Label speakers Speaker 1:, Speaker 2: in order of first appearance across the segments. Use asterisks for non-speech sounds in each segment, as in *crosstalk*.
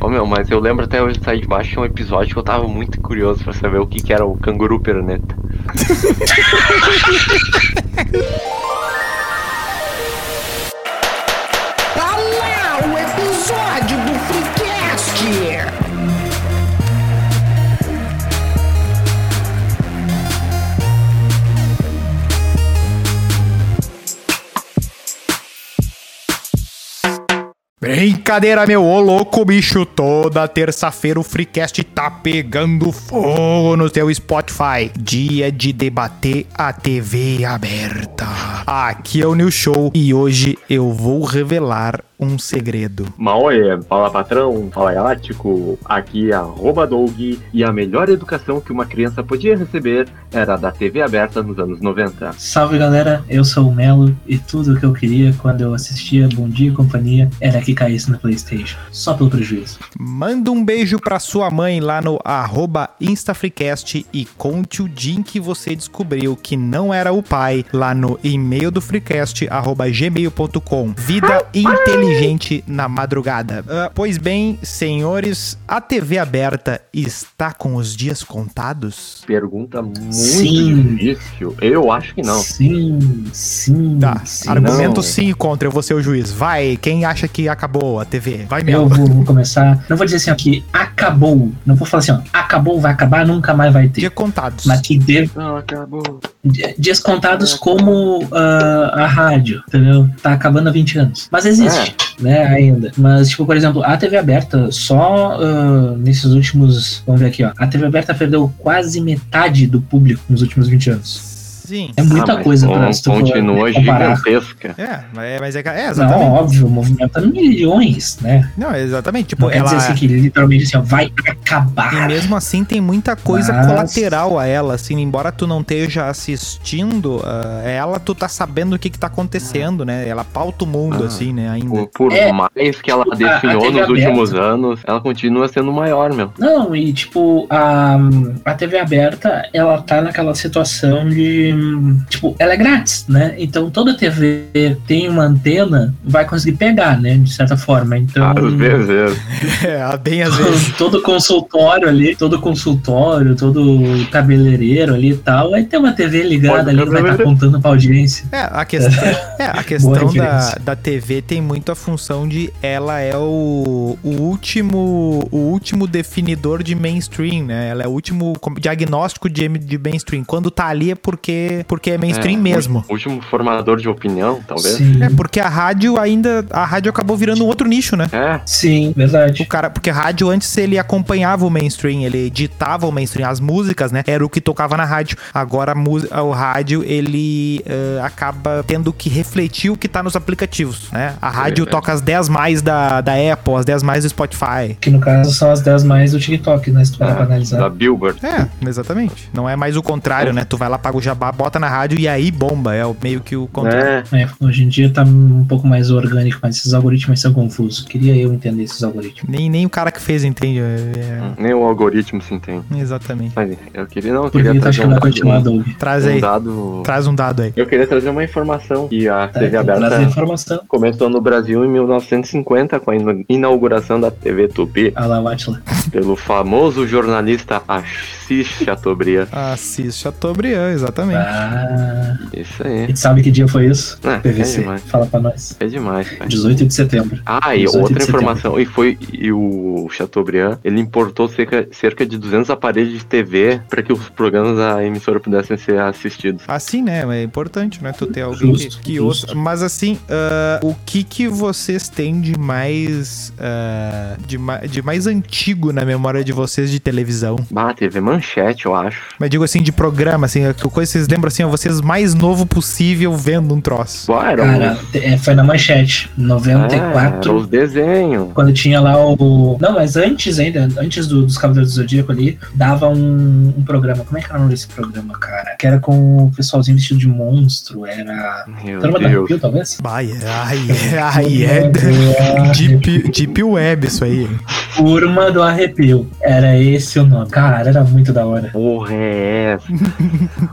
Speaker 1: Ô meu, mas eu lembro até hoje de sair de baixo tinha um episódio que eu tava muito curioso pra saber o que, que era o canguru peroneta.
Speaker 2: Tá lá o episódio do Freecast!
Speaker 3: Brincadeira, meu, ô louco bicho. Toda terça-feira o Freecast tá pegando fogo no teu Spotify. Dia de debater a TV aberta. Aqui é o New Show e hoje eu vou revelar um segredo.
Speaker 1: Maoê, fala é patrão, fala galáctico, aqui é arroba Doug e a melhor educação que uma criança podia receber era da TV aberta nos anos 90.
Speaker 4: Salve galera, eu sou o Melo e tudo que eu queria quando eu assistia Bom Dia e Companhia era que caísse no PlayStation, só pelo prejuízo.
Speaker 3: Manda um beijo pra sua mãe lá no arroba InstaFreecast e conte o dia em que você descobriu que não era o pai lá no e-mail do freecast arroba gmail.com. Vida inteligente na madrugada. Ah, pois bem, senhores, a TV aberta está com os dias contados?
Speaker 1: Pergunta muito
Speaker 4: Sim.
Speaker 1: difícil. Eu acho que não.
Speaker 4: Sim, sim.
Speaker 3: Tá,
Speaker 4: sim.
Speaker 3: argumento
Speaker 1: Não.
Speaker 3: sim e contra, eu vou ser o juiz. Vai, quem acha que acabou a TV? Vai
Speaker 4: Eu
Speaker 3: mesmo.
Speaker 4: vou, vou começar. Não vou dizer assim, ó, que acabou. Não vou falar assim, ó, acabou, vai acabar, nunca mais vai
Speaker 3: Dia
Speaker 4: ter.
Speaker 3: contados.
Speaker 4: Mas que de,
Speaker 1: Não, acabou.
Speaker 4: de- descontados como ah, a rádio, entendeu? Tá acabando há 20 anos. Mas existe, né, ainda. Mas, tipo, por exemplo, a TV aberta, só ah, nesses últimos. Vamos ver aqui, ó. A TV aberta perdeu quase metade do público nos últimos 20 anos.
Speaker 3: Sim.
Speaker 4: É muita
Speaker 1: Ah, mas
Speaker 4: coisa pra
Speaker 1: con-
Speaker 4: se tu for
Speaker 1: Continua
Speaker 4: comparar.
Speaker 1: gigantesca.
Speaker 3: É, mas- mas é, que- é exatamente.
Speaker 4: Não, óbvio, movimentando milhões, né?
Speaker 3: Não, exatamente. Tipo,
Speaker 4: Não quer
Speaker 3: ela.
Speaker 4: dizer assim que literalmente assim, ó, vai acabar.
Speaker 3: E mesmo assim tem muita coisa
Speaker 4: Mas-
Speaker 3: colateral a ela, assim, embora tu não esteja assistindo ah, ela, tu tá sabendo o que que tá acontecendo, né? Ela pauta o mundo,
Speaker 1: Ah.
Speaker 3: assim, né, ainda. *laughs*
Speaker 1: Por, por
Speaker 4: É.
Speaker 1: mais que ela
Speaker 4: A- a
Speaker 1: definhou
Speaker 4: TV
Speaker 1: nos
Speaker 4: aberta.
Speaker 1: últimos anos, ela continua sendo maior, meu.
Speaker 4: Não, e tipo, a, a TV aberta, ela tá naquela situação de. hum, Tipo, ela é grátis, né? Então toda TV tem uma antena, vai conseguir pegar, né? De certa forma. Então.
Speaker 1: Às vezes.
Speaker 3: É, bem às vezes.
Speaker 4: *laughs* Todo consultório ali, todo consultório, todo cabeleireiro ali e tal, vai ter uma TV ligada
Speaker 1: Pode
Speaker 4: ali, vai estar
Speaker 1: cabeleireiro.
Speaker 4: contando pra audiência.
Speaker 3: É, a
Speaker 4: *laughs*
Speaker 3: questão, é, a questão da,
Speaker 4: referência.
Speaker 3: da TV tem muito a função de ela é o, o último o último definidor de mainstream, né? Ela é o último com- diagnóstico de, M- de mainstream. Quando tá ali é porque, porque é mainstream
Speaker 1: É,
Speaker 3: mesmo.
Speaker 1: o Último formador de opinião, talvez.
Speaker 4: Sim.
Speaker 3: É, porque a rádio ainda. A rádio acabou virando um outro nicho, né?
Speaker 1: É,
Speaker 4: Sim,
Speaker 3: O
Speaker 4: verdade.
Speaker 3: cara, porque a rádio antes ele acompanhava o mainstream, ele ditava o mainstream, as músicas, né? Era o que tocava na rádio. Agora a mus- o rádio ele eh, acaba tendo que refletir o que tá nos aplicativos, né? A rádio
Speaker 1: verdade.
Speaker 3: toca as 10 mais da, da Apple, as 10 mais do Spotify.
Speaker 4: Que no caso são as 10 mais do TikTok, né? Se tu
Speaker 1: Ah,
Speaker 4: parar pra analisar.
Speaker 1: da Billboard.
Speaker 3: É, exatamente. Não é mais o contrário, né? Tu vai lá, paga o jabá, bota na rádio e aí bomba. É o- meio que o contrário.
Speaker 1: É,
Speaker 4: É, hoje em dia tá um pouco mais orgânico, mas esses algoritmos são confusos. Queria eu entender esses algoritmos.
Speaker 3: Nem, nem o cara que fez entende. É,
Speaker 1: Hum, nem o algoritmo se entende.
Speaker 3: é, exatamente.
Speaker 1: Mas enfim, eu queria não, eu
Speaker 4: Por
Speaker 1: queria
Speaker 4: que tá
Speaker 1: trazer
Speaker 4: achando
Speaker 1: um,
Speaker 4: a continuar,
Speaker 1: Uhum. um,
Speaker 4: Doug?
Speaker 3: Traz aí.
Speaker 1: dado.
Speaker 3: Traz um dado aí.
Speaker 1: Eu queria trazer uma informação que a
Speaker 4: Tá,
Speaker 1: TV
Speaker 4: tem que trazer
Speaker 1: aberta
Speaker 4: informação.
Speaker 1: começou no Brasil em 1950 com a ina- inauguração da TV Tupi
Speaker 4: Ah lá, o Atila.
Speaker 1: pelo famoso jornalista Assis Chateaubriand.
Speaker 3: Assis Chateaubriand, exatamente.
Speaker 4: Ah,
Speaker 1: Isso
Speaker 4: a
Speaker 1: aí.
Speaker 4: gente sabe que dia foi isso?
Speaker 1: É, é
Speaker 4: PVC.
Speaker 1: demais.
Speaker 4: Fala pra nós.
Speaker 1: É demais, cara.
Speaker 4: 18 de setembro.
Speaker 1: Ah, e
Speaker 4: 18 de
Speaker 1: outra
Speaker 4: setembro.
Speaker 1: informação, e foi e o Chateaubriand, ele importou cerca, cerca de 200 aparelhos de TV para que os programas da emissora pudessem ser assistidos.
Speaker 3: Assim, né? É importante, né? Tu ter alguém
Speaker 4: Justo,
Speaker 3: que, que
Speaker 4: justo.
Speaker 3: ouça. Mas assim, ah, o que que vocês têm de mais, ah, de, ma- de mais antigo na memória de vocês de televisão?
Speaker 1: Bah, TV Manchete, eu acho.
Speaker 3: Mas digo assim, de programa, assim, que coisa que vocês lembram assim, ó, vocês mais novo possível vendo um troço.
Speaker 1: Bah, era
Speaker 4: Cara, um te- é, foi na manchete.
Speaker 1: É, era
Speaker 4: 94.
Speaker 1: os desenhos.
Speaker 4: Quando tinha lá o. Não, mas antes ainda, antes do- dos Cavaleiros do Zodíaco ali, dava um, um programa. Como é que era o nome desse programa, cara? Que era com o pessoalzinho vestido de monstro. Era.
Speaker 1: Meu
Speaker 4: Trama da
Speaker 1: Deus.
Speaker 4: Rio, talvez?
Speaker 3: Ai, ai, ai, *laughs* é
Speaker 4: Meu Deus.
Speaker 3: deep, deep web isso aí.
Speaker 4: Turma do Arrepio. Era esse o nome. Cara, era muito da hora.
Speaker 1: Porra é
Speaker 4: *laughs*
Speaker 1: essa?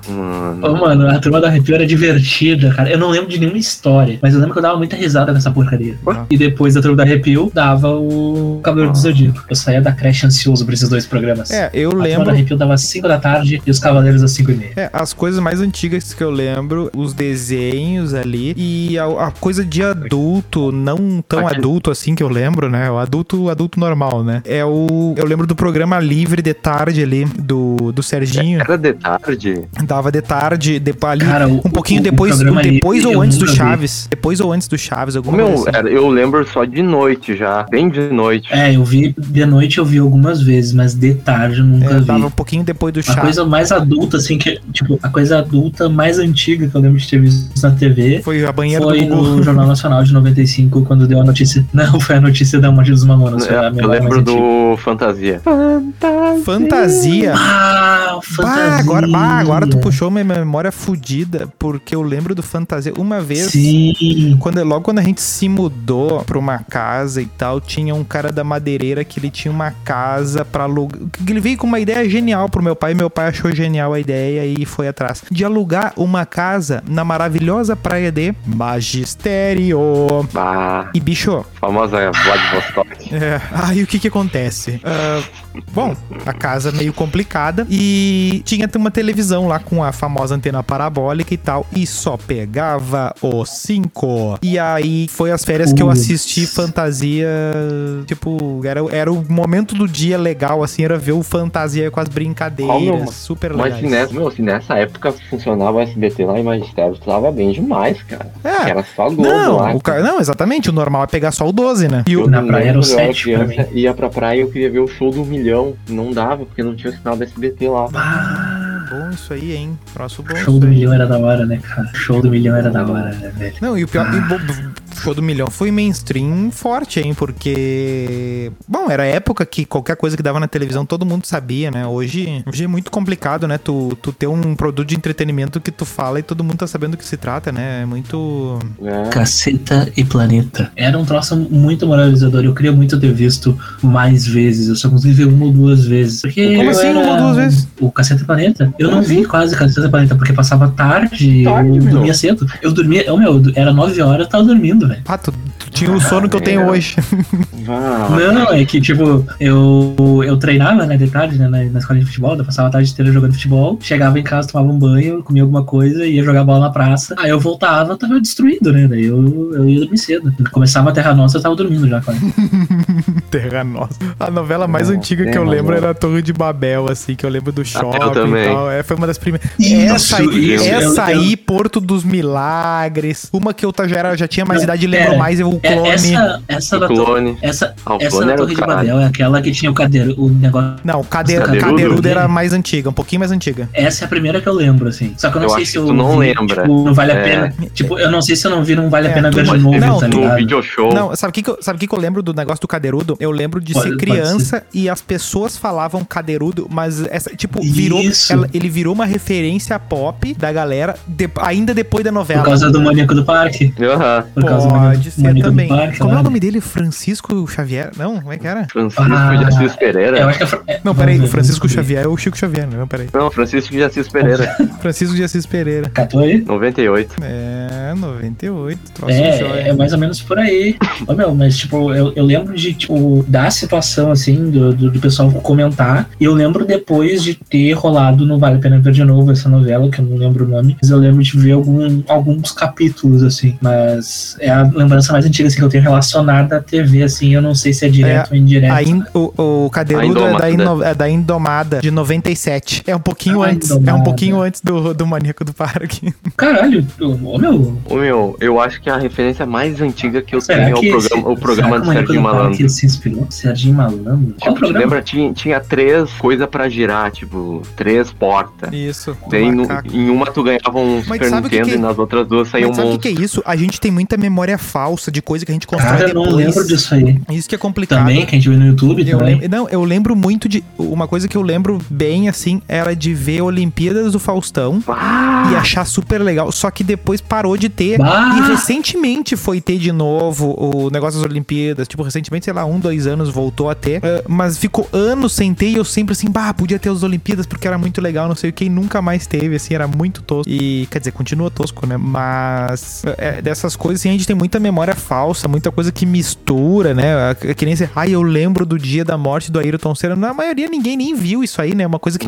Speaker 1: Mano.
Speaker 4: Ô, mano, a Turma do Arrepio era divertida, cara. Eu não lembro de nenhuma história, mas eu lembro que eu dava muita risada nessa porcaria.
Speaker 3: Ah.
Speaker 4: E depois da Turma do Arrepio, dava o Cavaleiro do Zodíaco. Eu saía da creche ansioso pra esses dois programas.
Speaker 3: É, eu
Speaker 4: a Turma do
Speaker 3: lembro.
Speaker 4: Arrepio dava às 5 da tarde e os Cavaleiros às 5 e meia.
Speaker 3: É, as coisas mais antigas que eu lembro, os desenhos ali, e a, a coisa de adulto, não tão
Speaker 1: Aquele-
Speaker 3: adulto assim que eu lembro, né? O adulto, adulto normal, né? É o. Eu lembro do programa livre de tarde ali, do, do Serginho.
Speaker 1: Era de tarde?
Speaker 3: Dava de tarde, de, ali.
Speaker 4: Cara, o-
Speaker 3: um pouquinho
Speaker 4: o- o
Speaker 3: depois,
Speaker 4: programa livre
Speaker 3: depois
Speaker 4: eu
Speaker 3: ou antes do
Speaker 4: nunca vi.
Speaker 3: Chaves. Depois ou antes do Chaves, alguma
Speaker 1: Meu,
Speaker 3: coisa assim.
Speaker 1: era- eu lembro só de noite já. Bem de noite.
Speaker 4: É, eu vi, de noite eu vi algumas vezes, mas de tarde eu nunca
Speaker 3: É,
Speaker 4: vi.
Speaker 3: dava um pouquinho depois do
Speaker 4: A
Speaker 3: Chaves.
Speaker 4: coisa mais adulta, assim, que. Tipo, a coisa adulta mais antiga que eu lembro de ter visto na TV
Speaker 3: Foi a banheira
Speaker 4: foi
Speaker 3: do Gugu.
Speaker 4: no Jornal Nacional de 95, quando deu a notícia. *laughs* Não, foi a notícia da morte dos mamonas. foi a
Speaker 1: É, eu
Speaker 4: memória mais
Speaker 1: lembro
Speaker 4: antiga.
Speaker 1: do Fantasia.
Speaker 3: Fantasia.
Speaker 4: Ah, fantasia.
Speaker 3: Bah, agora, bah, agora tu puxou minha memória fudida, porque eu lembro do Fantasia. Uma vez,
Speaker 4: Sim.
Speaker 3: quando, logo quando a gente se mudou pra uma casa e tal, tinha um cara da madeireira que ele tinha uma casa pra alugar. que Ele veio com uma ideia genial pro meu pai, meu pai achou genial a ideia e foi atrás. De alugar uma casa na maravilhosa praia de Magistério.
Speaker 1: Bah,
Speaker 3: E bicho,
Speaker 1: famosa Vladivostok.
Speaker 3: é, aí o que que acontece? Ah, bom, a casa meio complicada e tinha uma televisão lá com a famosa antena parabólica e tal e só pegava o 5. E aí foi as férias que eu
Speaker 4: Putz.
Speaker 3: assisti Fantasia, tipo, era, era o momento do dia legal, assim, era ver o Fantasia com as
Speaker 1: Qual meu-
Speaker 3: brincadeiras, super
Speaker 1: Mas se
Speaker 3: legais.
Speaker 1: nessa, meu, se nessa época funcionava o SBT lá em Magistério, tava bem demais, cara.
Speaker 3: É,
Speaker 1: Era só Globo lá.
Speaker 3: não, o ca- não, exatamente, o normal é pegar só o 12, né? E o,
Speaker 1: Eu
Speaker 4: Na
Speaker 1: lembro,
Speaker 4: praia era o
Speaker 1: eu
Speaker 4: sete pra
Speaker 1: criança, Ia pra praia e eu queria ver o show do milhão. Não dava, porque não tinha o sinal do SBT lá.
Speaker 4: Ah,
Speaker 3: bom é isso aí, hein? Troço bom é
Speaker 4: show
Speaker 3: isso
Speaker 4: do
Speaker 3: aí.
Speaker 4: milhão era da hora, né, cara? Show do milhão era da hora, né, velho?
Speaker 3: Não, e o pior. E, bo- show do Milhão foi mainstream forte, hein? Porque. Bom, era a época que qualquer coisa que dava na televisão todo mundo sabia, né? Hoje, hoje é muito complicado, né? Tu, tu ter um produto de entretenimento que tu fala e todo mundo tá sabendo do que se trata, né? É muito.
Speaker 1: né?
Speaker 4: Caceta e Planeta. Era um troço muito moralizador. Eu queria muito ter visto mais vezes. Eu só consegui ver uma ou duas vezes. Porque
Speaker 3: Como
Speaker 4: eu
Speaker 3: assim,
Speaker 4: era
Speaker 3: uma ou duas vezes?
Speaker 4: O Caceta e Planeta. Eu
Speaker 1: Como
Speaker 4: não vi
Speaker 1: assim?
Speaker 4: quase Caceta e Planeta, porque passava tarde.
Speaker 1: Tarde,
Speaker 4: eu
Speaker 1: meu.
Speaker 4: dormia cedo. Eu dormia. Eu, meu, era nove horas, eu tava dormindo, velho.
Speaker 3: Ah, tu, tu tinha o sono que eu tenho hoje.
Speaker 1: Ah,
Speaker 4: Não, é que, tipo, eu, eu treinava, né, de tarde, né, na, na escola de futebol, eu passava a tarde inteira jogando futebol, chegava em casa, tomava um banho, comia alguma coisa, ia jogar bola na praça, aí eu voltava, eu tava destruído, né, daí eu, eu ia dormir cedo. Começava a Terra Nossa, eu tava dormindo já, quase.
Speaker 3: Terra Nossa. A novela mais
Speaker 1: Não,
Speaker 3: antiga que
Speaker 1: Terra
Speaker 3: eu lembro
Speaker 1: Nossa. Ah,
Speaker 3: era a Torre de Babel, assim, que eu lembro do shopping e
Speaker 1: também.
Speaker 3: tal. É, foi uma das primeiras.
Speaker 4: Isso,
Speaker 3: Essa aí,
Speaker 1: isso,
Speaker 3: essa
Speaker 4: eu- eu-
Speaker 3: aí Porto dos Milagres. Uma que eu tá- já, era, já tinha mais
Speaker 4: Não,
Speaker 3: idade e lembro
Speaker 4: é,
Speaker 3: mais, eu o
Speaker 4: É,
Speaker 3: clone.
Speaker 4: essa, essa da torre,
Speaker 1: clone.
Speaker 4: essa,
Speaker 1: Ah, o
Speaker 4: essa
Speaker 1: clone
Speaker 4: da
Speaker 1: era
Speaker 4: Torre
Speaker 1: o
Speaker 4: de
Speaker 1: caralho.
Speaker 4: Babel é aquela que tinha o cadeiro, o negócio...
Speaker 3: Não, Cadeiro,
Speaker 1: Cadeirudo?
Speaker 3: Cadeirudo era mais antiga, um pouquinho mais antiga.
Speaker 4: Essa é a primeira que eu lembro, assim. Só que eu não
Speaker 1: Eu
Speaker 4: sei
Speaker 1: acho
Speaker 4: se
Speaker 1: que
Speaker 4: eu
Speaker 1: tu não
Speaker 4: vi,
Speaker 1: lembra.
Speaker 4: tipo, não vale a
Speaker 1: É.
Speaker 4: pena. Tipo, eu não sei se eu não vi, não vale a
Speaker 3: É,
Speaker 4: pena
Speaker 3: tu
Speaker 4: ver de
Speaker 1: pode
Speaker 4: novo,
Speaker 1: ter
Speaker 3: Não,
Speaker 4: tá
Speaker 3: tu-
Speaker 1: No
Speaker 4: ligado?
Speaker 1: video show.
Speaker 3: Não, sabe o que, que eu- sabe o que, que eu lembro do negócio do Cadeirudo? Eu lembro de
Speaker 4: Pode-
Speaker 3: ser
Speaker 4: pode
Speaker 3: criança e as pessoas falavam Cadeirudo, mas essa, tipo, virou.
Speaker 4: Isso.
Speaker 3: ela- ele virou uma referência pop da galera, de- ainda depois da novela.
Speaker 4: Por causa do Maníaco do Parque.
Speaker 1: Aham.
Speaker 4: Por causa do
Speaker 3: Pode
Speaker 4: Maníaco-
Speaker 3: ser
Speaker 4: Maníaco do
Speaker 3: também.
Speaker 4: Parque,
Speaker 3: Como é o
Speaker 4: claro.
Speaker 3: nome dele? Francisco Xavier? Não, como é que era?
Speaker 1: Francisco
Speaker 4: Ah,
Speaker 1: de Assis Pereira.
Speaker 4: Eu acho que é Fra- é,
Speaker 3: Não,
Speaker 4: vamos
Speaker 3: peraí,
Speaker 4: ver,
Speaker 3: o Francisco
Speaker 4: vamos descobrir.
Speaker 3: Xavier é o Chico Xavier, não, peraí.
Speaker 1: Não, Francisco de Assis Pereira.
Speaker 4: *laughs*
Speaker 3: Francisco de Assis Pereira.
Speaker 4: Catou aí?
Speaker 1: 98.
Speaker 3: É, 98, troço de joia.
Speaker 4: É, é mais ou menos por aí. Ô, meu, mas tipo, eu, eu lembro de, tipo, da situação, assim, do, do, do pessoal comentar. E eu lembro depois de ter rolado no Vale a Pena Ver de Novo essa novela, que eu não lembro o nome, mas eu lembro de ver algum, alguns capítulos, assim. Mas é a lembrança mais antiga, assim, que eu tenho relacionada à TV, assim. Eu não sei se é direto ou indireto.
Speaker 3: A in- o, o Cadeirudo é
Speaker 1: Indomada.
Speaker 3: da,
Speaker 1: né?
Speaker 3: ino- é da Indomada, de 97. É um pouquinho
Speaker 4: Ah,
Speaker 3: antes. É um
Speaker 4: Indomada.
Speaker 3: pouquinho antes do, do Maníaco do
Speaker 4: *laughs*
Speaker 3: Parque.
Speaker 4: Caralho, ô, meu,
Speaker 1: Ô meu, eu acho que é a referência mais antiga que eu
Speaker 4: Será
Speaker 1: tenho é o
Speaker 4: que
Speaker 1: programa,
Speaker 4: esse-
Speaker 1: o programa
Speaker 4: será
Speaker 1: do
Speaker 4: que o Maníaco
Speaker 1: Serginho
Speaker 4: Parque
Speaker 1: Malandro.
Speaker 4: se inspirou? Serginho Malandro? Qual o
Speaker 1: Tipo, te
Speaker 4: programa?
Speaker 1: lembra? Tinha, tinha três coisas pra girar, tipo, três portas.
Speaker 3: Isso.
Speaker 1: Daí no- em uma tu ganhava um Super
Speaker 3: sabe o que
Speaker 1: Nintendo
Speaker 3: que-
Speaker 1: e nas outras duas saía um
Speaker 3: Mas sabe o que,
Speaker 1: monstro.
Speaker 3: que é isso? A gente tem muita memória falsa de coisa que a gente constrói
Speaker 4: Cara, eu
Speaker 3: depois.
Speaker 4: não lembro disso aí.
Speaker 3: Isso que é complicado.
Speaker 4: Também, que a gente vê no YouTube
Speaker 3: Eu
Speaker 4: também.
Speaker 3: lembro- não, eu lembro muito de. Uma coisa que eu lembro bem, assim, era de ver Olimpíadas do Faustão e achar super legal. Só que depois parou de ter.
Speaker 4: Bah!
Speaker 3: E recentemente foi ter de novo o negócio das Olimpíadas. Tipo, recentemente, sei lá, um, dois anos voltou a ter. Ah, mas ficou anos sem ter e eu sempre assim, bah, podia ter as Olimpíadas porque era muito legal, não sei o que. E nunca mais teve, assim, era muito tosco. E, quer dizer, continua tosco, né? Mas é, dessas coisas, assim, a gente tem muita memória falsa, muita coisa que mistura, né? É Que nem se, ai, eu lembro do dia da morte do Ayrton Senna. Na maioria, ninguém nem viu isso aí, né? É Uma coisa que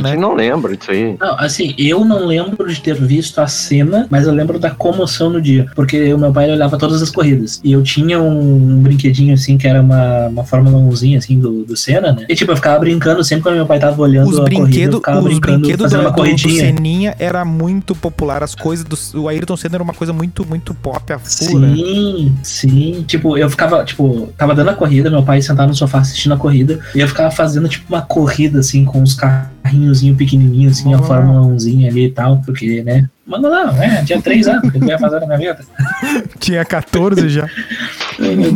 Speaker 1: não, a
Speaker 3: né?
Speaker 1: gente não lembra disso aí.
Speaker 4: Não, assim, eu não lembro de ter visto a cena, mas eu lembro da comoção no dia, porque o meu pai ele olhava todas as corridas. E eu tinha um, brinquedinho, assim, que era uma, uma Fórmula 1zinha, assim, do, do Senna, né? E, tipo, eu ficava brincando sempre quando meu pai tava olhando
Speaker 3: os
Speaker 4: a corrida, eu
Speaker 3: brinquedos
Speaker 4: ficava
Speaker 3: os
Speaker 4: brincando,
Speaker 3: brinquedos
Speaker 4: fazendo
Speaker 3: do,
Speaker 4: uma
Speaker 3: do, do
Speaker 4: corridinha.
Speaker 3: Seninha era muito popular as coisas do o Ayrton Senna era uma coisa muito muito pop a full, né?
Speaker 4: Sim, sim. Tipo, eu ficava, tipo, tava dando a corrida, meu pai sentado no sofá assistindo a corrida, e eu ficava fazendo, tipo, uma corrida, assim, com os carrinhozinhos pequenininhos, assim,
Speaker 3: Uau.
Speaker 4: a Fórmula 1zinha ali e tal, porque, né? Mas não, não, né? Tinha três anos, eu ia fazer na minha vida.
Speaker 3: Tinha 14
Speaker 4: *laughs*
Speaker 3: já.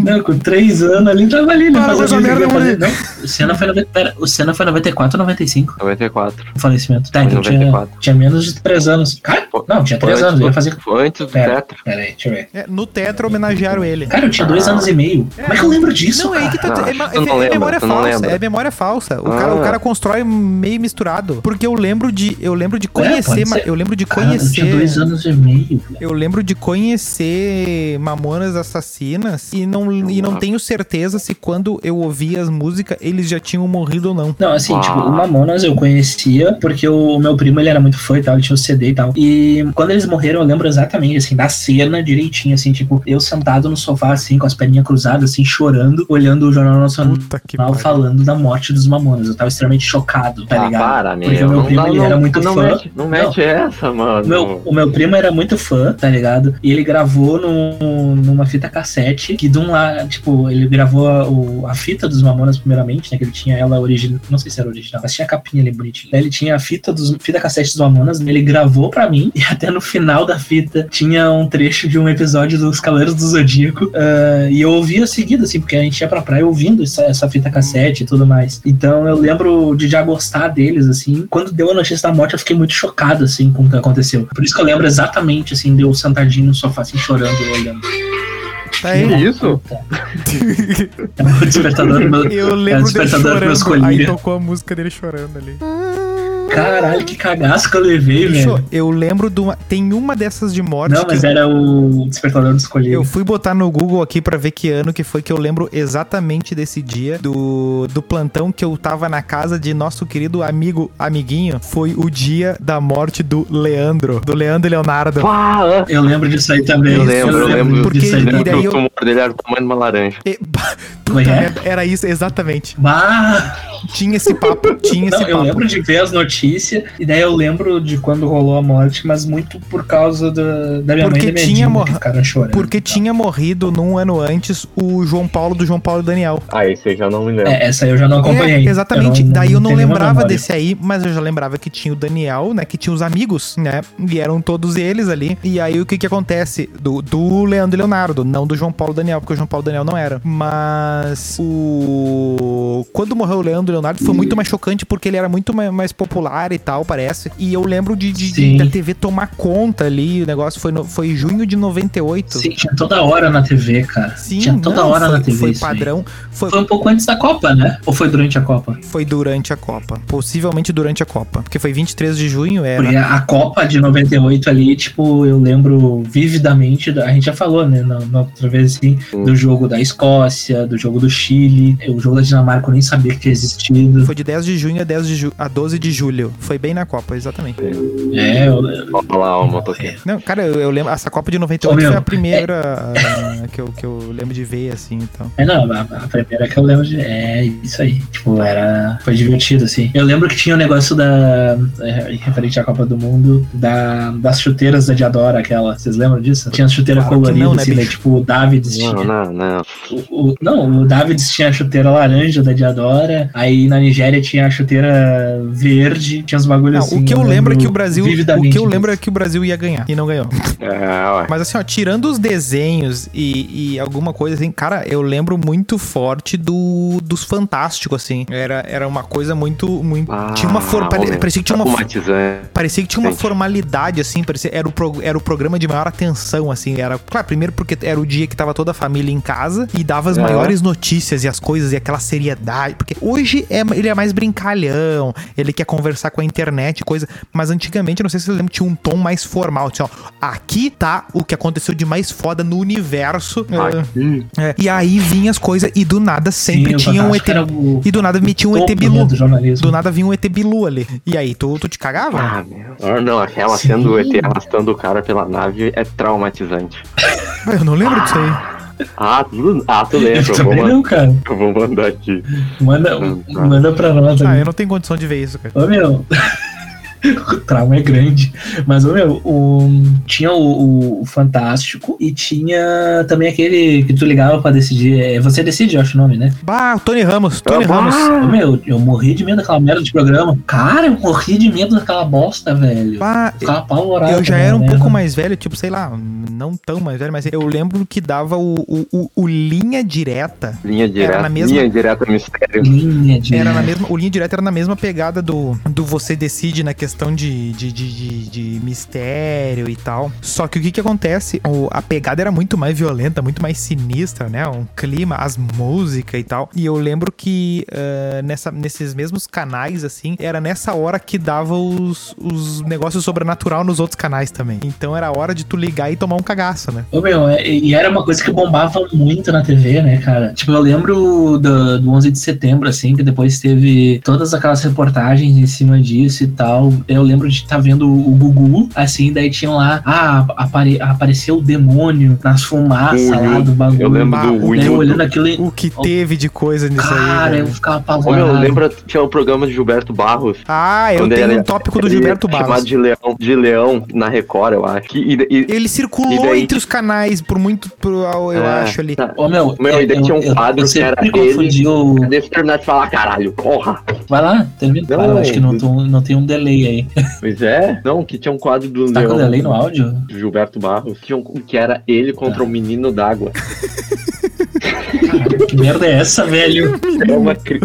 Speaker 4: Não, com três anos ali, tava ali, né?
Speaker 3: Para com essa
Speaker 4: Fazendo isso,
Speaker 3: merda, é um
Speaker 4: eu falei, não, o Senna foi, 90, pera, o Senna foi 94 ou 95
Speaker 1: 94.
Speaker 4: o falecimento. Tá,
Speaker 1: Foi
Speaker 4: então tinha,
Speaker 1: 94.
Speaker 4: tinha menos de três anos. Cara,
Speaker 1: Pô,
Speaker 4: não, tinha
Speaker 1: Foi
Speaker 4: três
Speaker 1: antes
Speaker 4: anos, eu
Speaker 1: do-
Speaker 4: É, ia fazer...
Speaker 1: Foi antes do
Speaker 4: Pera.
Speaker 1: Tetra.
Speaker 4: Pera aí, deixa eu ver.
Speaker 3: É, no Tetra homenagearam ele.
Speaker 4: Cara, eu tinha dois anos e meio. Como é que eu lembro disso,
Speaker 3: Não, é aí que tá.
Speaker 1: Não,
Speaker 3: é, ma-
Speaker 1: tu Ah, não
Speaker 3: é
Speaker 1: lembra,
Speaker 3: memória
Speaker 1: tu não
Speaker 3: falsa.
Speaker 1: lembra.
Speaker 3: É memória falsa. O, cara, o
Speaker 1: Ah.
Speaker 3: cara constrói meio misturado. Porque eu lembro de. Eu lembro de conhecer.
Speaker 4: É, pode
Speaker 3: ma-
Speaker 4: ser.
Speaker 3: eu lembro de
Speaker 4: Cara, eu tinha dois
Speaker 3: conhecer.
Speaker 4: anos e meio.
Speaker 3: Eu lembro de conhecer Mamonas Assassinas e não, e
Speaker 1: Ah.
Speaker 3: não tenho certeza se quando eu ouvi as músicas eles já tinham morrido ou não.
Speaker 4: Não, assim,
Speaker 1: Ah.
Speaker 4: tipo, o Mamonas eu conhecia porque o meu primo, ele era muito fã e tal, ele tinha o CD e tal. E quando eles morreram, eu lembro exatamente, assim, da cena direitinho, assim, tipo, eu sentado no sofá, assim, com as perninhas cruzadas, assim, chorando, olhando o Jornal Nacional
Speaker 3: Puta que pariu.
Speaker 4: falando da morte dos Mamonas. Eu tava extremamente chocado, tá
Speaker 1: Ah,
Speaker 4: ligado?
Speaker 1: para,
Speaker 4: Porque
Speaker 1: meu.
Speaker 4: o meu
Speaker 1: Não,
Speaker 4: primo,
Speaker 1: dá-
Speaker 4: ele era
Speaker 1: não,
Speaker 4: muito
Speaker 1: tu não é
Speaker 4: fã.
Speaker 1: mete, não mete essa, mano.
Speaker 4: Meu, o meu primo era muito fã, tá ligado? E ele gravou num, numa fita cassete, que de um lado, tipo, ele gravou a, o- a fita dos Mamonas primeiramente, né? Que ele tinha ela original, não sei se era original, mas tinha a capinha ali bonitinha. Daí ele tinha a fita, dos, fita cassete dos Mamonas, ele gravou pra mim, *laughs* e até no final da fita tinha um trecho de um episódio dos Cavaleiros do Zodíaco. ah, e eu ouvia seguido, assim, porque a gente ia pra praia ouvindo essa, essa fita cassete e tudo mais. Então eu lembro de já gostar deles, assim. Quando deu a notícia da morte, eu fiquei muito chocado, assim, com o que aconteceu. Por isso que eu lembro exatamente, assim, de eu sentadinho no sofá, assim, chorando e olhando.
Speaker 3: Tá aí.
Speaker 4: é
Speaker 1: Que isso?
Speaker 4: Puta. É o despertador do meu.
Speaker 3: *laughs* Eu
Speaker 4: é o
Speaker 3: lembro dele
Speaker 4: despertador do meu
Speaker 3: chorando. Aí
Speaker 4: escolhido.
Speaker 3: tocou a música dele chorando ali.
Speaker 4: Caralho, que cagaço que eu levei,
Speaker 3: Bicho,
Speaker 4: velho.
Speaker 3: eu lembro de uma. Tem uma dessas de morte
Speaker 4: Não, mas é
Speaker 3: que eu-
Speaker 4: era o despertador do escolhido.
Speaker 3: eu fui botar no Google aqui pra ver que ano que foi que eu lembro exatamente desse dia do, do plantão que eu tava na casa de nosso querido amigo, amiguinho. Foi o dia da morte do Leandro. Do Leandro e Leonardo.
Speaker 1: Pá, ah,
Speaker 4: Eu lembro disso aí também.
Speaker 1: Eu lembro, eu lembro.
Speaker 4: disso aí
Speaker 3: Porque-
Speaker 1: lembra
Speaker 4: também.
Speaker 3: e daí
Speaker 1: que
Speaker 3: eu-
Speaker 1: o tumor dele era do tamanho de uma laranja.
Speaker 3: E-
Speaker 4: Como
Speaker 3: Puta
Speaker 4: é que é?
Speaker 3: merda, era isso, exatamente.
Speaker 4: Bah!
Speaker 3: Tinha esse papo, tinha esse
Speaker 4: Não, eu
Speaker 3: papo.
Speaker 4: lembro de ver as notícias, e daí eu lembro de quando rolou a morte, mas muito por causa da, da minha
Speaker 3: Porque
Speaker 4: mãe e da minha
Speaker 3: tinha
Speaker 4: tia, né,
Speaker 3: morra-
Speaker 4: que ficaram chorando.
Speaker 3: Porque tinha morrido num ano antes o João Paulo do João Paulo e Daniel.
Speaker 1: Ah, esse aí já não me lembro.
Speaker 4: É, essa eu já não
Speaker 3: É,
Speaker 4: acompanhei.
Speaker 3: exatamente. Daí eu não
Speaker 4: tenho nenhuma
Speaker 3: lembrava
Speaker 4: memória.
Speaker 3: desse aí, mas eu já lembrava que tinha o Daniel, né? Que tinha os amigos, né? E eram todos eles ali. E aí o que que acontece? Do, do Leandro e Leonardo, não do João Paulo e Daniel, porque o João Paulo e Daniel não era. Mas o. Quando morreu o Leandro e Leonardo foi muito mais chocante porque ele era muito ma- mais, popular e tal, parece. E eu lembro de, de- de-
Speaker 4: Sim.
Speaker 3: da TV tomar conta ali. O negócio foi, no- foi junho de 98.
Speaker 4: Sim, tinha toda hora na TV, cara. tinha toda
Speaker 3: não,
Speaker 4: hora
Speaker 3: foi,
Speaker 4: na TV.
Speaker 3: Foi
Speaker 4: isso aí.
Speaker 3: padrão. Foi,
Speaker 4: Foi um pouco antes da Copa, né? Ou foi durante a Copa?
Speaker 3: foi durante a Copa. Possivelmente durante a Copa. Porque foi 23 de junho, era.
Speaker 4: Porque a Copa de 98 ali, tipo, eu lembro vividamente, da- a gente já falou, né, na, na outra vez, assim,
Speaker 3: Hum.
Speaker 4: do jogo da Escócia, do jogo do Chile, o jogo da Dinamarca eu nem sabia que tinha existido.
Speaker 3: Foi de 10 de junho a, 10 de ju- a 12 de julho. Foi bem na Copa, exatamente.
Speaker 4: É, eu,
Speaker 1: Olha lá, o motoqueiro.
Speaker 3: Não, cara, eu, eu lembro. Essa Copa de 98
Speaker 4: Ô, meu,
Speaker 3: foi a primeira ah, que, eu, que eu lembro de ver, assim, então.
Speaker 4: é não, a, a primeira que eu lembro de, é isso aí, tipo, era, foi divertido, assim. Eu lembro que tinha o negócio da, é, referente à Copa do Mundo, da, das chuteiras da Diadora, aquela, vocês lembram disso? Tinha as chuteiras
Speaker 3: Claro que
Speaker 4: coloridas,
Speaker 3: não, né,
Speaker 4: assim, né,
Speaker 3: bicho?
Speaker 4: tipo, o Davids tinha.
Speaker 1: Não, não, não.
Speaker 4: O, o- não, o Davids tinha a chuteira laranja da Diadora, aí na Nigéria tinha a chuteira verde Nerd, tinha uns bagulhos
Speaker 3: Não,
Speaker 4: assim.
Speaker 3: o que eu lembro é que o Brasil, o que eu lembro é
Speaker 4: é
Speaker 3: que o Brasil ia ganhar e não ganhou.
Speaker 1: Ah,
Speaker 3: Mas assim, ó, tirando os desenhos e, e alguma coisa assim, cara, eu lembro muito forte do dos Fantásticos, assim. Era, era uma coisa muito. muito
Speaker 1: Ah,
Speaker 3: tinha uma forma.
Speaker 1: homem,
Speaker 3: Parecia que tinha uma.
Speaker 1: Traumatizante.
Speaker 3: Parecia que tinha uma
Speaker 1: Gente.
Speaker 3: formalidade, assim, parecia, era, o pro- era o programa de maior atenção, assim, era, claro, primeiro porque era o dia que tava toda a família em casa e dava as
Speaker 1: É.
Speaker 3: maiores notícias e as coisas e aquela seriedade, porque hoje é, ele é mais brincalhão, ele quer conversar com a internet, coisa, mas antigamente, não sei se você lembra, tinha um tom mais formal, tinha, ó, aqui tá o que aconteceu de mais foda no universo,
Speaker 1: Aqui.
Speaker 3: é, é. e aí vinha as coisas e do nada sempre tinha um ET,
Speaker 4: Era o
Speaker 3: e do nada metia um
Speaker 4: topo,
Speaker 3: ET
Speaker 4: né,
Speaker 3: Bilu.
Speaker 4: do jornalismo.
Speaker 3: Do nada vinha um ET Bilu ali. E aí, tu, tu te cagava?
Speaker 1: Ah, meu. Ah, Não, aquela
Speaker 4: Sim.
Speaker 1: sendo o ET arrastando o cara pela nave é traumatizante.
Speaker 3: Ah, Eu não lembro disso aí.
Speaker 1: Ah, tu, ah, tu lembra.
Speaker 4: Eu
Speaker 1: Eu vou,
Speaker 4: *laughs* também
Speaker 1: mandar,
Speaker 4: não, cara.
Speaker 1: eu vou mandar aqui.
Speaker 4: Manda,
Speaker 1: Hum, tá.
Speaker 4: manda pra nós.
Speaker 3: Ah,
Speaker 4: amigo.
Speaker 3: eu não tenho condição de ver isso, cara.
Speaker 4: Ô meu, *laughs* o trauma é grande. Mas, ô meu, o, tinha o, o- o Fantástico e tinha também aquele que tu ligava pra decidir. É, você decide, eu acho o nome, né?
Speaker 3: Bah, Tony Ramos, Tony
Speaker 1: Ah,
Speaker 3: Ramos.
Speaker 4: Ô meu, eu morri de medo daquela merda de programa. Cara, eu morri de medo daquela bosta, velho.
Speaker 3: Bah,
Speaker 4: Eu Ficava apavorado. né?
Speaker 3: eu já
Speaker 4: com aquela
Speaker 3: era um
Speaker 4: merda.
Speaker 3: pouco mais velho, tipo, sei lá, não tão mais velho, mas eu lembro que dava o, o, o- o linha direta.
Speaker 1: Linha direta.
Speaker 3: na mesma-
Speaker 1: Linha direta mistério.
Speaker 4: Linha de.
Speaker 3: Era na mesma, o linha direta era na mesma pegada do, do você decide na questão de, de, de, de- de mistério e tal. Só que o que que acontece? O- a pegada era muito mais violenta, muito mais sinistra, né? Um clima, as músicas e tal. E eu lembro que eh, nessa, nesses mesmos canais, assim, era nessa hora que dava os, os negócios sobrenatural nos outros canais também. Então era a hora de tu ligar e tomar um cagaço, né?
Speaker 4: Ô, meu, é- e era uma coisa que bombava muito na TV, né, cara? Tipo, eu lembro do, do 11 de setembro, assim, que depois teve todas aquelas reportagens em cima disso e tal. Eu lembro de estar vendo o Gugu, assim, daí tinha lá, ah, apare- apareceu o demônio nas fumaças
Speaker 1: Ui,
Speaker 4: lá do bagulho.
Speaker 1: Uhum. Eu lembro
Speaker 3: Ah,
Speaker 1: do
Speaker 3: o
Speaker 4: Daí né? eu olhando
Speaker 1: Wildo.
Speaker 4: aquilo e,
Speaker 3: O que teve de coisa nisso aí.
Speaker 4: cara, eu
Speaker 3: velho.
Speaker 4: ficava
Speaker 1: Ô, meu,
Speaker 4: apavorado.
Speaker 1: lembra, tinha o programa de Gilberto Barros.
Speaker 3: Ah, eu
Speaker 1: Quando ele
Speaker 3: tenho
Speaker 1: era-
Speaker 3: um tópico do
Speaker 1: Ele
Speaker 3: Gilberto
Speaker 1: é
Speaker 3: Barros.
Speaker 1: Chamado de Leão, de Leão na Record, eu acho. E, e-
Speaker 3: Ele
Speaker 1: E
Speaker 3: circulou
Speaker 1: daí-
Speaker 3: entre os canais por muito, por- eu
Speaker 4: Ah,
Speaker 1: É,
Speaker 3: acho ali.
Speaker 1: tá.
Speaker 4: Ô, meu,
Speaker 1: Meu, e daí tinha um quadro que era
Speaker 4: sempre
Speaker 1: ele-
Speaker 4: confundi o-
Speaker 1: Deixa eu terminar de falar, caralho. Porra!
Speaker 4: Vai lá, termina.
Speaker 1: Não,
Speaker 4: Vai lá, acho que não, tô- não tem um delay aí.
Speaker 1: Pois é, não, que tinha um quadro do
Speaker 4: Tá com
Speaker 1: Leão.
Speaker 4: delay no áudio? Tá.
Speaker 1: do Gilberto Barros, que, um, que era ele contra o menino d'água.
Speaker 4: Cara, que merda é essa, velho?
Speaker 1: Era É uma cri...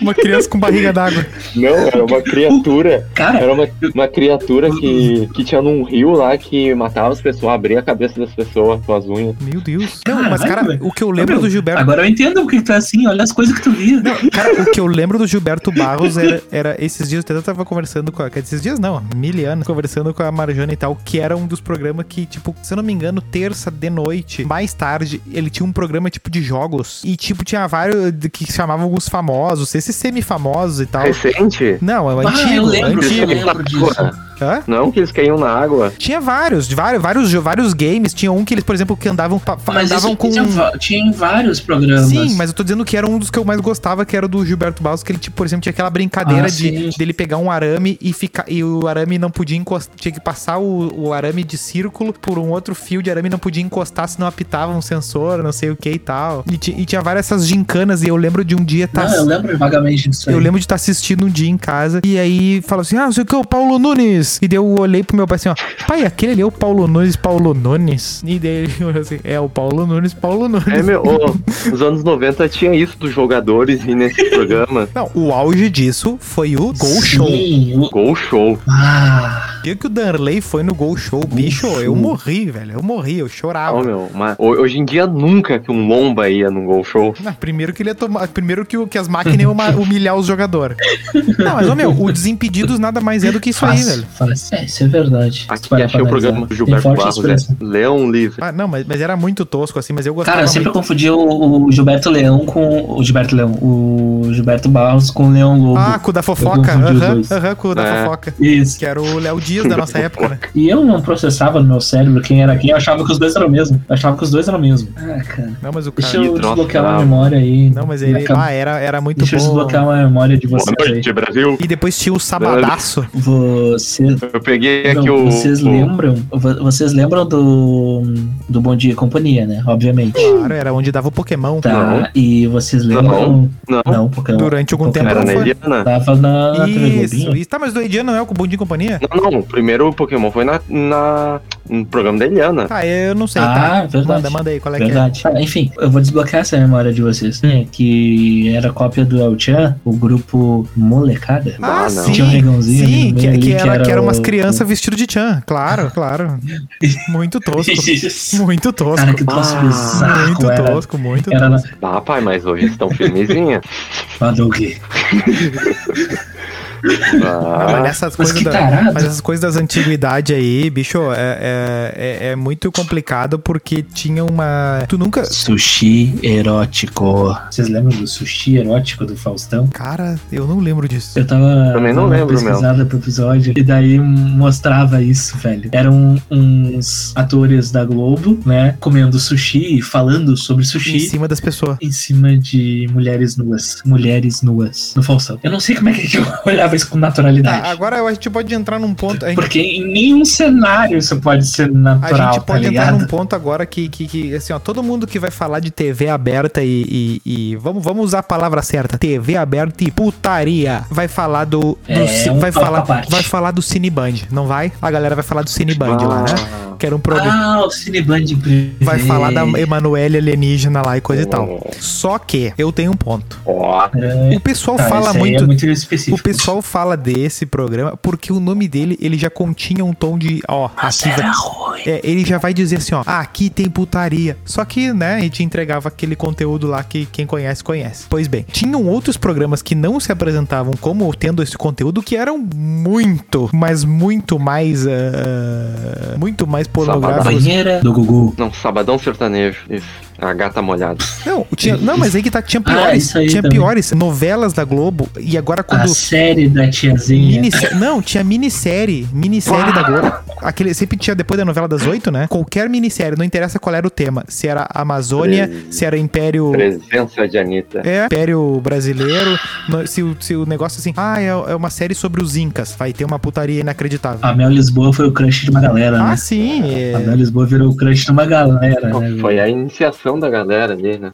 Speaker 3: Uma criança com barriga d'água.
Speaker 1: Não, era uma criatura.
Speaker 4: Cara,
Speaker 1: Era uma, uma criatura que, que tinha num rio lá que matava as pessoas, abria a cabeça das pessoas com as unhas.
Speaker 3: Meu Deus. Não, mas
Speaker 4: Caralho,
Speaker 3: cara,
Speaker 4: velho.
Speaker 3: o que eu lembro
Speaker 4: Meu,
Speaker 3: do Gilberto.
Speaker 4: agora eu entendo porque tu é assim, olha as coisas que tu via.
Speaker 3: Cara, o que eu lembro do Gilberto Barros era, era esses dias, eu até tava conversando com a. quer dizer, Esses dias não, mil anos, conversando com a Marjane e tal, que era um dos programas que, tipo, se eu não me engano, terça de noite, mais tarde, ele tinha um programa tipo de jogos. E, tipo, tinha vários de- que chamavam alguns famosos, esses semi-famosos e tal.
Speaker 1: Recente?
Speaker 3: Não, é o
Speaker 4: Ah, eu
Speaker 3: antigo,
Speaker 4: lembro, eu
Speaker 3: antigo.
Speaker 4: lembro disso.
Speaker 3: Hã?
Speaker 1: Não, que eles caíam na água.
Speaker 3: Tinha vários, de vários, vários, jo- vários games. Tinha um que eles, por exemplo, que andavam, pa- fa-
Speaker 4: Mas
Speaker 3: andavam
Speaker 4: isso
Speaker 3: com. um
Speaker 4: tinha, va- tinha em vários programas.
Speaker 3: Sim, mas eu tô dizendo que era um dos que eu mais gostava, que era o do Gilberto Barros, que ele, tipo, por exemplo, tinha aquela brincadeira
Speaker 4: Ah,
Speaker 3: de
Speaker 4: sim.
Speaker 3: dele pegar um arame e ficar. E o arame não podia encostar. Tinha que passar o, o arame de círculo por um outro fio de arame não podia encostar, senão apitava um sensor, não sei o que e tal. E, ti- e tinha várias essas gincanas, e eu lembro de um dia tá.
Speaker 4: Não, Ah, eu lembro vagamente disso aí.
Speaker 3: Eu lembro de estar assistindo um dia em casa e aí falou assim: Ah, não sei o que, o Paulo Nunes. E daí eu olhei pro meu pai assim: Ó, pai, aquele ali é o Paulo Nunes, Paulo Nunes. E daí ele *laughs* olhou assim: É o Paulo Nunes, Paulo Nunes.
Speaker 1: É, meu, ô, nos anos 90 tinha isso dos jogadores e nesse programa.
Speaker 3: Não, o auge disso foi o Gol
Speaker 4: Sim,
Speaker 3: Show.
Speaker 4: o-
Speaker 1: Gol show.
Speaker 4: Ah,
Speaker 3: O dia que o Darley foi no Gol Show, bicho,
Speaker 4: Show.
Speaker 3: eu morri, velho. Eu morri, eu chorava.
Speaker 4: Ah.
Speaker 1: Não, meu, mas ho- hoje em dia nunca que um lomba ia num gol show.
Speaker 3: Não, primeiro que ele ia tomar. Primeiro que, o- que as máquinas
Speaker 4: *laughs*
Speaker 3: iam ma- humilhar os jogadores. Não, mas, ô meu, o Desimpedidos nada mais é do que isso aí, velho.
Speaker 4: fácil, fácil. É, isso é verdade. Se
Speaker 1: Aqui
Speaker 4: parar
Speaker 1: achei o
Speaker 4: pra analisar.
Speaker 1: programa do
Speaker 4: Tem
Speaker 1: Gilberto
Speaker 4: forte
Speaker 1: Barros,
Speaker 4: expressão.
Speaker 1: é Leão Livre.
Speaker 3: Ah, não, mas, mas era muito tosco, assim, mas eu
Speaker 1: é.
Speaker 3: gostava
Speaker 4: Cara, eu sempre
Speaker 3: muito.
Speaker 4: confundi o, o Gilberto Leão com. O Gilberto Leão. O Gilberto Barros com o Leão Lobo.
Speaker 3: Ah, com o da fofoca.
Speaker 4: confundi os
Speaker 3: Aham,
Speaker 4: um dois.
Speaker 3: aham, com o da
Speaker 1: É.
Speaker 3: fofoca.
Speaker 4: Isso.
Speaker 3: Que era o Léo dias da nossa época, né?
Speaker 4: E eu não processava no meu cérebro quem era quem, eu achava que os dois eram o mesmo. Eu achava que os dois eram o mesmo. Ah, cara.
Speaker 3: Não, mas o cara.
Speaker 4: Deixa eu
Speaker 1: Ih, troço
Speaker 4: desbloquear uma
Speaker 1: bravo.
Speaker 4: memória aí.
Speaker 3: Não, mas ele.
Speaker 4: Acab-
Speaker 3: Ah, era, era muito
Speaker 4: Deixa eu
Speaker 3: bom.
Speaker 4: desbloquear uma memória de
Speaker 1: Boa
Speaker 4: vocês aí.
Speaker 1: noite, Brasil.
Speaker 3: E depois tinha o sabadaço.
Speaker 4: Vocês.
Speaker 1: Eu peguei
Speaker 4: não,
Speaker 1: aqui o.
Speaker 4: vocês
Speaker 1: o-
Speaker 4: lembram? vo- Vocês lembram do. do Bom Dia e Companhia, né? Obviamente.
Speaker 3: Claro, era onde dava o Pokémon.
Speaker 4: Tá,
Speaker 1: Não.
Speaker 4: e vocês lembram.
Speaker 1: Não,
Speaker 4: Não, porque eu
Speaker 3: Durante algum
Speaker 4: Pokémon
Speaker 3: tempo
Speaker 1: era
Speaker 3: não
Speaker 1: na
Speaker 3: foi.
Speaker 1: Indiana.
Speaker 4: tava na, na TV
Speaker 3: Isso,
Speaker 4: Globinho.
Speaker 3: isso. Tá, mas do Ediano não é o Bom Dia e Companhia?
Speaker 1: Não, não. O primeiro Pokémon foi na, na- no programa da Eliana.
Speaker 3: Tá, eu não sei, tá.
Speaker 4: Ah, verdade.
Speaker 3: Manda, manda aí, qual é que é?
Speaker 4: Verdade. Ah, enfim, eu vou desbloquear essa memória de vocês. né, Que era cópia do El Chan, o grupo Molecada.
Speaker 3: Ah,
Speaker 1: Ah, não.
Speaker 3: sim,
Speaker 4: Tinha um negãozinho ali
Speaker 3: sim,
Speaker 4: no
Speaker 3: que,
Speaker 4: meio
Speaker 3: que
Speaker 4: ali, que
Speaker 3: era,
Speaker 4: era
Speaker 3: que era umas
Speaker 4: o-
Speaker 3: crianças vestidas de tchan,
Speaker 4: *laughs*
Speaker 3: claro, claro. Muito tosco,
Speaker 4: Isso.
Speaker 3: muito tosco.
Speaker 4: *laughs* Cara, que troço
Speaker 1: Ah,
Speaker 4: bizarro.
Speaker 3: Muito
Speaker 4: era,
Speaker 3: tosco, muito
Speaker 4: Era na
Speaker 3: tosco.
Speaker 1: Ah, pai, mas hoje estão
Speaker 3: *laughs*
Speaker 1: firmezinha.
Speaker 4: Badougue.
Speaker 3: Ah, mas
Speaker 1: Ah,
Speaker 3: essas
Speaker 4: Mas
Speaker 3: coisas
Speaker 4: que
Speaker 3: da-
Speaker 4: tarado.
Speaker 3: Mas essas coisas das antiguidades aí, bicho, é, é, é, é muito complicado porque tinha uma. Tu nunca.
Speaker 4: Sushi erótico. Vocês lembram do sushi erótico do Faustão?
Speaker 3: Cara, eu não lembro disso.
Speaker 4: Eu tava
Speaker 1: Também não
Speaker 4: dando uma
Speaker 1: lembro, meu.
Speaker 4: pesquisada pro episódio e daí mostrava isso, velho. Eram uns atores da Globo, né, comendo sushi e falando sobre
Speaker 3: Em
Speaker 4: sushi.
Speaker 3: cima das pessoas.
Speaker 4: Em cima de mulheres nuas. Mulheres nuas. No Faustão. Eu não sei como é que *laughs* eu olhava isso com naturalidade.
Speaker 3: Tá, agora eu acho que a gente pode entrar num ponto. A gente,
Speaker 4: Porque em nenhum cenário isso pode ser
Speaker 3: a
Speaker 4: natural,
Speaker 3: gente
Speaker 4: tá
Speaker 3: pode entrar
Speaker 4: ligado?
Speaker 3: num ponto agora que, que, que, assim, ó, todo mundo que vai falar de TV aberta e. e- e- vamos, vamos usar a palavra certa. TV aberta e putaria. Vai falar do. do
Speaker 4: É,
Speaker 3: ci-
Speaker 4: um
Speaker 3: vai,
Speaker 4: papo
Speaker 3: falar,
Speaker 4: à parte.
Speaker 3: vai falar do Cineband, não vai? A galera vai falar do Cineband lá, né?
Speaker 1: ah,
Speaker 3: Que era um programa.
Speaker 4: Ah, o Cineband
Speaker 3: Vai falar da Emanuele alienígena lá e coisa e tal.
Speaker 1: ó,
Speaker 3: Só que eu tenho um ponto.
Speaker 1: ó,
Speaker 3: O pessoal fala
Speaker 4: É
Speaker 3: muito.
Speaker 4: muito
Speaker 3: O
Speaker 4: específico.
Speaker 3: pessoal fala desse programa porque o nome dele ele já continha um tom de ó,
Speaker 4: Nossa,
Speaker 3: aqui vai-
Speaker 4: era ruim.
Speaker 3: é, ele já vai dizer assim, ó, ah, aqui tem putaria. Só que, né, a gente entregava aquele conteúdo lá que quem conhece, conhece. Pois bem, tinham outros programas que não se apresentavam como tendo esse conteúdo que eram muito, mas muito mais. ah, muito mais pornográficos.
Speaker 4: Banheira do Gugu.
Speaker 1: Não, Sabadão Sertanejo. Isso. A gata molhada.
Speaker 3: Não, tinha, não, mas aí que tá, tinha
Speaker 4: Ah,
Speaker 3: piores.
Speaker 4: isso aí
Speaker 3: tinha
Speaker 4: também. Ah,
Speaker 3: piores novelas da Globo. E agora
Speaker 4: A
Speaker 3: quando.
Speaker 4: série da tiazinha.
Speaker 3: Minissérie, não, tinha minissérie. Minissérie da Globo. Aquele, sempre tinha depois da novela das oito, né? Qualquer minissérie, não interessa qual era o tema. Se era Amazônia, se era Império.
Speaker 1: Presença de Anitta.
Speaker 3: É, Império Brasileiro. no- se, o- se o negócio assim, ah, é, é uma série sobre os Incas. Vai ter uma putaria inacreditável.
Speaker 4: A Mel Lisboa foi o crush de uma galera,
Speaker 3: Ah,
Speaker 4: Ah, né?
Speaker 3: sim. é.
Speaker 4: A Mel Lisboa virou o crush de uma galera, né? velho?
Speaker 1: Foi a iniciação da galera ali, né?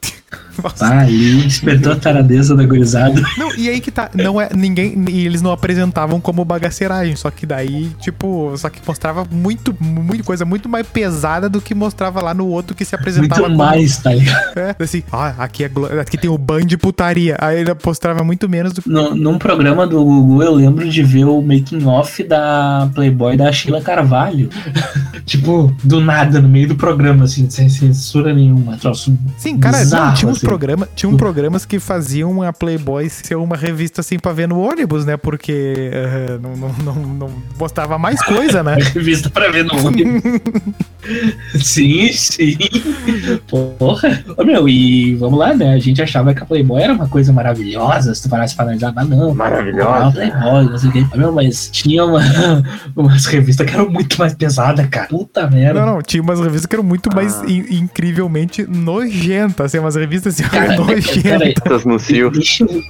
Speaker 3: Nossa.
Speaker 4: Ah, ali despertou a taradeza da gurizada.
Speaker 3: Não, e aí que tá. Não é, ninguém. E eles não apresentavam como bagaceiragem. Só que daí, tipo, só que mostrava muito, muito coisa muito mais pesada do que mostrava lá no outro que se apresentava
Speaker 4: Muito
Speaker 3: como
Speaker 4: mais, tá ligado?
Speaker 3: É, assim, ah, aqui, é glo- aqui tem o ban de putaria. Aí ele postava muito menos do que.
Speaker 4: No, num programa do Gugu, eu lembro de ver o making off da Playboy da Sheila Carvalho. *laughs* tipo, do nada, no meio do programa, assim, sem censura nenhuma. Troço
Speaker 3: Sim, cara, não,
Speaker 4: Bizarro,
Speaker 3: tinha uns
Speaker 4: assim.
Speaker 3: programas, tinha um programas que faziam a Playboy ser uma revista assim pra ver no ônibus, né? Porque eh, não, não, não, não postava mais coisa, né?
Speaker 4: revista
Speaker 3: *laughs*
Speaker 4: pra ver no ônibus. sim, sim. Porra. Ô, meu, e vamos lá, né? A gente achava que a Playboy era uma coisa maravilhosa, se tu parasse pra analisar, mas não.
Speaker 1: Maravilhosa.
Speaker 4: Ah, Playboy, não sei o quê. Ô, meu, mas tinha uma, *laughs* umas revistas que eram muito mais pesadas, cara. Puta merda.
Speaker 3: Não, não, tinha umas revistas que eram muito mais
Speaker 1: Ah.
Speaker 3: in- incrivelmente nojentas, assim, umas revistas
Speaker 4: *laughs*
Speaker 3: assim,
Speaker 4: Cara,
Speaker 3: nojentas.
Speaker 4: peraí.
Speaker 1: Gatas no
Speaker 3: *laughs*
Speaker 1: cio.
Speaker 4: Deixa eu...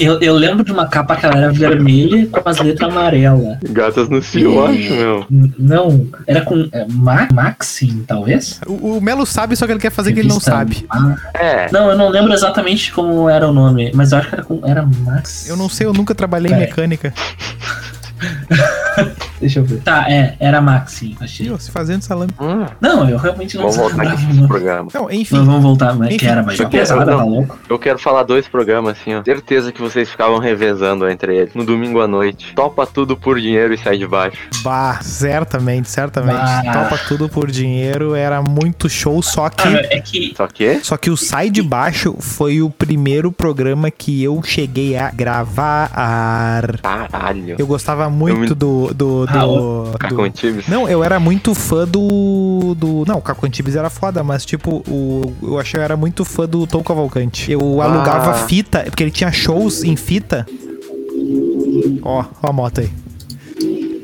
Speaker 4: Eu, eu lembro de uma capa que ela era vermelha com as letras amarelas.
Speaker 1: Gatas no cio, eu acho, meu.
Speaker 4: N- Não, era com é, Ma Maxim, talvez?
Speaker 3: O, o Melo sabe, só que ele quer fazer é que ele não
Speaker 4: Revista
Speaker 3: sabe.
Speaker 4: Ma-
Speaker 1: É.
Speaker 4: Não, eu não lembro exatamente como era o nome, mas eu acho que era, com, era Max.
Speaker 3: Eu não sei, eu nunca trabalhei em
Speaker 4: Peraí.
Speaker 3: mecânica.
Speaker 4: Deixa eu ver. Tá, é, era Maxi, achei.
Speaker 3: Ih, ó, se fazendo salame.
Speaker 1: Hum,
Speaker 4: Não, eu realmente não
Speaker 1: vamos voltar aqui
Speaker 4: lembrava o
Speaker 1: pro
Speaker 4: nome.
Speaker 1: programa.
Speaker 3: Não, enfim.
Speaker 4: Mas vamos voltar, mas
Speaker 3: Enfim,
Speaker 4: que era mais
Speaker 1: eu
Speaker 4: uma
Speaker 1: quero-
Speaker 4: pesada,
Speaker 1: não.
Speaker 4: tá louco?
Speaker 1: Eu quero falar dois programas assim, ó. Certeza que vocês ficavam revezando entre eles no domingo à noite. Topa tudo por dinheiro e sai de baixo.
Speaker 3: Bah, certamente, certamente.
Speaker 4: Bah.
Speaker 3: Topa tudo por dinheiro, era muito show, só que.
Speaker 4: Ah, meu, é que
Speaker 1: Só que.
Speaker 3: Só que o Sai de Baixo foi o primeiro programa que eu cheguei a gravar.
Speaker 1: Caralho.
Speaker 3: Eu gostava muito
Speaker 1: me-
Speaker 3: do. do,
Speaker 4: Ah,
Speaker 3: do, do-
Speaker 1: Cacon Tibbs.
Speaker 3: Não, eu era muito fã do. do não, o Caco Antibes era foda, mas tipo, o, eu achei eu era muito fã do Tom Cavalcante. Eu
Speaker 1: Ah.
Speaker 3: alugava fita, porque ele tinha shows em fita. Ó, ó a moto aí.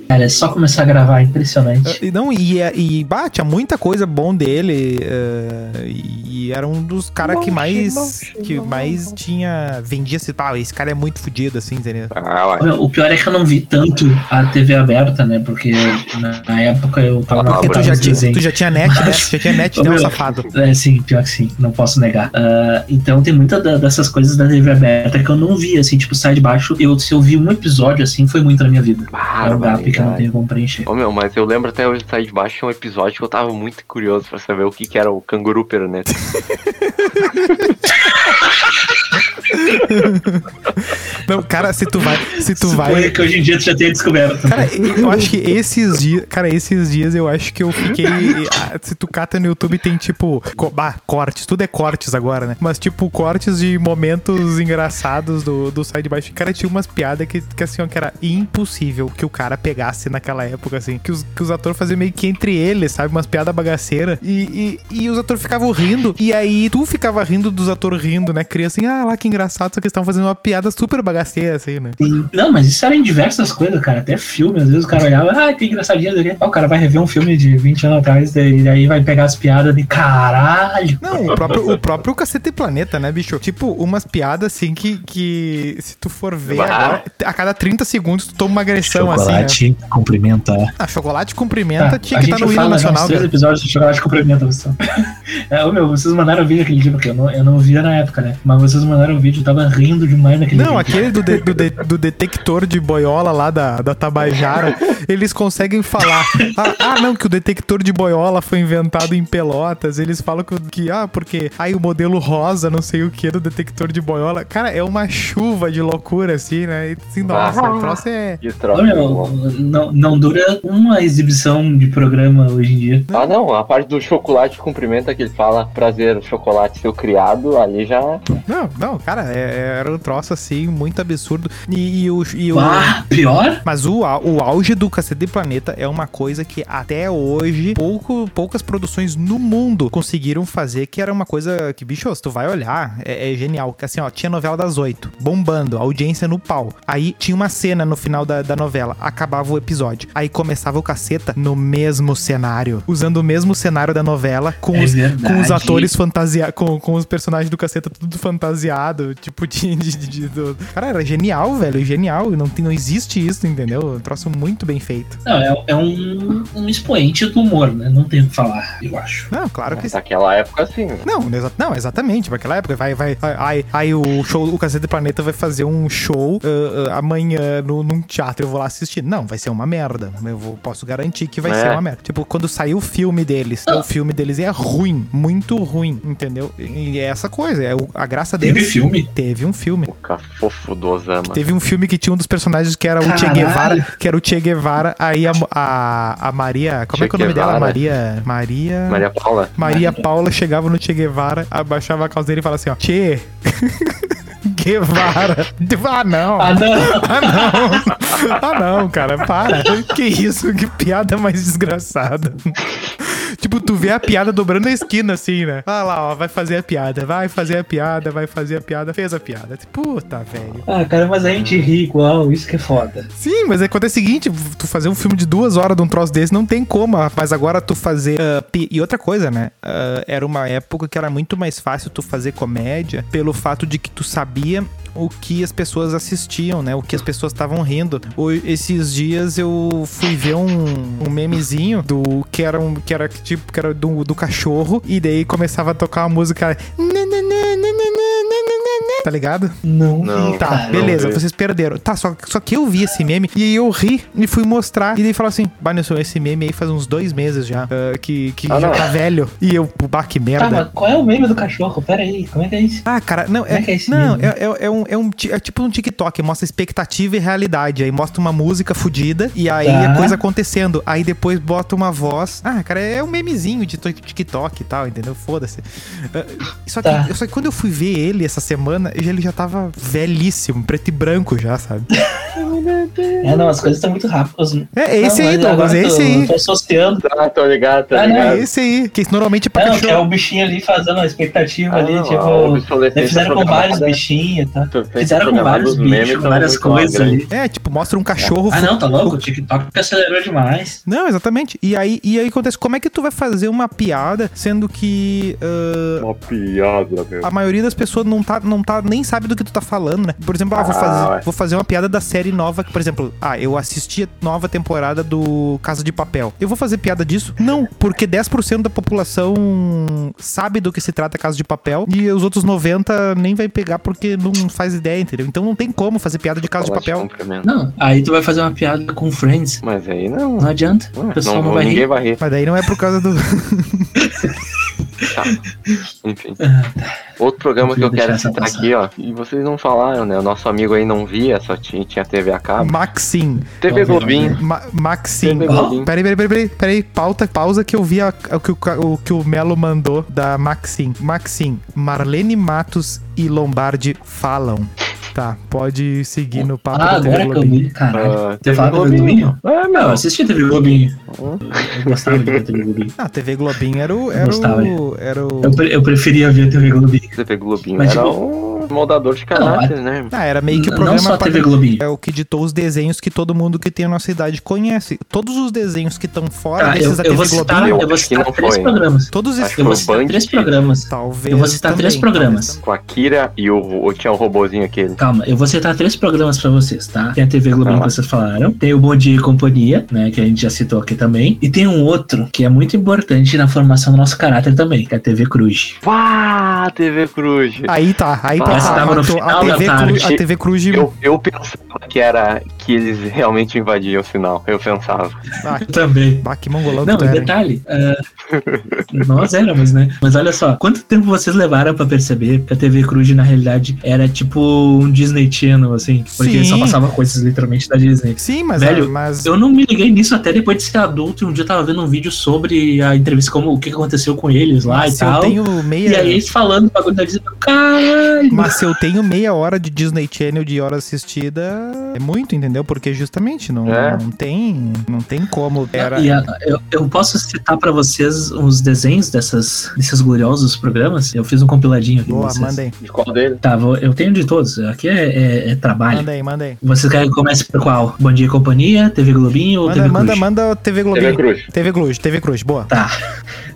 Speaker 4: Cara, é só começar a gravar, impressionante.
Speaker 3: E Não, e, é- e bah, tinha muita coisa bom dele. eh, e era um dos caras que mais. que mais tinha. Vendia se pau. Esse cara é muito fodido, assim, entendeu?
Speaker 1: Ah, lá.
Speaker 4: Meu, O pior é que eu não vi tanto a TV aberta, né? Porque na- na época eu tava na
Speaker 3: Ah, Porque tu
Speaker 4: faculdade
Speaker 3: já,
Speaker 4: de
Speaker 3: tinha,
Speaker 4: desenho.
Speaker 3: tu já tinha net, né?
Speaker 4: Mas-
Speaker 3: Tu já tinha net,
Speaker 4: Ô,
Speaker 3: né? Um
Speaker 4: meu.
Speaker 3: safado.
Speaker 4: É, sim, pior que sim, não posso negar. Ah, então tem muita da- dessas coisas da TV aberta que eu não vi, assim, tipo, sai de baixo. Eu, se eu vi um episódio assim, foi muito na minha vida. É um gap que eu não
Speaker 1: Barbaridade.
Speaker 4: tenho como preencher.
Speaker 1: Ô meu, mas eu lembro até hoje de sair de baixo tinha um episódio que eu tava muito curioso pra saber o que, que era o canguru né? peronete.
Speaker 3: Não, cara, se tu vai. Se tu
Speaker 4: Suponho
Speaker 3: vai.
Speaker 4: que hoje em dia tu já tenha descoberto.
Speaker 3: Cara, eu acho que esses dias. Cara, esses dias eu acho que eu fiquei. ah, Se tu cata no YouTube, tem tipo. co- Bah, cortes. Tudo é cortes agora, né? Mas tipo, cortes de momentos engraçados do, do Sai de Baixo. Cara, tinha umas piadas que, que assim, ó, que era impossível que o cara pegasse naquela época, assim. Que os, que os atores faziam meio que entre eles, sabe? Umas piadas bagaceiras. E, e, e os atores ficavam rindo. E aí tu ficava rindo dos atores rindo, né? Cria assim, ah lá que engraçado, só que eles estavam fazendo uma piada super bagaceira, assim, né?
Speaker 4: Não, mas isso era em diversas coisas, cara. Até filme, às vezes o cara olhava, ah, que engraçadinho. não sei o quê. Ah, o cara vai rever um filme de 20 anos atrás e aí vai pegar as piadas de caralho.
Speaker 3: Não, o próprio, o próprio Cacete Planeta, né, bicho? Tipo, umas piadas assim que, que se tu for ver
Speaker 1: Bah.
Speaker 3: agora, a cada 30 segundos tu toma uma agressão assim, né?
Speaker 4: cumprimentar.
Speaker 3: Ah, chocolate cumprimenta, tinha
Speaker 4: Tá, a
Speaker 3: que estar
Speaker 4: gente
Speaker 3: no hino
Speaker 4: fala né, já
Speaker 3: nacional. né?
Speaker 4: uns três
Speaker 3: cara.
Speaker 4: episódios de chocolate cumprimenta. Você. *laughs* é, ô, meu, vocês mandaram vídeo aquele dia, porque eu não, eu não via na época, né? Mas vocês mandaram vídeo, eu tava rindo demais naquele
Speaker 3: Não,
Speaker 4: vídeo.
Speaker 3: aquele do, de- do, de- do detector de boiola lá da, da Tabajara, eles conseguem falar. Ah, ah, não, que o detector de boiola foi inventado em Pelotas. Eles falam que, que ah, porque aí o modelo rosa, não sei o que, do detector de boiola. Cara, é uma chuva de loucura, assim, né? E, assim, nossa, o troço é.
Speaker 1: Que
Speaker 4: Ô,
Speaker 1: troço,
Speaker 4: meu,
Speaker 1: irmão.
Speaker 4: não, não dura uma exibição de programa hoje em dia.
Speaker 1: Ah não, a parte do chocolate cumprimenta que ele fala prazer, chocolate seu criado, ali já.
Speaker 3: Não, não, cara, é- é- era um troço assim, muito absurdo. E, e o. e o-
Speaker 4: Ah, pior?
Speaker 3: mas o, au- o auge do Cacete Planeta é uma coisa que até hoje pouco, poucas produções no mundo conseguiram fazer, que era uma coisa que, bicho, se tu vai olhar, é, é genial. Que assim, ó, tinha novela das oito, bombando, audiência no pau. Aí tinha uma cena no final da, da novela, acabava o episódio. Aí começava o Caceta no mesmo cenário, usando o mesmo cenário da novela, com,
Speaker 4: É
Speaker 3: os, com os
Speaker 4: verdade.
Speaker 3: atores fantasiados, com, com os personagens do caceta tudo fantasiado, tipo de, de- de- de- do- Cara, era genial, velho, é genial, não, tem, não existe isso, entendeu? Um troço muito bem feito.
Speaker 4: Não, é, é um, um expoente do humor, né? Não tem o que falar, eu acho.
Speaker 3: Não, claro que sim.
Speaker 1: Naquela época assim, né?
Speaker 3: Não, exa- não, exatamente. Naquela época, vai, vai. Aí, aí- aí o show, o Cacete do Planeta vai fazer um show ah, ah, amanhã no, num teatro. Eu vou lá assistir. Não, vai ser uma merda. Eu vou- posso garantir que vai
Speaker 1: É.
Speaker 3: ser uma merda. Tipo, quando saiu o filme deles, o filme deles é ruim, muito ruim, entendeu? E e é essa coisa. É o- a graça deles.
Speaker 4: Teve filme?
Speaker 3: Teve um filme.
Speaker 1: O cafofo do Osama.
Speaker 3: Teve um filme que tinha um dos personagens que era o Che
Speaker 4: Caralho.
Speaker 3: Guevara, que era o Che Guevara, aí a, a, a Maria, como é que é o
Speaker 1: Che
Speaker 3: nome dela?
Speaker 1: Guevara.
Speaker 3: Maria, Maria, Maria,
Speaker 1: Maria Paula.
Speaker 3: Paula chegava no Che Guevara, abaixava a calça dele e falava assim, ó, Che *laughs* Guevara. Ah, não.
Speaker 4: Ah, não!
Speaker 3: *laughs*
Speaker 4: *laughs*
Speaker 3: Ah, não. Ah, não, cara, para. Que isso, que piada mais desgraçada. Tipo, tu vê a piada dobrando a esquina, assim, né? Ah lá, ó, vai fazer a piada, vai fazer a piada, vai fazer a piada, fez a piada. Puta, velho.
Speaker 4: Ah, cara, mas a gente ri igual, isso que é foda.
Speaker 3: Sim, mas é quando é o seguinte, tu fazer um filme de duas horas de um troço desse não tem como, ah, mas agora tu fazer... ah, pi- e outra coisa, né? Ah, era uma época que era muito mais fácil tu fazer comédia pelo fato de que tu sabia o que as pessoas assistiam, né? O que as pessoas estavam rindo. Ho- esses dias eu fui ver um, um memezinho do que era um que era tipo que era do, do cachorro e daí começava a tocar uma música tá ligado?
Speaker 4: Não,
Speaker 1: Não.
Speaker 4: vi,
Speaker 3: Tá,
Speaker 4: cara.
Speaker 3: beleza,
Speaker 1: vi.
Speaker 3: vocês perderam. Tá, só, só que eu vi esse meme e aí eu ri e fui mostrar. E daí falou assim: Bah, Nilson, esse meme aí faz uns dois meses já, ah, que, que
Speaker 1: Ah,
Speaker 3: já
Speaker 1: não.
Speaker 3: tá velho. E eu, bah, que
Speaker 4: Tá,
Speaker 3: merda.
Speaker 4: mas qual é o meme do cachorro? Pera aí, como é que é isso?
Speaker 3: Ah, cara, não, é,
Speaker 4: Como é que é esse
Speaker 3: não,
Speaker 4: meme?
Speaker 3: é, é- é um, é, um ti- é tipo um TikTok, mostra expectativa e realidade. Aí mostra uma música fodida e aí
Speaker 4: Tá.
Speaker 3: a coisa acontecendo. Aí depois bota uma voz. Ah, cara, é um memezinho de to- TikTok e tal, entendeu? Foda-se. Ah, só, que-
Speaker 4: Tá.
Speaker 3: só que quando eu fui ver ele essa semana, ele já tava velhíssimo, preto e branco já, sabe?
Speaker 4: É, não, as coisas estão muito rápidas.
Speaker 3: É esse
Speaker 4: Não,
Speaker 3: aí,
Speaker 4: mas
Speaker 3: Douglas,
Speaker 4: agora
Speaker 3: é
Speaker 4: eu
Speaker 3: esse
Speaker 4: tô-
Speaker 3: aí.
Speaker 4: Tô associando.
Speaker 1: Ah, tô ligado, tô
Speaker 4: Ah, não,
Speaker 3: É
Speaker 1: ligado.
Speaker 3: esse aí, que normalmente é pra
Speaker 4: Não, que é
Speaker 3: cachorro.
Speaker 4: o bichinho ali fazendo a expectativa
Speaker 1: Ah,
Speaker 4: ali,
Speaker 1: não, a
Speaker 4: tipo.
Speaker 1: obsolescência
Speaker 4: né, Fizeram com
Speaker 1: programada-
Speaker 4: vários bichinhos, tá?
Speaker 1: obsolescência
Speaker 4: Fizeram com
Speaker 1: programada
Speaker 4: vários
Speaker 1: dos memes
Speaker 4: bichos, com
Speaker 1: tá
Speaker 4: várias
Speaker 1: muito
Speaker 4: coisas
Speaker 1: grande.
Speaker 4: ali.
Speaker 3: É, tipo, mostra um cachorro.
Speaker 4: Ah, não, tá louco? O TikTok acelerou demais.
Speaker 3: Não, exatamente. E aí, e aí acontece, como é que tu vai fazer uma piada, sendo que ah,
Speaker 1: Uma piada, meu.
Speaker 3: a maioria das pessoas não tá, não tá, nem sabe do que tu tá falando, né? Por exemplo, ah, vou,
Speaker 1: Ah,
Speaker 3: fazer,
Speaker 1: é.
Speaker 3: vou fazer uma piada da série nova, que, por exemplo, ah, eu assisti a nova temporada do Casa de Papel. Eu vou fazer piada disso? Não, porque 10% da população sabe do que se trata Casa de Papel e os outros 90 nem vai pegar porque não faz ideia, entendeu? Então não tem como fazer piada de Casa de
Speaker 1: Fala de
Speaker 3: Papel.
Speaker 1: comprimento.
Speaker 4: Não, aí tu vai fazer uma piada com Friends.
Speaker 1: Mas aí não.
Speaker 4: Não adianta.
Speaker 1: Ué,
Speaker 4: O pessoal não,
Speaker 1: não-
Speaker 4: vai
Speaker 1: ninguém
Speaker 4: rir.
Speaker 1: vai rir.
Speaker 3: Mas daí não é por causa do
Speaker 1: Enfim.
Speaker 4: Ah, tá.
Speaker 1: Outro programa que eu
Speaker 4: Vou deixar
Speaker 1: quero
Speaker 4: essa
Speaker 1: citar
Speaker 4: passar.
Speaker 1: aqui, ó. E vocês não falaram, né? O nosso amigo aí não via, só tinha, tinha TV a
Speaker 4: Hum,
Speaker 1: cabo.
Speaker 3: *laughs* Maxim.
Speaker 1: TV Globinho.
Speaker 3: Ma Maxim.
Speaker 1: TV Globinho.
Speaker 3: Peraí, peraí, peraí, peraí, peraí, pauta, pausa que eu vi a- a- o, que o, ca- o que o Melo mandou da Maxim. Maxim, Marlene Matos e Lombardi falam. Tá, pode seguir no papo
Speaker 4: Ah,
Speaker 3: da TV
Speaker 4: agora que eu
Speaker 3: Globinho.
Speaker 4: vi, caralho.
Speaker 1: Ah,
Speaker 4: Você fala do Globinho?
Speaker 1: É,
Speaker 4: Não, eu
Speaker 1: meu.
Speaker 4: assisti TV Globinho.
Speaker 1: Hum?
Speaker 4: Eu gostava de ver TV Globinho.
Speaker 3: Ah, TV Globinho era o. Era
Speaker 4: Gostava,
Speaker 3: o, era o
Speaker 4: Eu, pre- eu preferia ver TV Globinho.
Speaker 1: TV Globinho
Speaker 4: Mas,
Speaker 1: era
Speaker 4: tipo-
Speaker 1: um moldador de caráter, né?
Speaker 3: ah, era meio que o
Speaker 4: Não
Speaker 3: programa
Speaker 4: só
Speaker 3: pra-
Speaker 4: TV Globinho.
Speaker 3: É o que ditou os desenhos que todo mundo que tem a nossa idade conhece. Todos os desenhos que estão fora
Speaker 4: Tá, eu,
Speaker 3: desses da
Speaker 4: eu
Speaker 3: TV
Speaker 4: vou citar,
Speaker 3: Globinho,
Speaker 1: eu
Speaker 4: eu vou
Speaker 1: acho que
Speaker 4: citar
Speaker 1: não
Speaker 4: três
Speaker 1: foi.
Speaker 4: programas.
Speaker 3: todos esses.
Speaker 1: Acho que
Speaker 4: Eu vou
Speaker 1: foi
Speaker 4: citar
Speaker 1: Band
Speaker 4: três
Speaker 1: que-
Speaker 4: programas.
Speaker 3: Talvez.
Speaker 4: eu vou citar
Speaker 3: também,
Speaker 4: três programas.
Speaker 3: talvez
Speaker 1: Com a Kira e o, o tinha o robozinho aquele.
Speaker 4: Calma, eu vou citar três programas pra vocês, tá? Tem a TV Globinho
Speaker 1: Vai Então lá.
Speaker 4: que vocês falaram, tem o Bom Dia e Companhia, né, que a gente já citou aqui também, e tem um outro que é muito importante na formação do nosso caráter também, que é a TV Cruz.
Speaker 1: Pá, TV Cruz.
Speaker 3: Aí tá, aí
Speaker 1: Ah,
Speaker 3: pra
Speaker 1: essa
Speaker 4: tava no
Speaker 3: matou a
Speaker 4: final da
Speaker 3: TV,
Speaker 4: tarde.
Speaker 3: Cru, a TV Cruz de...
Speaker 1: Eu, eu pensava que era que eles realmente invadiam o sinal. Eu pensava.
Speaker 3: Ah,
Speaker 4: Também.
Speaker 3: bah, que mongolão
Speaker 4: Não,
Speaker 3: que tu
Speaker 4: e
Speaker 3: era. hein?
Speaker 4: detalhe,
Speaker 1: *laughs*
Speaker 4: é, nós éramos, né? Mas olha só, quanto tempo vocês levaram pra perceber que a TV Cruz, na realidade, era tipo um Disney Channel, assim? Porque
Speaker 3: Sim.
Speaker 4: só passava coisas literalmente da Disney.
Speaker 3: Sim, mas,
Speaker 4: Velho,
Speaker 3: ah, mas
Speaker 4: Eu não me liguei nisso até depois de ser adulto e um dia eu tava vendo um vídeo sobre a entrevista, como o que que aconteceu com eles lá
Speaker 3: mas
Speaker 4: e
Speaker 3: se eu
Speaker 4: tal.
Speaker 3: tenho meia...
Speaker 4: E aí eles falando o bagulho da Disney, eu, caralho!
Speaker 3: *laughs* Mas se eu tenho meia hora de Disney Channel de hora assistida, é muito, entendeu? Porque justamente não,
Speaker 1: É.
Speaker 3: não tem não tem como. Era,
Speaker 4: E a- eu, eu posso citar pra vocês os desenhos dessas, desses gloriosos programas? Eu fiz um compiladinho aqui. pra
Speaker 3: Boa,
Speaker 4: vocês.
Speaker 3: manda aí,
Speaker 1: De qual dele?
Speaker 4: Tá, vou- eu tenho de todos. Aqui é, é- é trabalho.
Speaker 3: manda aí, manda aí.
Speaker 4: Vocês querem que comece por qual? Bom Dia e Companhia, TV Globinho ou
Speaker 3: Manda,
Speaker 4: TV
Speaker 3: manda,
Speaker 4: Cruz?
Speaker 3: manda o TV
Speaker 1: TV
Speaker 3: Globinho.
Speaker 1: Cruz.
Speaker 3: TV Cruz, TV Cruz, boa.
Speaker 4: Tá.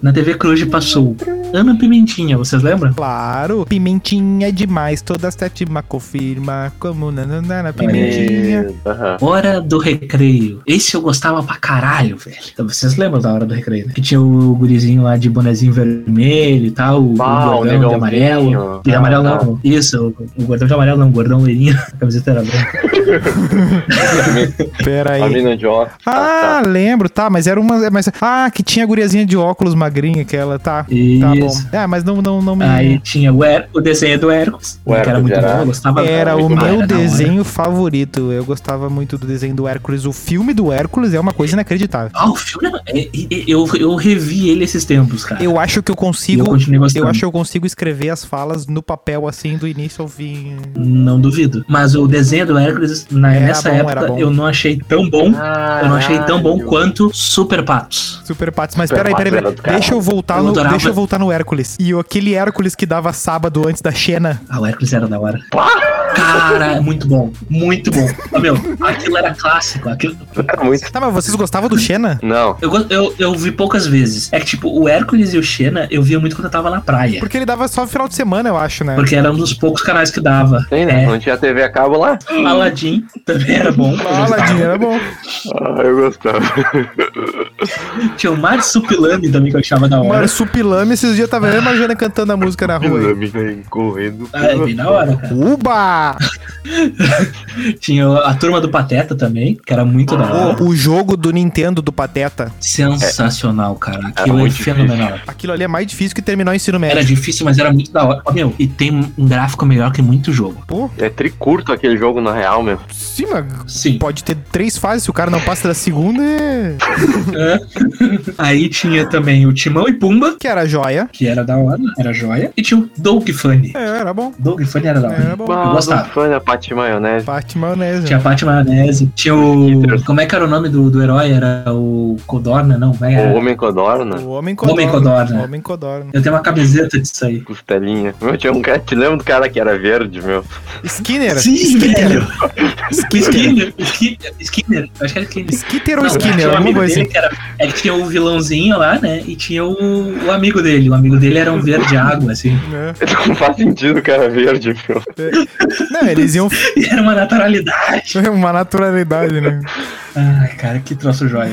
Speaker 4: Na TV Cruz passou Ana Pimentinha, vocês lembram?
Speaker 3: Claro, pimentinha é demais, toda a sétima confirma, como nananana, pimentinha.
Speaker 1: Aham.
Speaker 4: *laughs* Hora do Recreio. Esse eu gostava pra caralho, velho. Então, vocês lembram da Hora do Recreio, né? Que tinha o gurizinho lá de bonezinho vermelho e tal, o,
Speaker 1: Ah, o
Speaker 4: o gordão de
Speaker 1: negãozinho.
Speaker 4: amarelo. De
Speaker 1: Ah,
Speaker 4: amarelo
Speaker 1: tá.
Speaker 4: não, isso, o, o gordão de amarelo não, o gordão loirinho. *laughs* A camiseta era
Speaker 1: Tá
Speaker 4: branca.
Speaker 3: Pera aí.
Speaker 1: A mina de óculos.
Speaker 3: Ah,
Speaker 1: tá, tá.
Speaker 3: lembro, tá, mas era uma. Mas, ah, que tinha a guriazinha de óculos magrinha, aquela, tá. Tá
Speaker 4: Isso.
Speaker 3: bom. Ah, mas não, não, não me.
Speaker 4: Aí tinha o, Her o desenho do Hércules,
Speaker 1: O
Speaker 4: que era
Speaker 1: Hércules
Speaker 4: muito
Speaker 1: era-
Speaker 4: bom, eu gostava.
Speaker 3: Era
Speaker 1: Muito
Speaker 3: o
Speaker 1: bom.
Speaker 3: meu
Speaker 4: Era da hora.
Speaker 3: desenho favorito. Eu gostava muito do desenho do Hércules. O filme do Hércules é uma coisa inacreditável.
Speaker 4: Ah, o filme era... é- é- Eu, eu revi ele esses tempos, cara.
Speaker 3: Eu acho que eu
Speaker 4: E eu
Speaker 3: consigo.
Speaker 4: continuei gostando.
Speaker 3: Eu acho que eu consigo escrever as falas no papel assim, do início ao fim.
Speaker 4: Não duvido. Mas o desenho do Hércules, na,
Speaker 3: Era
Speaker 4: nessa
Speaker 3: bom, era
Speaker 4: época,
Speaker 3: bom.
Speaker 4: eu não achei tão bom. Eu não achei tão bom
Speaker 1: tá. Caralho.
Speaker 4: quanto Super Patos.
Speaker 3: Super Patos. Mas
Speaker 1: Super
Speaker 3: peraí,
Speaker 1: Patos
Speaker 3: peraí, peraí.
Speaker 1: era do caralho.
Speaker 3: Deixa eu voltar
Speaker 4: Eu
Speaker 3: no.
Speaker 4: adorava.
Speaker 3: Deixa eu voltar no Hércules. E o- aquele Hércules que dava sábado antes da Xena.
Speaker 4: Ah, o Hércules era da hora. Cara, é muito bom. Muito bom. Ah, meu, aquilo era clássico. Aquilo...
Speaker 1: Era muito.
Speaker 3: Tá, mas vocês gostavam do Xena?
Speaker 1: Não.
Speaker 4: Eu, go- eu, eu vi poucas vezes. É que, tipo, o Hércules e o Xena eu via muito quando eu tava na praia.
Speaker 3: Porque ele dava só no final de semana, eu acho, né?
Speaker 4: Porque era um dos poucos canais que dava.
Speaker 1: Tem, né? Não tinha TV a cabo lá?
Speaker 4: É, Aladdin também era bom. eu
Speaker 3: Ah,
Speaker 4: gostava.
Speaker 3: Aladdin, era bom.
Speaker 1: Ah, eu gostava.
Speaker 4: *laughs* Tinha o Marsupilami também que eu achava da hora.
Speaker 3: Marsupilame, esses dias tava eu e a Mariana cantando a música na rua.
Speaker 1: correndo.
Speaker 4: Ah, é bem da hora, cara.
Speaker 3: Uba!
Speaker 4: Tinha a turma do Pateta também, que era muito da hora.
Speaker 3: Ô, o jogo do Nintendo do Pateta.
Speaker 4: Sensacional, cara. Aquilo
Speaker 1: Era
Speaker 4: é,
Speaker 1: muito
Speaker 4: fenomenal.
Speaker 3: Aquilo ali é mais difícil que terminar o ensino
Speaker 4: Era
Speaker 3: médio.
Speaker 4: difícil, mas era muito da hora. Ó, Meu, e tem um gráfico melhor que muito jogo.
Speaker 3: Pô,
Speaker 1: É tricurto aquele jogo na real, meu.
Speaker 3: sim, mas
Speaker 4: Sim.
Speaker 3: pode ter três fases. Se o cara não passa da segunda, é...
Speaker 4: Aí tinha também o Timão e Pumba,
Speaker 3: que era joia.
Speaker 4: que era da hora, era joia. E tinha o Doug Funny.
Speaker 3: É, era bom.
Speaker 4: Doug Funny era da
Speaker 3: Era
Speaker 4: hora.
Speaker 3: bom.
Speaker 1: Bah,
Speaker 4: gostava.
Speaker 1: sou fã Ah, um da Pati Maionese.
Speaker 3: Pat Paty Maionese.
Speaker 4: Tinha a Pate Maionese, tinha o. Como é que era o nome do, do herói? Era o Codorna, não? Como é que era?
Speaker 1: O Homem Codorna,
Speaker 3: né? O Homem
Speaker 4: Homem
Speaker 3: Codorna.
Speaker 4: Codorna.
Speaker 3: O Homem Codorna.
Speaker 4: Eu tenho uma camiseta disso aí.
Speaker 1: costelinha. Meu, tinha um cara, te lembra do cara que era verde, meu? *laughs*
Speaker 3: Skinner.
Speaker 4: Sim, velho!
Speaker 3: Skinner.
Speaker 4: Skinner, Skinner, Skinner, eu acho que era Skinner.
Speaker 3: Skitter ou
Speaker 4: Não, tinha
Speaker 3: Skinner?
Speaker 4: um
Speaker 3: Alguma
Speaker 4: amigo
Speaker 3: coisa
Speaker 4: dele
Speaker 3: assim.
Speaker 4: que era, é que tinha o vilãozinho lá, né? E tinha o, o amigo dele. O amigo dele era um verde água, assim. *laughs*
Speaker 3: né?
Speaker 1: Não faz sentido o cara verde, meu.
Speaker 3: assim. Não, eles iam *laughs*
Speaker 4: E era uma naturalidade.
Speaker 3: uma naturalidade, né?
Speaker 4: Ai, cara, que troço joia.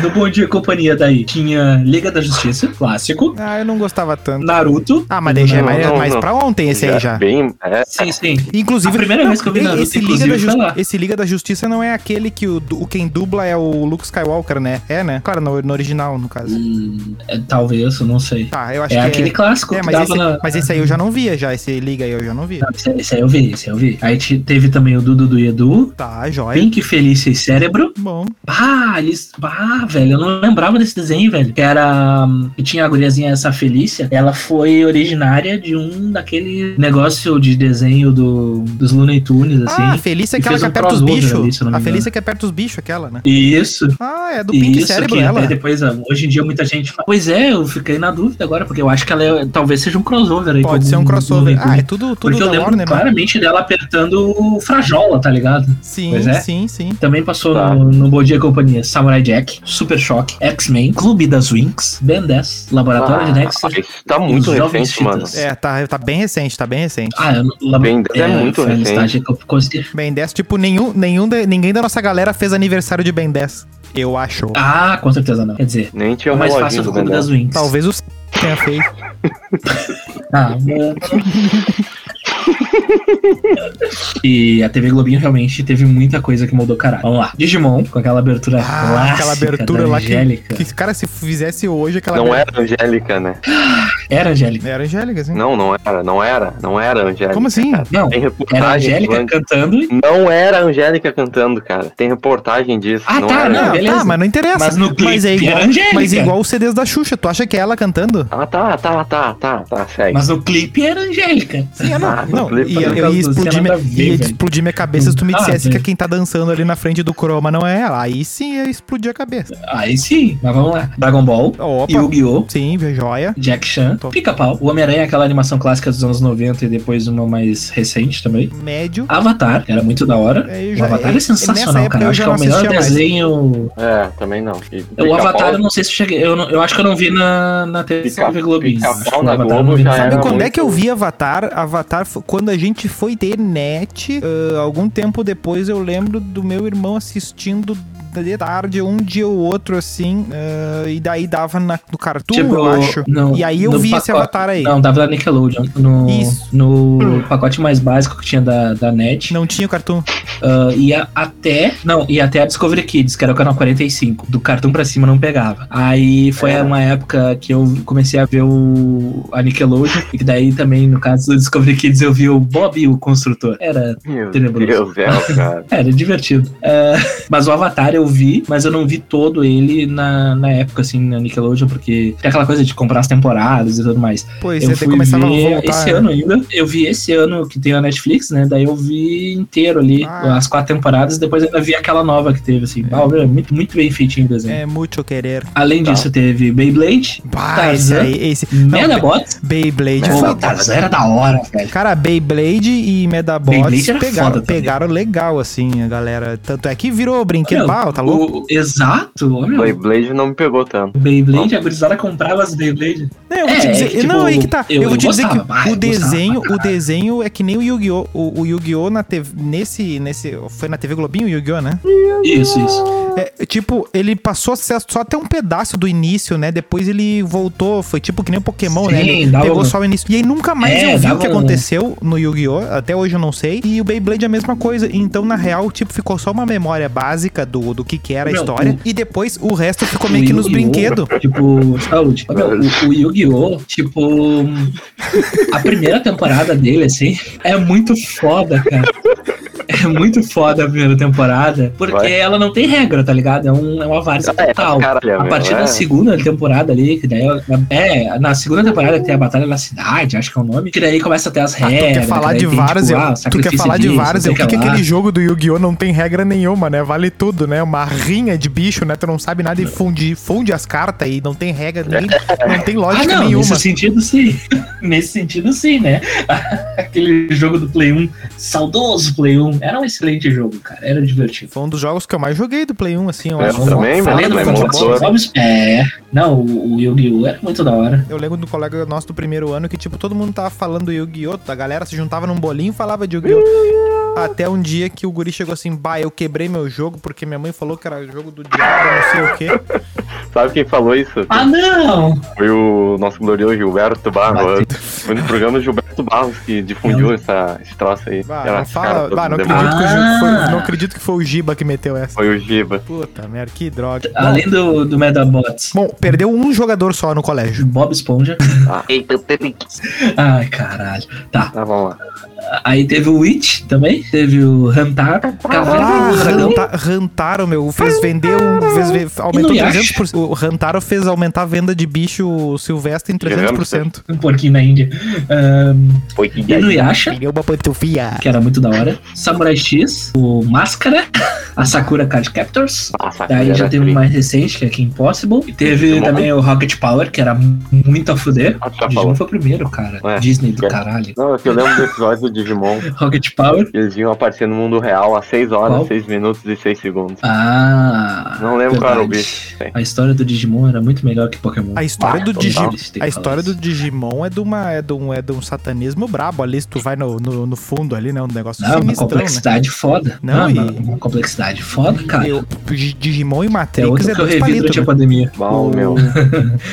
Speaker 4: Do Bom Dia e Companhia daí tinha Liga da Justiça, clássico.
Speaker 3: Ah, eu não gostava tanto.
Speaker 4: Naruto.
Speaker 3: Ah, mas daí já é
Speaker 1: Não,
Speaker 3: mais,
Speaker 1: não,
Speaker 3: mais
Speaker 1: não.
Speaker 3: pra ontem esse aí já.
Speaker 1: Bem, é,
Speaker 4: Sim, sim.
Speaker 3: Inclusive,
Speaker 4: A primeira
Speaker 3: não,
Speaker 4: vez que eu vi Naruto,
Speaker 3: esse Liga, da
Speaker 4: inclusive,
Speaker 3: Jus-
Speaker 4: foi lá.
Speaker 3: esse Liga da Justiça não é aquele que o, o quem dubla é o Luke Skywalker, né? É, né? Claro, no, no original, no caso.
Speaker 4: Hum, é, talvez, eu não sei.
Speaker 3: Tá, eu acho
Speaker 4: É
Speaker 3: que
Speaker 4: aquele clássico
Speaker 3: é. É,
Speaker 4: que
Speaker 3: mas
Speaker 4: dava
Speaker 3: esse,
Speaker 4: na.
Speaker 3: mas esse aí eu já não via, já. Esse Liga aí eu já não via.
Speaker 4: Não, esse, esse aí eu vi, esse aí eu vi. Aí te- teve também o Dudu do Edu.
Speaker 3: Tá, joia.
Speaker 4: Pink, Felícia e Cérebro.
Speaker 3: Bom.
Speaker 4: Ah, eles. Ah, velho, eu não lembrava desse desenho, velho. Que era. hum, Que tinha a guriazinha essa Felícia. Ela foi originária de um daquele negócio de desenho do, dos Looney Tunes, assim.
Speaker 3: Ah, a Felícia é
Speaker 4: E
Speaker 3: aquela
Speaker 4: fez
Speaker 3: que
Speaker 4: um
Speaker 3: aperta os
Speaker 4: crossover ali,
Speaker 3: bichos.
Speaker 4: se eu não me
Speaker 3: A
Speaker 4: engano.
Speaker 3: Felícia que aperta os bichos, aquela, né?
Speaker 4: Isso.
Speaker 3: Ah, é do Pink
Speaker 4: isso,
Speaker 3: Cérebro
Speaker 4: que
Speaker 3: ela.
Speaker 4: até depois, ah, hoje em dia, muita gente fala. Pois é, eu fiquei na dúvida agora, porque eu acho que ela é- talvez seja um crossover aí.
Speaker 3: Pode
Speaker 4: com
Speaker 3: ser um
Speaker 4: algum
Speaker 3: crossover.
Speaker 4: Looney
Speaker 3: Ah,
Speaker 4: Tunes.
Speaker 3: é tudo, tudo
Speaker 4: porque eu
Speaker 3: da
Speaker 4: lembro
Speaker 3: Warner, né?
Speaker 4: claramente dela apertando o Frajola, tá ligado?
Speaker 3: Sim,
Speaker 4: Pois é.
Speaker 3: sim, sim.
Speaker 4: Também passou
Speaker 1: Tá.
Speaker 4: no, no Bom Dia e Companhia Samurai Jack, Super Choque, X-Men, Clube das Winx, Ben 10, Laboratório de
Speaker 1: ah,
Speaker 4: Dexter.
Speaker 1: isso tá muito
Speaker 4: Os Jovens
Speaker 1: recente, mano.
Speaker 4: Titãs.
Speaker 3: É, tá, tá bem recente, tá bem recente.
Speaker 4: Ah, eu não- labo-
Speaker 1: Ben 10 é muito
Speaker 4: foi a
Speaker 1: recente.
Speaker 4: listagem que eu consegui.
Speaker 3: Ben 10, tipo, nenhum, nenhum da- ninguém da nossa galera fez aniversário de Ben 10. Eu acho.
Speaker 4: Ah, com certeza não. Quer dizer,
Speaker 1: Nem tinha
Speaker 4: é
Speaker 1: o
Speaker 4: mais
Speaker 1: reloginho
Speaker 4: fácil do
Speaker 1: um do
Speaker 4: Clube
Speaker 1: Bendel.
Speaker 4: das Winx.
Speaker 3: Talvez o C tenha feito.
Speaker 4: Ah, bom. *laughs* e a TV Globinho realmente teve muita coisa que mudou caralho. Vamos lá. Digimon, com aquela abertura
Speaker 3: Ah,
Speaker 4: É clássica
Speaker 3: aquela abertura
Speaker 4: da
Speaker 3: lá que,
Speaker 4: Angélica.
Speaker 3: que. Cara, se fizesse hoje aquela.
Speaker 1: Não
Speaker 3: abertura-
Speaker 1: era Angélica, né?
Speaker 4: Era Angélica.
Speaker 3: Era Angélica, assim.
Speaker 1: Não, não era, não era, não era Angélica.
Speaker 3: Como assim?
Speaker 1: cara.
Speaker 4: Não,
Speaker 1: Tem
Speaker 4: Era
Speaker 1: reportagem.
Speaker 4: Angélica
Speaker 1: falando-
Speaker 4: cantando e
Speaker 1: Não era a Angélica cantando, cara. Tem reportagem disso.
Speaker 4: Ah,
Speaker 1: não
Speaker 4: tá,
Speaker 1: era.
Speaker 3: Não,
Speaker 4: não, beleza.
Speaker 3: tá, mas não interessa.
Speaker 4: Mas no clipe
Speaker 3: é igual,
Speaker 4: era Angélica.
Speaker 3: Mas é igual os CDs da Xuxa. Tu acha que é ela cantando?
Speaker 1: Ah, tá, tá, tá, tá, tá, segue.
Speaker 4: Mas no clipe era Angélica.
Speaker 3: Sim, é eu
Speaker 1: Ah,
Speaker 3: não.
Speaker 1: no
Speaker 3: não.
Speaker 1: clipe
Speaker 3: E
Speaker 1: era
Speaker 3: eu, eu ia
Speaker 4: Angélica,
Speaker 3: explodir,
Speaker 4: não
Speaker 3: minha,
Speaker 4: tinha nada a ver,
Speaker 3: ia
Speaker 4: velho.
Speaker 3: explodir minha cabeça se tu me
Speaker 4: Ah,
Speaker 3: dissesse que
Speaker 4: velho.
Speaker 3: quem tá dançando ali na frente do Chroma não é ela. Aí sim ia explodir a cabeça.
Speaker 4: Ah, Aí sim, mas vamos lá. Dragon Ball,
Speaker 3: Opa.
Speaker 4: Yu-Gi-Oh!
Speaker 3: Sim, joia.
Speaker 4: Jack Chan,
Speaker 3: Tô.
Speaker 4: Pica-Pau, o Homem-Aranha, aquela animação clássica dos anos 90 e depois uma mais recente também.
Speaker 3: Médio.
Speaker 4: Avatar, que era muito da hora.
Speaker 3: É, eu
Speaker 4: o
Speaker 3: já-
Speaker 4: Avatar
Speaker 3: é-
Speaker 4: é sensacional,
Speaker 3: nessa época
Speaker 4: cara.
Speaker 3: eu
Speaker 4: Eu acho
Speaker 3: já
Speaker 4: que é o
Speaker 3: não
Speaker 4: melhor
Speaker 3: assistia mais.
Speaker 4: desenho.
Speaker 1: É, também não. E
Speaker 4: O
Speaker 1: Pica-Pau-
Speaker 4: Avatar, eu não sei se eu cheguei. Eu, não- eu acho que eu não vi na, na TV
Speaker 1: Pica-
Speaker 4: Globinho.
Speaker 1: Pica-Pau
Speaker 4: Acho que o
Speaker 1: na
Speaker 4: Avatar eu
Speaker 1: Globo
Speaker 4: não vi.
Speaker 1: já
Speaker 4: Sabe
Speaker 1: era
Speaker 4: quando-
Speaker 3: Quando é
Speaker 1: muito-
Speaker 3: que eu vi Avatar? Avatar, foi quando a gente foi ter net, ah, algum tempo depois eu lembro do meu irmão assistindo de tarde, um dia ou outro, assim, ah, e daí dava na- no cartoon,
Speaker 4: Tipo,
Speaker 3: eu acho.
Speaker 4: não,
Speaker 3: e aí eu
Speaker 4: no
Speaker 3: vi esse
Speaker 4: pacote.
Speaker 3: Avatar aí. Não,
Speaker 4: Não, dava da Nickelodeon. No,
Speaker 3: Isso.
Speaker 4: no pacote mais básico que tinha da, da NET.
Speaker 3: tinha o cartoon.
Speaker 4: Ah, ia até. Não, ia até a Discovery Kids, que era o canal 45. Do cartão pra cima não pegava. Aí foi
Speaker 1: É.
Speaker 4: uma época que eu comecei a ver o, a Nickelodeon. E que daí também, no caso do Discovery Kids, eu vi o Bob e o Construtor. Era.
Speaker 1: Meu
Speaker 4: Tenebroso.
Speaker 1: Deus do céu,
Speaker 4: *laughs*
Speaker 1: cara.
Speaker 4: Era divertido. Ah, *laughs* mas o Avatar eu vi, mas eu não vi todo ele na, na época, assim, na Nickelodeon, porque tem aquela coisa de comprar as temporadas e tudo mais.
Speaker 3: Pois,
Speaker 4: Eu
Speaker 3: você
Speaker 4: fui
Speaker 3: começava a
Speaker 4: ver
Speaker 3: voltar.
Speaker 4: esse
Speaker 3: né?
Speaker 4: ano ainda. Eu vi esse ano que tem a Netflix, né? Daí eu vi inteiro ali,
Speaker 3: Ah.
Speaker 4: as quatro temporadas, depois ainda vi aquela nova que teve, assim. Ah, meu, muito, muito bem feitinho o desenho.
Speaker 3: É muito querer.
Speaker 4: Além
Speaker 1: Tá.
Speaker 4: disso, teve Beyblade,
Speaker 3: Bah,
Speaker 4: Tarzan.
Speaker 3: esse aí, esse. Não,
Speaker 4: Medabots.
Speaker 3: Beyblade
Speaker 4: Pô,
Speaker 3: foi.
Speaker 4: Tarzan era da hora, velho.
Speaker 3: Cara, Beyblade e Medabots
Speaker 4: Beyblade era
Speaker 3: pegaram,
Speaker 4: foda também.
Speaker 3: pegaram legal, assim, a galera. Tanto é que virou brinquedo.
Speaker 4: Meu,
Speaker 3: Bah, tá louco?
Speaker 4: o- exato, ó, meu.
Speaker 1: Blade não me pegou tanto.
Speaker 4: Beyblade, a gurizada comprava as Beyblade.
Speaker 3: Não, eu vou
Speaker 4: É,
Speaker 3: te
Speaker 4: é
Speaker 3: dizer.
Speaker 4: que, tipo,
Speaker 3: não, aí que tá. Eu,
Speaker 4: eu-
Speaker 3: vou
Speaker 4: eu
Speaker 3: te dizer que
Speaker 4: gostava, vai,
Speaker 3: o
Speaker 4: eu gostava
Speaker 3: desenho,
Speaker 4: pra
Speaker 3: o
Speaker 4: caralho.
Speaker 3: desenho é que nem o Yu-Gi-Oh! O, o Yu-Gi-Oh! na TV. Nesse, nesse. Foi na TV Globinho o Yu-Gi-Oh! né?
Speaker 4: Isso, isso.
Speaker 3: É, tipo, ele passou a ser só até um pedaço do início, né? Depois ele voltou. Foi tipo que nem o Pokémon,
Speaker 4: Sim,
Speaker 3: né? Ele
Speaker 4: dava
Speaker 3: pegou
Speaker 4: um-
Speaker 3: só o início. E aí nunca mais
Speaker 4: É,
Speaker 3: eu vi o
Speaker 4: dava
Speaker 3: que
Speaker 4: um-
Speaker 3: aconteceu no Yu-Gi-Oh! Até hoje eu não sei. E o Beyblade é a mesma coisa. Então, na real, tipo, ficou só uma memória básica do, do que, que era a
Speaker 4: Meu,
Speaker 3: história.
Speaker 4: o-
Speaker 3: E depois o resto ficou meio que nos
Speaker 4: O Yu-Gi-Oh!
Speaker 3: brinquedos.
Speaker 4: Tipo, saúde.
Speaker 1: tá
Speaker 4: Ó, meu, o, o Yu-Gi-Oh! Tipo, a primeira temporada dele, assim, é muito foda, cara. é muito foda a primeira temporada, porque
Speaker 1: Vai.
Speaker 4: ela não tem regra, tá ligado? É, um, é uma várzea
Speaker 1: Ah, é,
Speaker 4: total.
Speaker 1: caralho,
Speaker 4: a
Speaker 1: meu,
Speaker 4: partir
Speaker 1: é.
Speaker 4: da segunda temporada ali, que daí é, é, na segunda temporada que tem a Batalha na Cidade, acho que é o nome, que daí começa a ter as
Speaker 3: Ah,
Speaker 4: regras.
Speaker 3: tu quer falar
Speaker 4: daí
Speaker 3: de
Speaker 4: tem, tipo, ah,
Speaker 3: várzea?
Speaker 4: o
Speaker 3: tu quer
Speaker 4: sacrifício
Speaker 3: falar de
Speaker 4: disso,
Speaker 3: várzea?
Speaker 4: não
Speaker 3: O que,
Speaker 4: sei
Speaker 3: que
Speaker 4: lá.
Speaker 3: aquele jogo do Yu-Gi-Oh! não tem regra nenhuma, né? Vale tudo, né? Uma rinha de bicho, né? Tu não sabe nada e funde, funde as cartas e não tem regra,
Speaker 4: *laughs*
Speaker 3: nem, não tem
Speaker 4: Ah,
Speaker 3: lógica
Speaker 4: não,
Speaker 3: nenhuma.
Speaker 4: nesse sentido sim. *laughs* nesse sentido sim, né? *laughs* Aquele jogo do Play 1, saudoso Play 1, era um excelente jogo, cara, era divertido.
Speaker 3: Foi um dos jogos que eu mais joguei do Play 1, assim, eu
Speaker 1: É,
Speaker 3: acho.
Speaker 1: eu também,
Speaker 3: Fala
Speaker 1: mano,
Speaker 3: do
Speaker 1: é
Speaker 3: futebol.
Speaker 1: muito bom.
Speaker 4: Vamos- É, não, o o Yu-Gi-Oh! era muito da hora.
Speaker 3: Eu lembro do colega nosso do primeiro ano que, tipo, todo mundo tava falando Yu-Gi-Oh! A galera se juntava num bolinho e falava de Yu-Gi-Oh! Até um dia que o guri chegou assim, bah, eu quebrei meu jogo porque minha mãe falou que era jogo do diabo, não sei o quê.
Speaker 1: Sabe quem falou isso?
Speaker 4: Ah, não!
Speaker 1: Foi o nosso glorioso Gilberto Barros. Foi no programa do Gilberto Barros que difundiu essa, esse troço aí.
Speaker 3: Bah,
Speaker 1: Era
Speaker 3: não
Speaker 1: esse
Speaker 3: fala.
Speaker 1: cara
Speaker 3: Bah, não
Speaker 1: todo
Speaker 3: acredito,
Speaker 1: demônio.
Speaker 3: que o Gi-
Speaker 4: Ah.
Speaker 3: foi, não acredito que foi o Giba que meteu essa.
Speaker 1: Foi o Giba.
Speaker 3: Puta merda, que droga. Bom,
Speaker 4: Além do, do Medabots,
Speaker 3: bom, perdeu um jogador só no colégio.
Speaker 4: Bob Esponja. *laughs*
Speaker 1: Ah, eita, tem que.
Speaker 4: Ai, caralho. Tá.
Speaker 1: Tá, vamos lá.
Speaker 4: Aí teve o Witch também, teve o Hantar, Caverna
Speaker 3: Ah,
Speaker 4: do Dragão.
Speaker 3: ranta, Rantaro, meu, fez vender um. Fez, ve- aumentou
Speaker 4: né? E no Yash?
Speaker 3: 300%. O Rantaro fez aumentar a venda de bicho silvestre em 300%.
Speaker 4: Um porquinho na Índia. Ahn,
Speaker 1: Foi que
Speaker 4: Inuyasha,
Speaker 3: Perdeu uma pantufia.
Speaker 4: que era muito da hora. Samurai X, o Máscara, a Sakura Card Captors.
Speaker 1: Nossa,
Speaker 4: Daí
Speaker 1: cara, assim.
Speaker 4: já
Speaker 1: Ah, era
Speaker 4: teve
Speaker 1: tri.
Speaker 4: o mais recente, que é Kim Possible. E teve
Speaker 1: Muito bom.
Speaker 4: também o Rocket Power, que era muito a fuder.
Speaker 1: Ah, tu já
Speaker 4: Digimon
Speaker 1: falou.
Speaker 4: foi o primeiro, cara.
Speaker 1: É,
Speaker 4: Disney do
Speaker 1: é.
Speaker 4: caralho.
Speaker 1: Não, é que eu lembro do episódio do Digimon.
Speaker 4: Rocket Power.
Speaker 1: que Eles vinham aparecer no mundo real às 6 horas,
Speaker 4: Qual?
Speaker 1: 6 minutos e 6 segundos.
Speaker 4: Ah.
Speaker 1: Não lembro qual era o bicho. Sim.
Speaker 4: A história do Digimon era muito melhor que Pokémon.
Speaker 3: A história
Speaker 1: Ah,
Speaker 3: do
Speaker 1: então
Speaker 3: Digimon.
Speaker 4: um
Speaker 1: dá.
Speaker 3: A história do Digimon é de, uma, é, de um, é de um satanismo brabo ali, se tu vai no, no, no fundo ali, né? Um negócio
Speaker 4: Não, é uma
Speaker 3: sinistrão, né?
Speaker 4: complexidade foda.
Speaker 3: Não,
Speaker 4: Não, é
Speaker 3: e-
Speaker 4: uma, uma complexidade foda, cara.
Speaker 3: Eu- G- Digimon e
Speaker 4: é
Speaker 3: Matrix
Speaker 4: outro
Speaker 3: é
Speaker 4: que eu tipo,
Speaker 3: dois
Speaker 4: revi durante
Speaker 3: palitos.
Speaker 4: a
Speaker 3: né?
Speaker 4: pandemia.
Speaker 1: Bom,
Speaker 4: *laughs*
Speaker 1: meu.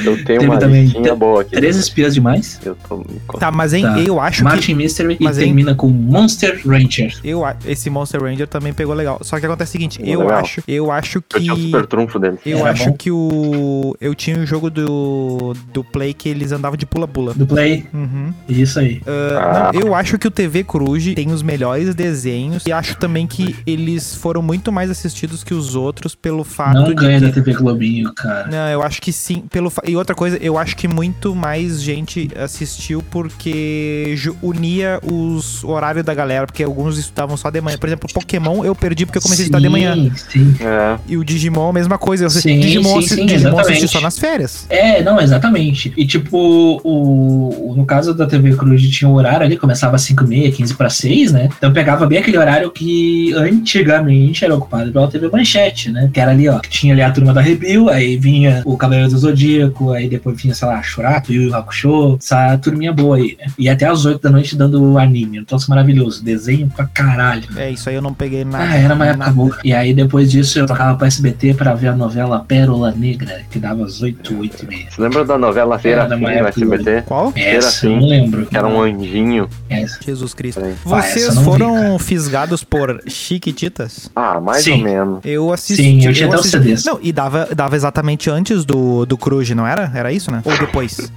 Speaker 1: Eu tenho
Speaker 4: Teve
Speaker 1: uma
Speaker 4: também
Speaker 1: listinha
Speaker 4: tre-
Speaker 1: boa aqui.
Speaker 4: Três espias demais.
Speaker 1: Eu tô me co-
Speaker 3: Tá, mas hein,
Speaker 4: Tá.
Speaker 3: eu acho que.
Speaker 4: Martin Mystery
Speaker 3: mas
Speaker 4: e
Speaker 3: aí-
Speaker 4: termina com Monster Ranger.
Speaker 3: Eu, a- esse Monster Ranger também pegou legal. Só que acontece o seguinte,
Speaker 1: Pegou
Speaker 3: eu
Speaker 1: legal.
Speaker 3: acho, eu acho
Speaker 1: Eu tinha o
Speaker 3: que
Speaker 1: super trunfo dele.
Speaker 3: eu
Speaker 4: Era
Speaker 3: acho
Speaker 4: bom.
Speaker 3: que o eu tinha um jogo do do Play que eles andavam de pula-pula.
Speaker 4: Do Play.
Speaker 3: Uhum.
Speaker 4: Isso aí.
Speaker 1: Ah,
Speaker 3: Não, eu acho que o TV Cruz tem os melhores desenhos e acho também que eles foram muito mais assistidos que os outros pelo fato
Speaker 4: Não
Speaker 3: de
Speaker 4: ganha né?
Speaker 3: que-
Speaker 4: da TV Globinho, cara.
Speaker 3: Não, eu acho que sim. Pelo fa- E outra coisa, eu acho que muito mais gente assistiu porque ju- unia os horários da galera, porque alguns estudavam só de manhã. Por exemplo, Pokémon eu perdi porque eu comecei a estudar de manhã.
Speaker 4: Sim.
Speaker 1: é,
Speaker 3: E o Digimon, a mesma coisa. Eu assisti-
Speaker 4: Sim,
Speaker 3: Digimon,
Speaker 4: sim,
Speaker 3: assi-
Speaker 4: sim,
Speaker 3: Digimon
Speaker 4: exatamente.
Speaker 3: assisti só nas férias.
Speaker 4: É, não, exatamente. E tipo, o, o- no caso da TV Cruz tinha um horário ali, começava às 5 h 15 para 6, né? Então pegava bem aquele horário que antigamente era ocupado pela TV Manchete, né? Que era ali, ó, que tinha ali a turma da Rebil, aí vinha o Cavaleiro do Zodíaco, aí depois vinha, sei lá, Churato, Yu Yu Hakusho, essa turminha boa aí. E até às 8 da noite dando anime, um troço maravilhoso, desenho pra caralho.
Speaker 3: É, isso aí eu não peguei nada.
Speaker 4: Ah, era uma época
Speaker 3: nada.
Speaker 4: boa. E aí depois disso eu tocava pra SBT pra ver a novela Pérola Negra, que dava às 8, 8 e meia.
Speaker 1: Você lembra da novela
Speaker 4: Era
Speaker 1: Serafim
Speaker 4: uma
Speaker 1: no
Speaker 4: É, época
Speaker 1: SBT?
Speaker 3: Qual?
Speaker 1: Era
Speaker 4: Essa,
Speaker 1: assim.
Speaker 4: eu não lembro. É,
Speaker 1: Que era um anjinho.
Speaker 4: Essa.
Speaker 3: Jesus Cristo.
Speaker 1: Peraí.
Speaker 3: Vocês
Speaker 4: essa eu não vi,
Speaker 3: foram fisgados por Chiquititas?
Speaker 1: Ah, mais
Speaker 4: Sim.
Speaker 1: ou menos.
Speaker 3: Eu assisti.
Speaker 4: Sim, eu tinha até os
Speaker 3: assisti-
Speaker 4: CDs.
Speaker 3: Não, e dava, dava exatamente antes do, do Cruz, não era? Era isso, né? Ou depois?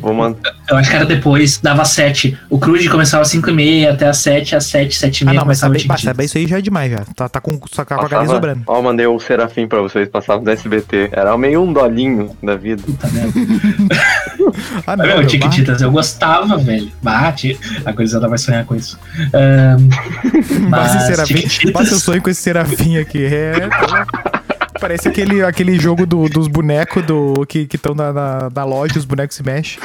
Speaker 1: Vou mandar.
Speaker 4: Eu acho que era depois, dava 7. O Cruz começava às 5 e meia até às 7, às 7, 7 e
Speaker 3: Ah,
Speaker 4: meia.
Speaker 3: não, mas
Speaker 4: começava
Speaker 3: saber,
Speaker 4: o
Speaker 3: bah,
Speaker 4: Tintin.
Speaker 3: saber isso aí já é demais, já. Tá, tá com, só com a cabeça
Speaker 1: Passava,
Speaker 3: sobrando.
Speaker 1: ó, mandei o Serafim pra vocês, passava no SBT. Era meio um dolinho da vida.
Speaker 4: Puta merda.
Speaker 3: Ah,
Speaker 4: Meu,
Speaker 3: meu,
Speaker 4: né? Tiquititas, eu gostava, velho. Bate. A gurizada vai sonhar com isso. Ahn,
Speaker 3: *laughs* Mas,
Speaker 4: mas
Speaker 3: sinceramente,
Speaker 4: Tiquititas-
Speaker 3: passa o sonho com esse serafim aqui. É. Parece aquele, aquele jogo do- dos bonecos do, que estão na, na, na loja, os bonecos se mexem.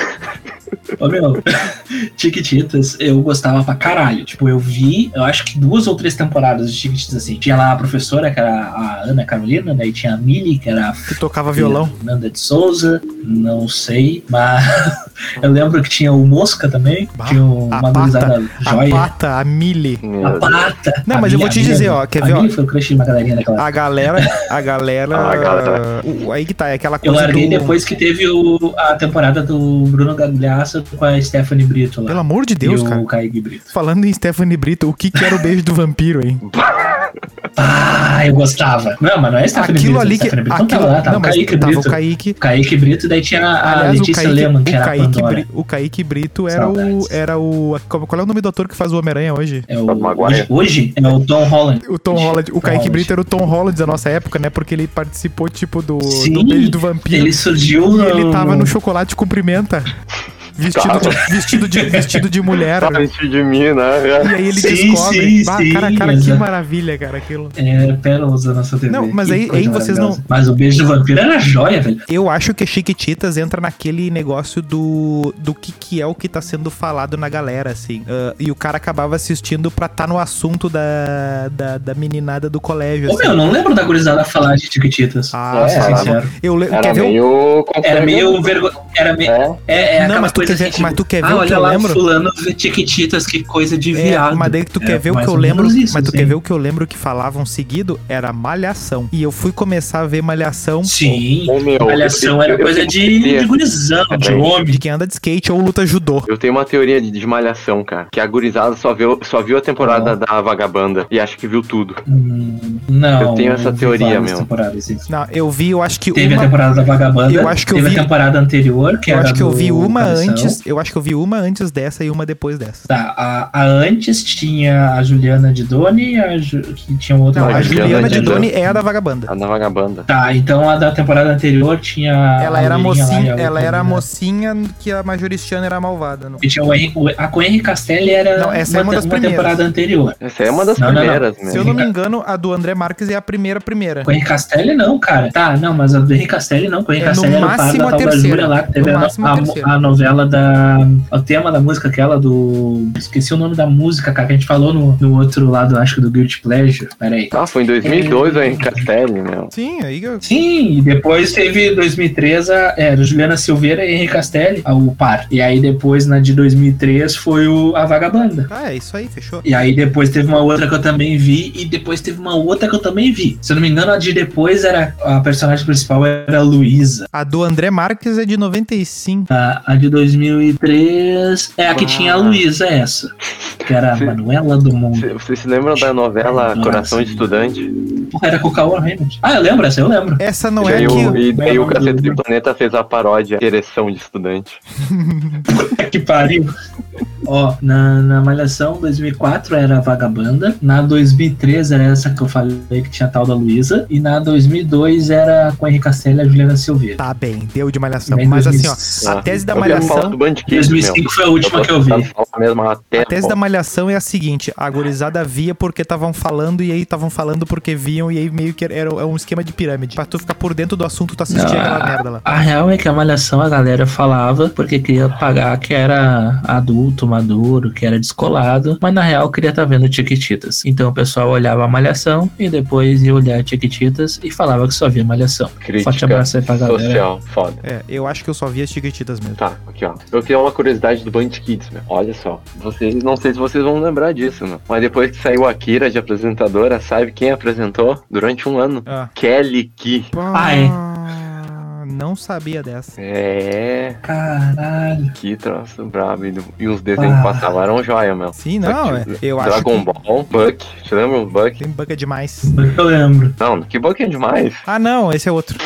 Speaker 4: Ô meu, *laughs* Tiquititas, eu gostava pra caralho. Tipo, eu vi, eu acho que duas ou três temporadas de Tiquititas assim. Tinha lá a professora, que era a Ana Carolina, daí tinha a Millie, que era a
Speaker 3: Que tocava violão.
Speaker 4: Nanda de Souza, não sei, mas *laughs* eu lembro que tinha o Mosca também,
Speaker 3: Bah,
Speaker 4: tinha um uma
Speaker 3: a
Speaker 4: gurizada
Speaker 3: A
Speaker 4: joia.
Speaker 3: pata, a mili.
Speaker 1: Meu
Speaker 4: A
Speaker 1: Deus.
Speaker 4: pata.
Speaker 3: Não,
Speaker 4: A
Speaker 3: mas eu
Speaker 4: Mia-
Speaker 3: vou te
Speaker 4: a Mia-
Speaker 3: dizer, ó, quer
Speaker 4: a
Speaker 3: ver, ó?
Speaker 4: Mia foi o crush de uma galerinha daquela.
Speaker 3: A galera. A galera.
Speaker 1: Ah, galera.
Speaker 3: o- aí que tá, é aquela
Speaker 4: eu
Speaker 3: coisa.
Speaker 4: larguei
Speaker 3: do-
Speaker 4: depois que teve o- a temporada do Bruno Gagliasso com a Stephanie Brito lá.
Speaker 3: Pelo amor de Deus,
Speaker 4: e
Speaker 3: cara.
Speaker 4: o Kaique Brito.
Speaker 3: Falando em Stephanie Brito, o que que era o beijo do vampiro, hein?
Speaker 4: Ah, eu gostava. Não, mas não é *laughs* Stephanie
Speaker 3: Aquilo
Speaker 4: Brito.
Speaker 3: ali que.
Speaker 4: Stephanie Brito
Speaker 3: aquilo-
Speaker 4: não tava lá, tava
Speaker 3: não,
Speaker 4: o
Speaker 3: mas
Speaker 4: Kaique
Speaker 3: tava
Speaker 4: Brito.
Speaker 3: o Kaique.
Speaker 4: Kaique Brito, e daí tinha a
Speaker 3: Aliás, o
Speaker 4: Letícia
Speaker 3: Kaique,
Speaker 4: Lehmann, que
Speaker 3: o,
Speaker 4: era a
Speaker 3: Kaique
Speaker 4: Pandora.
Speaker 3: Bri- o Kaique Brito era
Speaker 4: Saudades.
Speaker 3: o. Era o. como- Qual é o nome do ator que faz o Homem-Aranha hoje?
Speaker 4: É o,
Speaker 1: Tom Maguire.
Speaker 4: hoje, hoje é o Tom Holland.
Speaker 3: O Tom Holland. O
Speaker 4: Tom
Speaker 3: Kaique
Speaker 4: Holland.
Speaker 3: Brito era o Tom Holland da nossa época, né? Porque ele participou, tipo, do, do
Speaker 4: Sim,
Speaker 3: beijo do vampiro.
Speaker 4: Ele surgiu
Speaker 3: E
Speaker 4: no...
Speaker 3: ele tava no chocolate cumprimenta. Vestido de, vestido, de, vestido de
Speaker 4: *laughs*
Speaker 3: mulher.
Speaker 1: Tá vestido de mim, né?
Speaker 3: E aí ele
Speaker 4: Sim,
Speaker 3: descobre.
Speaker 4: sim,
Speaker 3: Bah,
Speaker 4: sim,
Speaker 3: cara, cara, que
Speaker 4: exato.
Speaker 3: maravilha, cara, aquilo.
Speaker 4: É, pérolas da nossa TV.
Speaker 3: Não, mas
Speaker 4: Que
Speaker 3: aí-
Speaker 4: coisa
Speaker 3: aí vocês não-
Speaker 4: maravilhosa. Mas o beijo do vampiro era joia, velho.
Speaker 3: Eu acho que Chiquititas entra naquele negócio do, do que, que é o que tá sendo falado na galera, assim. Ah, e o cara acabava assistindo pra tá no assunto da, da, da meninada do colégio,
Speaker 4: Ô,
Speaker 3: assim.
Speaker 4: meu, não lembro da gurizada falar de Tiquititas.
Speaker 1: É,
Speaker 3: Ah,
Speaker 4: Pra ser
Speaker 1: era-
Speaker 3: sim.
Speaker 4: sincero.
Speaker 3: eu le-
Speaker 1: Era
Speaker 3: quer ver o-
Speaker 1: meio.
Speaker 4: um- Era
Speaker 1: um-
Speaker 4: meio vergonha. Era meio.
Speaker 1: É.
Speaker 4: É, é
Speaker 3: Não,
Speaker 4: aquela
Speaker 3: mas tu
Speaker 4: coisa
Speaker 3: quer ver-
Speaker 4: assim, tipo,
Speaker 3: mas tu quer ver
Speaker 4: ah,
Speaker 3: o que
Speaker 4: olha
Speaker 3: eu
Speaker 4: lá,
Speaker 3: lembro?"
Speaker 4: Fulano vê Tiquititas, que coisa de
Speaker 3: É,
Speaker 4: viado.
Speaker 3: mas daí que tu
Speaker 4: É,
Speaker 3: quer ver o que
Speaker 4: mais
Speaker 3: eu
Speaker 4: ou
Speaker 3: lembro,
Speaker 4: menos isso,
Speaker 3: mas tu
Speaker 4: sim.
Speaker 3: quer ver o que eu lembro que falavam seguido era malhação. E eu fui começar a ver malhação
Speaker 4: Sim.
Speaker 1: Ô, um meu,
Speaker 4: Malhação
Speaker 1: eu-
Speaker 4: era
Speaker 1: eu- eu
Speaker 4: coisa
Speaker 1: tenho uma
Speaker 4: de,
Speaker 1: teoria.
Speaker 4: de gurizão, de
Speaker 1: É,
Speaker 4: homem.
Speaker 3: de quem anda de skate ou luta judô.
Speaker 1: Eu tenho uma teoria de desmalhação, cara. Que a gurizada só viu, só viu a temporada da Vagabanda e acha que viu tudo.
Speaker 4: Hum, Não.
Speaker 1: Eu tenho essa
Speaker 4: vi
Speaker 1: teoria,
Speaker 4: várias
Speaker 1: meu.
Speaker 4: temporadas, isso.
Speaker 3: Não, eu vi, eu acho que
Speaker 4: Teve a
Speaker 3: uma
Speaker 4: temporada da Vagabanda.
Speaker 3: Eu acho que eu
Speaker 4: teve
Speaker 3: vi-
Speaker 4: a temporada anterior, que
Speaker 3: eu
Speaker 4: era
Speaker 3: acho que eu
Speaker 4: do
Speaker 3: vi uma
Speaker 4: Canção.
Speaker 3: antes, eu acho que eu vi uma antes dessa e uma depois dessa.
Speaker 4: Tá, a, a antes tinha a Juliana de Doni, a Ju- que tinha um outro
Speaker 3: Não,
Speaker 1: Não,
Speaker 3: a
Speaker 1: a
Speaker 3: Juliana
Speaker 1: Juliana
Speaker 3: de
Speaker 1: de
Speaker 3: Doni é a da vagabanda.
Speaker 1: A da Vagabanda.
Speaker 4: Tá, então a da temporada anterior tinha.
Speaker 3: Ela era a
Speaker 4: loirinha lá e
Speaker 3: mocinha,
Speaker 4: Ah,
Speaker 3: ela
Speaker 4: a outra
Speaker 3: era a
Speaker 4: menina.
Speaker 3: mocinha que a majoristiana era malvada. não.
Speaker 4: E tinha o Henrique, o- a com o Henrique Castelli era
Speaker 3: Não, essa é uma
Speaker 4: te-
Speaker 3: das primeiras.
Speaker 4: temporada anterior.
Speaker 1: Essa aí é uma das
Speaker 4: Não, não, não.
Speaker 1: primeiras,
Speaker 3: Se eu
Speaker 1: meu.
Speaker 3: não me engano, a do André Marques é a primeira primeira.
Speaker 4: Com o Henrique Castelli não, cara. Tá, não, mas a do Henrique Castelli não. Com o Henrique
Speaker 3: É, no
Speaker 4: Castelli era o par
Speaker 3: máximo
Speaker 4: da
Speaker 3: a
Speaker 4: tal da
Speaker 3: terceira.
Speaker 4: Júlia lá, que teve
Speaker 3: No
Speaker 4: a,
Speaker 3: máximo a
Speaker 4: a-
Speaker 3: terceira.
Speaker 4: a novela da. O tema da música, aquela do. Esqueci o nome da música, cara, que a gente falou no, no outro lado, acho que do Guilty Pleasure. Pera aí.
Speaker 1: Ah, foi em 2002 o Henrique Castelli, meu.
Speaker 3: Sim, aí eu-
Speaker 4: Sim, e depois teve 2003 a é, Juliana Silveira e Henrique Castelli, o par. E aí depois, na de 2003, foi o, a Vagabanda.
Speaker 3: Ah, é isso aí, fechou.
Speaker 4: E aí depois teve uma outra que eu também vi, e depois teve uma outra que eu também vi. Se eu não me engano, a de depois era. A personagem principal era a Luísa.
Speaker 3: A do André Marques é de 95.
Speaker 4: A, a de 2003. É a que
Speaker 1: Ah.
Speaker 4: tinha a Luísa, essa. Que era a
Speaker 1: Sim.
Speaker 4: Manuela do Mundo.
Speaker 1: Vocês vocês se lembram da novela
Speaker 4: Nossa.
Speaker 1: Coração de Estudante?
Speaker 4: Porra, era com o Cauã Raymond. Ah, eu lembro essa, eu lembro.
Speaker 3: Essa não
Speaker 1: e
Speaker 3: é
Speaker 1: aí o,
Speaker 3: que
Speaker 1: e daí o Cacete do Planeta fez a paródia Ereção de Estudante. *laughs*
Speaker 4: que pariu. Ó, na, na Malhação 2004 era a Vagabanda, na 2003 era essa que eu falei que tinha a tal da Luísa, e na 2002 era com a Henrique Castelli e a Juliana Silveira.
Speaker 3: tá bem, deu de malhação,
Speaker 4: Em
Speaker 3: mas assim, ó,
Speaker 4: 2005
Speaker 3: a tese da
Speaker 1: Ah, eu queria falar
Speaker 3: malhação,
Speaker 1: do Band Kids, meu.
Speaker 4: 2005 foi a última
Speaker 1: tô
Speaker 4: que eu
Speaker 1: tentando
Speaker 4: vi.
Speaker 1: falar mesmo há
Speaker 3: a
Speaker 1: tempo.
Speaker 3: tese da malhação é a seguinte, a gurizada via porque estavam falando e aí estavam falando porque viam e aí meio que era era um esquema de pirâmide. Pra tu ficar por dentro do assunto, tu assistia
Speaker 4: Não,
Speaker 1: Ah.
Speaker 3: aquela merda lá.
Speaker 4: A real é que a Malhação a galera falava porque queria pagar que era adulto, maduro, que era descolado, mas na real queria estar vendo Tiquititas. Então o pessoal olhava a Malhação e depois ia olhar Tiquititas e falava que só via Malhação. Forte
Speaker 1: Crítica
Speaker 4: abraço aí pra galera.
Speaker 1: social, foda.
Speaker 3: É, eu acho que eu só via as Chiquititas mesmo.
Speaker 1: Tá, aqui ó. Eu tenho uma curiosidade do Band Kids, meu. Olha só. Vocês, não sei se vocês vão lembrar disso, né? Mas depois que saiu a Kira de apresentadora, sabe quem apresentou durante um ano?
Speaker 3: Ah.
Speaker 1: Kelly Ki.
Speaker 4: Ah, é.
Speaker 3: Não sabia dessa.
Speaker 1: É,
Speaker 4: Caralho.
Speaker 1: que troço brabo. E, do- e os desenhos que
Speaker 4: Ah.
Speaker 1: passavam eram joia, meu.
Speaker 3: Sim, não, é.
Speaker 1: Só que
Speaker 3: eu acho
Speaker 1: Tá Dragon
Speaker 3: que
Speaker 1: Ball, Buck. Te lembra o Buck?
Speaker 3: tem bug demais.
Speaker 4: Eu lembro.
Speaker 1: Não, que Buck é demais.
Speaker 3: Ah, não, esse é outro.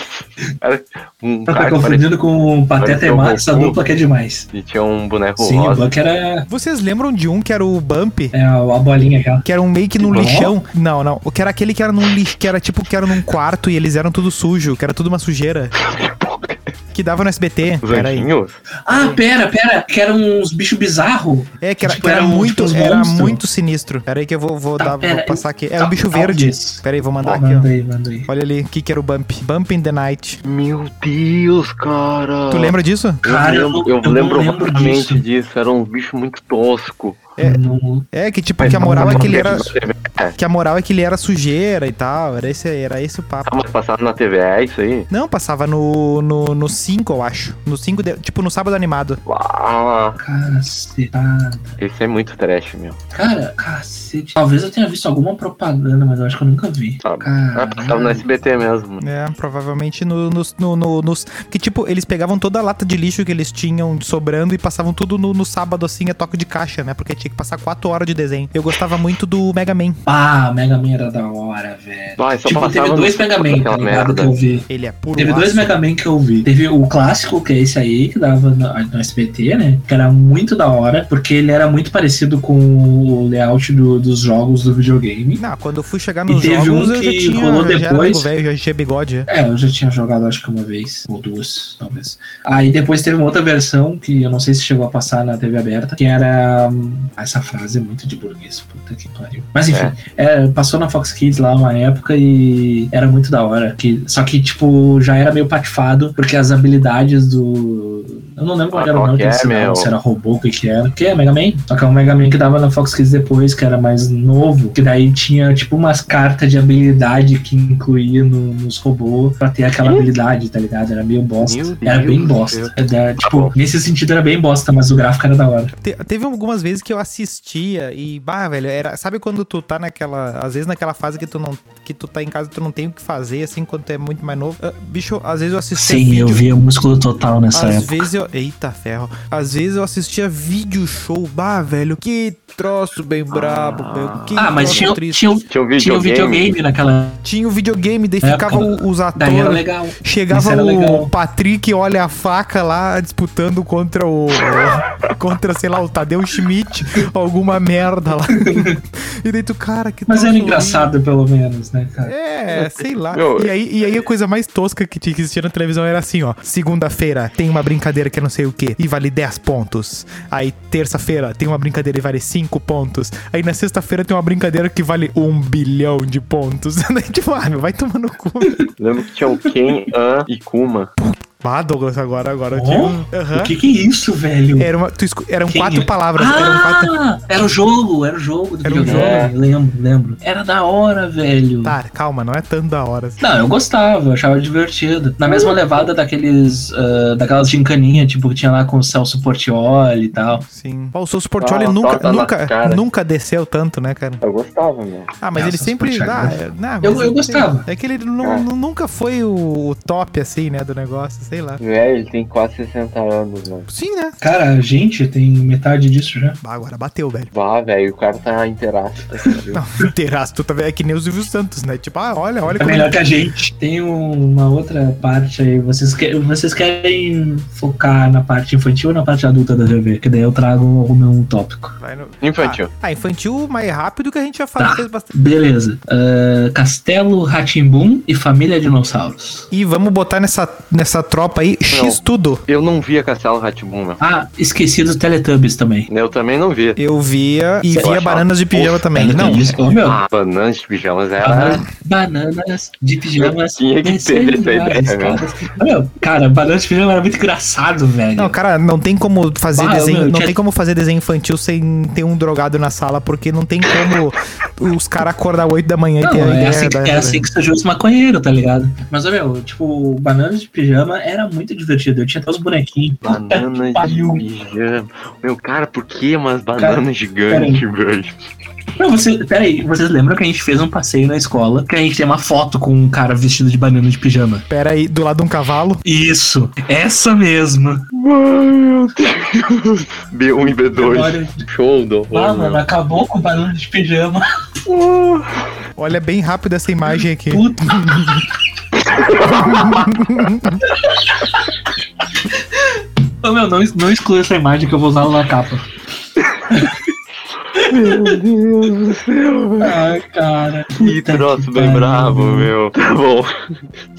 Speaker 1: Um
Speaker 4: Tá
Speaker 1: cara que parecia-
Speaker 4: confundindo com o Pateta
Speaker 1: parecia
Speaker 4: e
Speaker 1: o
Speaker 4: Max, essa
Speaker 1: Goku.
Speaker 4: dupla que é demais.
Speaker 1: E tinha um boneco
Speaker 4: Sim, o
Speaker 1: rosa.
Speaker 4: Buck era
Speaker 3: Vocês lembram de um que era o Bump?
Speaker 4: é, a bolinha aquela.
Speaker 3: Que era um meio que num
Speaker 4: Bom.
Speaker 3: lixão. Não, não. O que era aquele que era num lixo, que era tipo que era num quarto e eles eram tudo sujo, que era tudo
Speaker 1: *laughs*
Speaker 3: uma sujeira. Que dava no SBT.
Speaker 1: Os
Speaker 3: Pera aí.
Speaker 1: anjinhos?
Speaker 4: Ah, pera, pera, que eram uns bichos bizarros.
Speaker 3: É, que era,
Speaker 4: Tipo,
Speaker 3: que era
Speaker 4: era um-
Speaker 3: muito,
Speaker 4: tipo uns
Speaker 3: era
Speaker 4: monstros.
Speaker 3: muito sinistro. Pera aí que eu vou, vou,
Speaker 4: Tá,
Speaker 3: dar, vou
Speaker 4: pera,
Speaker 3: passar aqui. Era
Speaker 4: tá,
Speaker 3: um bicho
Speaker 4: tá,
Speaker 3: verde.
Speaker 4: isso.
Speaker 3: Pera aí, vou mandar aqui,
Speaker 4: Tá, manda
Speaker 3: ó.
Speaker 4: aí, manda aí.
Speaker 3: Olha ali, o que que era o Bump? Bump in the Night.
Speaker 1: Meu Deus, cara.
Speaker 4: Ah.
Speaker 3: Tu lembra disso?
Speaker 4: Cara,
Speaker 1: eu
Speaker 4: eu
Speaker 1: lembro,
Speaker 4: não-
Speaker 1: eu
Speaker 4: eu não
Speaker 1: lembro
Speaker 4: lembro
Speaker 1: vagamente
Speaker 4: disso.
Speaker 1: disso. Era um bicho muito tosco.
Speaker 3: É.
Speaker 4: Não-
Speaker 3: É, que tipo, que a moral é que ele era.
Speaker 1: É,
Speaker 3: Que a moral é que ele era sujeira e tal. Era esse, era esse o papo.
Speaker 1: tá mais passado na TV, é isso aí?
Speaker 3: Não, passava no 5, no, cinco, eu acho. No 5, tipo, no sábado animado.
Speaker 1: Uau,
Speaker 4: Cacetada.
Speaker 1: esse é muito trash, meu.
Speaker 4: Cara, cacete. Talvez eu tenha visto alguma propaganda, mas eu acho que eu nunca vi.
Speaker 1: Tá. Ah, passava no
Speaker 4: Cara.
Speaker 1: SBT mesmo.
Speaker 3: É, provavelmente no- nos, no- no- nos. Que tipo, eles pegavam toda a lata de lixo que eles tinham sobrando e passavam tudo no, no sábado assim, a toque de caixa, né? Porque tinha que passar 4 horas de desenho. Eu gostava muito do Mega Man.
Speaker 4: pá, Mega Man era da hora, velho.
Speaker 1: Vai, só
Speaker 4: Tipo,
Speaker 1: passava
Speaker 4: teve
Speaker 1: no
Speaker 4: dois Mega Man,
Speaker 1: aquela
Speaker 4: tá ligado,
Speaker 1: merda.
Speaker 4: que eu vi.
Speaker 3: Ele é puro
Speaker 4: Teve dois
Speaker 3: aço.
Speaker 4: Mega Man que eu vi. Teve o clássico, que é esse aí, que dava no, no SBT, né? Que era muito da hora, porque ele era muito parecido com o layout do- dos jogos do videogame.
Speaker 3: Não, quando eu fui chegar
Speaker 4: E
Speaker 3: nos
Speaker 4: teve
Speaker 3: jogos,
Speaker 4: um
Speaker 3: eu já
Speaker 4: que
Speaker 3: tinha,
Speaker 4: rolou
Speaker 3: já era nego
Speaker 4: depois.
Speaker 3: velho, já tinha bigode.
Speaker 4: É, eu já tinha jogado acho que uma vez, ou duas, talvez. Aí depois teve uma outra versão, que eu não sei se chegou a passar na TV aberta, que era. hum, Essa frase é muito de burguês, puta que pariu. Mas enfim, é, passou na Fox Kids lá uma época e era muito da hora. Que, só que, tipo, já era meio patifado, porque as habilidades do. Eu não lembro qual
Speaker 1: Ah,
Speaker 4: era o
Speaker 1: qual
Speaker 4: nome
Speaker 1: que
Speaker 4: que
Speaker 1: é,
Speaker 4: ensinavam,
Speaker 1: meu?
Speaker 4: se era robô, o que que era. Que é Mega Man. Só que é um Mega Man que dava na Fox Kids depois, que era mais novo. Que daí tinha, tipo, umas cartas de habilidade que incluía no- nos robôs pra ter aquela habilidade, tá ligado? Era meio bosta.
Speaker 1: Meu
Speaker 4: Era
Speaker 1: Deus
Speaker 4: bem
Speaker 1: do
Speaker 4: bosta.
Speaker 1: céu.
Speaker 4: Era,
Speaker 1: bom.
Speaker 4: tipo, nesse sentido era bem bosta, mas o gráfico era da hora.
Speaker 3: Te- teve algumas vezes que eu assistia e, bah, velho, era, sabe quando tu tá naquela, às vezes naquela fase que tu não, que tu tá em casa e tu não tem o que fazer, assim, quando tu é muito mais novo. Ah, bicho, às vezes eu assistia vídeo-
Speaker 4: via músculo total nessa
Speaker 3: Às vezes eu. Eita ferro. Às vezes eu assistia vídeo show. Bah, velho, que troço bem brabo, meu. Que
Speaker 4: Ah, mas
Speaker 3: troço
Speaker 4: tinha,
Speaker 3: triste.
Speaker 4: tinha, o-
Speaker 1: Tinha um
Speaker 4: tinha o
Speaker 1: videogame.
Speaker 4: videogame naquela.
Speaker 3: Tinha o videogame, daí
Speaker 4: É,
Speaker 3: ficava o- os
Speaker 4: Daí era
Speaker 3: atores.
Speaker 4: legal. Isso
Speaker 3: Chegava
Speaker 4: era
Speaker 3: o
Speaker 4: legal.
Speaker 3: Patrick, olha a faca lá, disputando contra o. contra, sei lá, o Tadeu Schmidt, alguma merda
Speaker 4: *laughs*
Speaker 3: lá. E daí tu, cara, que
Speaker 4: Mas era
Speaker 3: troço
Speaker 4: engraçado, pelo menos, né, cara?
Speaker 3: É, sei lá.
Speaker 1: Meu,
Speaker 3: e, aí, e aí a coisa mais tosca que tinha que existia na televisão era assim, ó. Segunda-feira tem uma brincadeira que é não sei o quê e vale 10 pontos. Aí terça-feira tem uma brincadeira e vale 5 pontos. Aí na sexta-feira tem uma brincadeira que vale 1 bilhão de pontos. *laughs* Daí tipo, ah, meu, vai tomar no cu. *laughs*
Speaker 1: Lembro que tinha o
Speaker 4: *laughs*
Speaker 1: Ken, An e Kuma.
Speaker 3: Ah, Douglas, agora, agora. eu
Speaker 4: Oh?
Speaker 3: tive- Aham.
Speaker 4: O que que é isso, velho?
Speaker 3: Era uma, tu escu- eram
Speaker 4: Quem
Speaker 3: quatro
Speaker 4: é?
Speaker 3: palavras. Eram um quatro...
Speaker 4: Ah, era o jogo, era o jogo do
Speaker 3: Era o
Speaker 4: videogame. É, Lembro, lembro. Era da hora, velho.
Speaker 3: Tá, calma, não é tanto da hora. assim.
Speaker 4: Não, eu gostava, eu achava divertido. Na
Speaker 3: Uhum.
Speaker 4: mesma levada daqueles. ah, daquelas gincaninha, tipo, que tinha lá com o Celso Portioli e tal.
Speaker 3: Sim. Pô, O Celso Portioli
Speaker 1: Ah,
Speaker 3: nunca,
Speaker 1: torta na
Speaker 3: nunca,
Speaker 1: cara.
Speaker 3: nunca desceu tanto, né, cara?
Speaker 1: Eu gostava, meu.
Speaker 3: Ah, mas
Speaker 4: Não,
Speaker 3: ele
Speaker 4: Celso
Speaker 3: sempre.
Speaker 4: Portiolli,
Speaker 3: Ah,
Speaker 4: né?
Speaker 3: é- não, mas
Speaker 4: Eu- eu
Speaker 3: ele-
Speaker 4: gostava.
Speaker 3: É que ele nu-
Speaker 1: É.
Speaker 3: nu- nunca foi o, o top, assim, né, do negócio, sei lá.
Speaker 1: Velho, ele tem quase 60 anos, mano.
Speaker 3: Sim, né?
Speaker 4: Cara, a gente tem metade disso já.
Speaker 3: Bah, agora bateu, velho. *laughs*
Speaker 1: Vá, velho, o cara tá inteiraço. Tá aqui, viu?
Speaker 4: *laughs*
Speaker 3: Terraço, tu tá vendo? É que nem o Silvio Santos, né? Tipo, ah, olha, olha
Speaker 4: É
Speaker 3: como.
Speaker 4: melhor que a gente. Tem uma outra parte aí. Vocês, que- vocês querem focar na parte infantil ou na parte adulta da TV? Que daí eu trago o meu um tópico.
Speaker 3: Vai no-
Speaker 1: Infantil.
Speaker 3: Ah, infantil mais rápido que a gente já falou,
Speaker 4: Tá.
Speaker 3: fez bastante.
Speaker 4: Beleza. Ah, Castelo Ratimbum e Família Dinossauros.
Speaker 3: E vamos botar nessa, nessa tropa aí X tudo.
Speaker 1: Eu não via Castelo Ratibum, meu.
Speaker 4: Ah, esqueci dos Teletubbies também.
Speaker 1: Eu também não via.
Speaker 3: Eu via e
Speaker 1: Eu
Speaker 3: via
Speaker 1: achava-
Speaker 3: bananas de pijama
Speaker 1: é
Speaker 3: também. Não,
Speaker 4: Teletubbies, ô, meu,
Speaker 1: Ah, bananas de pijamas era.
Speaker 4: Bananas, bananas de pijamas.
Speaker 1: Tinha que ter essa
Speaker 4: descendidas,
Speaker 1: ideia, né?
Speaker 4: cara. Meu, cara, bananas de pijama era muito engraçado, velho.
Speaker 3: Não, cara, não tem como fazer
Speaker 4: Bah,
Speaker 3: desenho,
Speaker 4: meu,
Speaker 3: não
Speaker 4: tinha-
Speaker 3: tem como fazer desenho infantil sem ter um drogado na sala, porque não tem como os caras acordar 8 da manhã e ter
Speaker 4: Não,
Speaker 3: a
Speaker 4: é
Speaker 3: ideia
Speaker 4: assim, que-
Speaker 3: da-
Speaker 4: é assim que surgiu os maconheiros, tá ligado? Mas, ô, meu, tipo, bananas de pijama era muito divertido. Eu tinha até os bonequinhos. Puta que
Speaker 1: Bananas de
Speaker 4: *laughs* pariu.
Speaker 1: pijama. Meu, cara, por que umas
Speaker 4: Cara,
Speaker 1: bananas gigantes, velho?
Speaker 4: Não, você, peraí, vocês lembram que a gente fez um passeio na escola que a gente tem uma foto com um cara vestido de banana de pijama?
Speaker 3: Pera aí, do lado de um cavalo.
Speaker 4: Isso, essa mesma.
Speaker 1: Meu Deus. *laughs* B1 e B2.
Speaker 4: Agora,
Speaker 1: Show do
Speaker 4: ah,
Speaker 1: horror,
Speaker 4: mano,
Speaker 1: meu.
Speaker 4: acabou com banana de pijama.
Speaker 3: Olha bem rápido essa imagem aqui.
Speaker 4: Puta. Ô, meu, não, não exclui essa imagem que eu vou usar ela na capa.
Speaker 1: Meu Deus do céu, velho.
Speaker 4: Ah, cara.
Speaker 1: Que troço bem bravo, meu. Tá bom.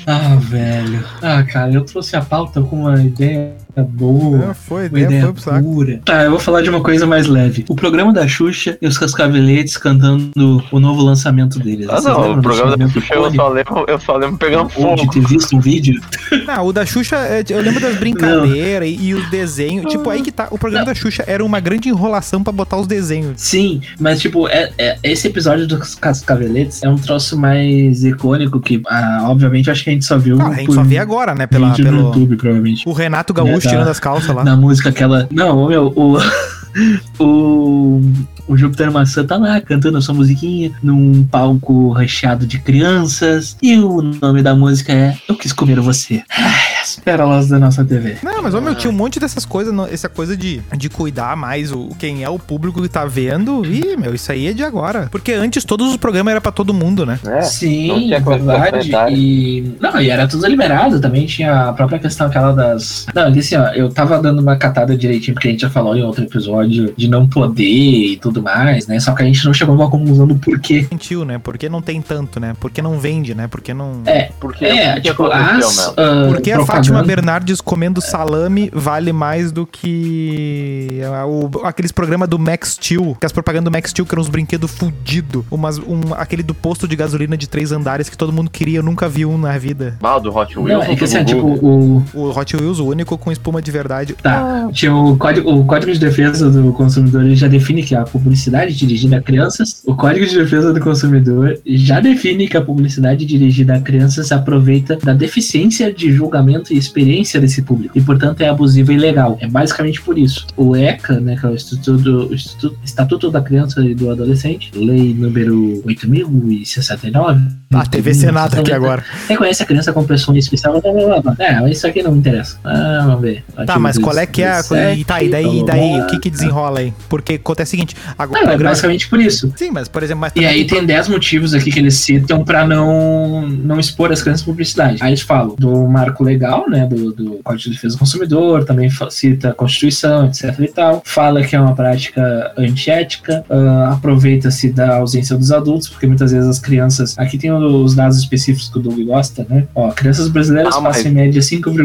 Speaker 4: Ah, velho. Ah, cara, eu trouxe a pauta com uma ideia boa.
Speaker 3: Ah, foi,
Speaker 4: Uma
Speaker 3: né?
Speaker 4: ideia
Speaker 3: Foi pro saco.
Speaker 4: pura. Tá, eu vou falar de uma coisa mais leve. O programa da Xuxa e os Cascaveletes cantando o novo lançamento deles.
Speaker 1: Ah,
Speaker 4: Vocês
Speaker 1: não,
Speaker 4: lembram
Speaker 1: o
Speaker 4: desse
Speaker 1: programa da
Speaker 4: momento
Speaker 1: Xuxa é eu
Speaker 4: icônico?
Speaker 1: só lembro, eu só lembro pegando
Speaker 4: Ou de
Speaker 1: fogo.
Speaker 4: ter visto um vídeo?
Speaker 3: Não, o da Xuxa, é, eu lembro das brincadeiras e, e os desenhos. Tipo, aí que tá. O programa da Xuxa era uma grande enrolação pra botar os desenhos.
Speaker 4: Sim, mas tipo, é, é- esse episódio dos Cascaveletes é um troço mais icônico que, ah, obviamente, acho que a gente só viu.
Speaker 3: Não, Ah, a gente
Speaker 4: por
Speaker 3: só vê agora, né? Pela,
Speaker 4: vídeo no
Speaker 3: pelo.
Speaker 4: YouTube, provavelmente.
Speaker 3: O Renato Gaúcho
Speaker 4: É, tá.
Speaker 3: tirando as calças lá.
Speaker 4: Na música aquela. Não, meu, o. *laughs* o... O Júpiter Maçã tá lá cantando a sua musiquinha num palco recheado de crianças. E o nome da música é Eu Quis Comer Você. Ai, as as pérolas da nossa TV.
Speaker 3: Não, mas, ô, meu, tinha um monte dessas coisas, no- essa coisa de, de cuidar mais o quem é o público que tá vendo. Ih, meu, isso aí é de agora. Porque antes todos os programas eram pra todo mundo, né?
Speaker 1: É, não
Speaker 4: Sim,
Speaker 1: tinha classificação
Speaker 4: verdade.
Speaker 1: etária.
Speaker 4: E, não, e era tudo liberado também. Tinha a própria questão aquela das. Não, é que assim, ó, eu tava dando uma catada direitinho, porque a gente já falou em outro episódio de não poder e tudo mais, né? Só que a gente não chegou a uma conclusão do porquê.
Speaker 3: Gentil, né? Porque não tem tanto, né? Porque não vende, né? Porque não.
Speaker 4: É,
Speaker 1: Porque
Speaker 4: É,
Speaker 1: o que
Speaker 4: tipo,
Speaker 1: aconteceu, né?
Speaker 4: as.
Speaker 1: Mel?
Speaker 4: ah,
Speaker 3: Porque a Fátima
Speaker 4: propagandas-
Speaker 3: Bernardes comendo salame vale mais do que ah, o- aqueles programas do Max Steel, que as propagandas do Max Steel que eram uns brinquedos fudidos. Umas- um- aquele do posto de gasolina de três andares que todo mundo queria, eu nunca vi um na vida.
Speaker 1: Mal do Hot Wheels.
Speaker 4: Não, é que assim, ó,
Speaker 1: do
Speaker 4: tipo,
Speaker 1: Gugu.
Speaker 4: o.
Speaker 3: O Hot Wheels, o único com espuma de verdade.
Speaker 4: Tá. Tinha o código, o código de defesa do consumidor ele já define que a publicidade dirigida a crianças. O código de defesa do consumidor já define que a publicidade dirigida a crianças aproveita da deficiência de julgamento e experiência desse público. E, portanto, é abusiva e ilegal. É basicamente por isso. O ECA, né, que é o Instituto, o Instituto- Estatuto da Criança e do Adolescente, lei número 8069.
Speaker 3: A TV Tá, Senado
Speaker 4: Então,
Speaker 3: aqui agora.
Speaker 4: Reconhece a criança como pessoa especial. Blá, blá, blá, blá. É, mas isso aqui não me interessa. Ah, vamos ver.
Speaker 3: Tá, mas qual é que é a coisa? E tá, e daí, e daí, o que que desenrola aí? Porque acontece o seguinte, agora o
Speaker 4: Não, é
Speaker 3: programa-
Speaker 4: basicamente por isso.
Speaker 3: Sim, mas por exemplo, mas tá
Speaker 4: E
Speaker 3: também
Speaker 4: aí
Speaker 3: tem
Speaker 4: tem 10 motivos aqui que eles citam pra não, não expor as crianças à publicidade. Aí eles falam do marco legal, né, do, do Código de Defesa do Consumidor, também fa- cita a Constituição, etc e tal. Fala que é uma prática antiética, ah, aproveita-se da ausência dos adultos, porque muitas vezes as crianças... Aqui tem os dados específicos que o Doug gosta, né? Ó, crianças brasileiras
Speaker 1: Ah, mas-
Speaker 4: passam em média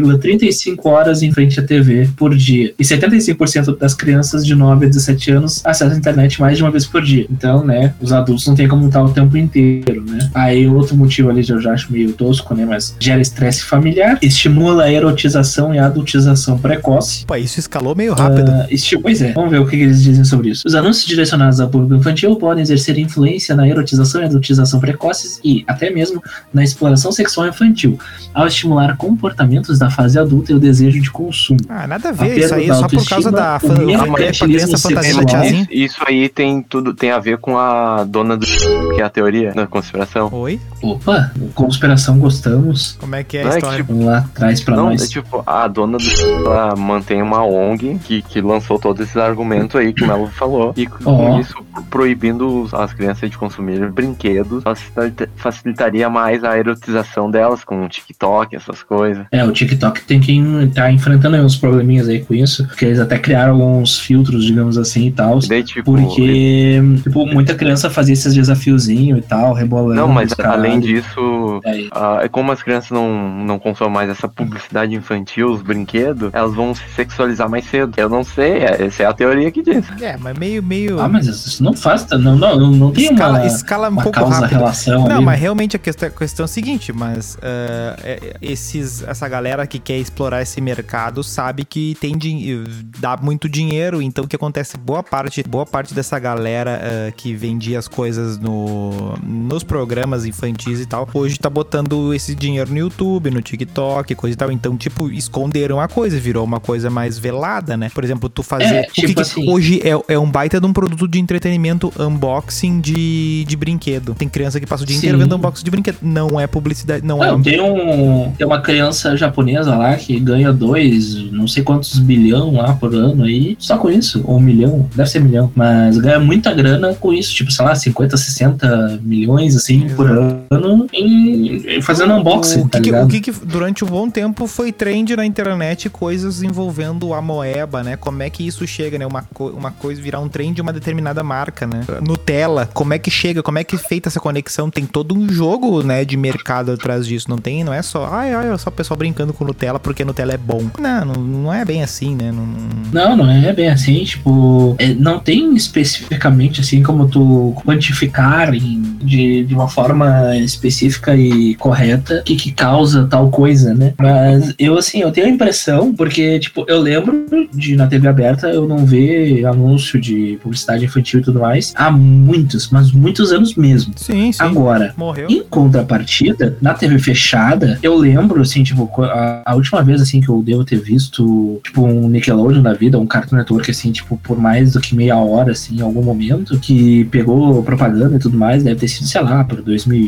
Speaker 4: 5,35 horas em frente à TV por dia. E 75% das crianças de 9 a 17 anos acessam a internet mais de uma vez por dia. Então, né, os adultos não tem como estar o tempo inteiro, né? Aí outro motivo ali que eu já acho meio tosco, né? Mas gera estresse familiar, estimula a erotização e a adultização precoce.
Speaker 3: Opa, isso escalou meio rápido.
Speaker 4: Ah, esti- Pois é, vamos ver o que, que eles dizem sobre isso. Os anúncios direcionados ao público infantil podem exercer influência na erotização e adultização precoces e, até mesmo, na exploração sexual infantil, ao estimular comportamentos da fase adulta e o desejo de consumo.
Speaker 3: Ah, nada a
Speaker 4: A
Speaker 3: ver,
Speaker 4: perda
Speaker 3: isso aí é
Speaker 4: da
Speaker 3: só por causa
Speaker 4: autoestima,
Speaker 3: da
Speaker 4: o
Speaker 3: fan...
Speaker 4: medo
Speaker 3: vender pra
Speaker 4: do
Speaker 3: criança a
Speaker 4: ativismo
Speaker 3: fantasia da
Speaker 4: sexual.
Speaker 3: tiazinha.
Speaker 1: Isso aí tem tudo tem a ver com a dona do *laughs* que é a teoria da conspiração.
Speaker 3: Oi?
Speaker 4: Opa, conspiração gostamos.
Speaker 3: Como é que é a
Speaker 1: Não é que,
Speaker 3: história?
Speaker 1: tipo,
Speaker 4: Vamos lá, traz pra
Speaker 1: não, é
Speaker 4: nós.
Speaker 1: tipo, a dona do ela mantém uma ONG que, que lançou todos esses argumentos aí que o Melo falou. E com
Speaker 4: Ó.
Speaker 1: isso, proibindo os- as crianças de consumirem brinquedos, facilita- facilitaria mais a erotização delas com o TikTok, essas coisas.
Speaker 4: É, o TikTok tem que tá enfrentando aí uns probleminhas aí com isso, porque eles até criaram alguns filtros, digamos assim, e tal.
Speaker 1: E daí, tipo,
Speaker 4: Porque, tipo, muita criança fazia esses desafiozinho e tal, rebolando.
Speaker 1: Não, mas
Speaker 4: os caralho.
Speaker 1: além disso,
Speaker 4: Daí,
Speaker 1: Ah, como as crianças não, não consomem mais essa publicidade infantil, os brinquedos, elas vão se sexualizar mais cedo. Eu não sei, é- essa é a teoria que diz.
Speaker 3: É, mas meio, meio.
Speaker 4: Ah, mas isso não faz, não, não, não, não tem
Speaker 3: escala,
Speaker 4: uma,
Speaker 3: escala um
Speaker 4: uma
Speaker 3: pouco
Speaker 4: causa
Speaker 3: rápido.
Speaker 4: relação
Speaker 3: Não,
Speaker 4: ali.
Speaker 3: mas realmente a questão, a questão é a seguinte, mas ah, é- esses, essa galera que quer explorar esse mercado sabe que tem din- dá muito dinheiro, então o que acontece boa parte, boa parte dessa galera ah, que vendia as coisas no, nos programas infantis e tal, hoje tá botando esse dinheiro no YouTube, no TikTok, coisa e tal, então tipo esconderam a coisa, virou uma coisa mais velada, né? Por exemplo, tu fazer
Speaker 4: É,
Speaker 3: o que
Speaker 4: tipo
Speaker 3: que-
Speaker 4: assim.
Speaker 3: hoje é, é um baita de um produto de entretenimento unboxing de, de brinquedo. Tem criança que passa o dia inteiro
Speaker 4: Sim.
Speaker 3: vendo unboxing de brinquedo. Não é publicidade, não, é
Speaker 4: Não,
Speaker 3: um...
Speaker 4: tem, um, tem uma criança japonesa lá que ganha dois, não sei quantos bilhão lá por ano aí, só com isso, ou um milhão, deve ser milhão, mas ganha muita grana com isso, tipo, sei lá, 50, 60 milhões assim por ano em, em- fazendo unboxing,
Speaker 3: o,
Speaker 4: tá
Speaker 3: que que,
Speaker 4: ligado?
Speaker 3: o que que durante um bom tempo foi trend na internet coisas envolvendo a moeba, né? Como é que isso chega, né? Uma, co- uma coisa virar um trend de uma determinada marca, né? Nutella, como é que chega? Como é que é feita essa conexão? Tem todo um jogo, né, de mercado atrás disso. Não tem, não é só, ai, ai, é só o pessoal brincando com Nutella porque Nutella é bom. Não, não, não é bem assim, né? Não- não...
Speaker 4: Não, não é bem assim, tipo, é, não tem especificamente assim como tu quantificar em- de, de uma forma específica e correta o que, que causa tal coisa, né? Mas eu assim, eu tenho a impressão, porque, tipo, eu lembro de na TV aberta eu não ver anúncio de publicidade infantil e tudo tudo mais, há muitos, mas muitos anos mesmo.
Speaker 3: Sim, sim.
Speaker 4: Agora,
Speaker 3: Morreu.
Speaker 4: em contrapartida, na TV fechada, eu lembro, assim, tipo, co- a, a última vez, assim, que eu devo ter visto, tipo, um Nickelodeon da vida, um Cartoon Network, assim, tipo, por mais do que meia hora, assim, em algum momento, que pegou propaganda e tudo mais, deve ter sido, sei lá, por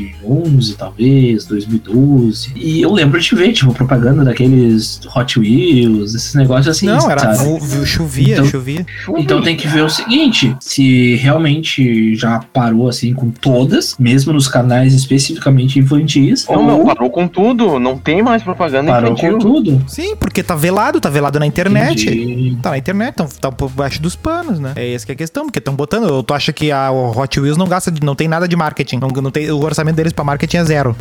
Speaker 4: 2011, talvez, 2012. E eu lembro de ver, tipo, propaganda daqueles Hot Wheels, esses negócios assim,
Speaker 3: Não, era
Speaker 4: sabe?
Speaker 3: o- viu, chovia,
Speaker 4: Então-
Speaker 3: chovia.
Speaker 4: Então tem que ver o seguinte, se realmente já parou assim com todas, mesmo nos canais especificamente infantis,
Speaker 1: Não, não,
Speaker 4: ou
Speaker 1: parou com tudo. Não tem mais propaganda
Speaker 4: parou
Speaker 1: infantil.
Speaker 4: com tudo.
Speaker 3: Sim, porque tá velado, tá velado na internet.
Speaker 4: Entendi.
Speaker 3: Tá na internet, tão, tá por baixo dos panos, né? É essa que é a questão, porque estão botando. eu- Tu acha que a Hot Wheels não gasta, de- não tem nada de marketing. Não, não tem, o orçamento deles pra marketing é zero.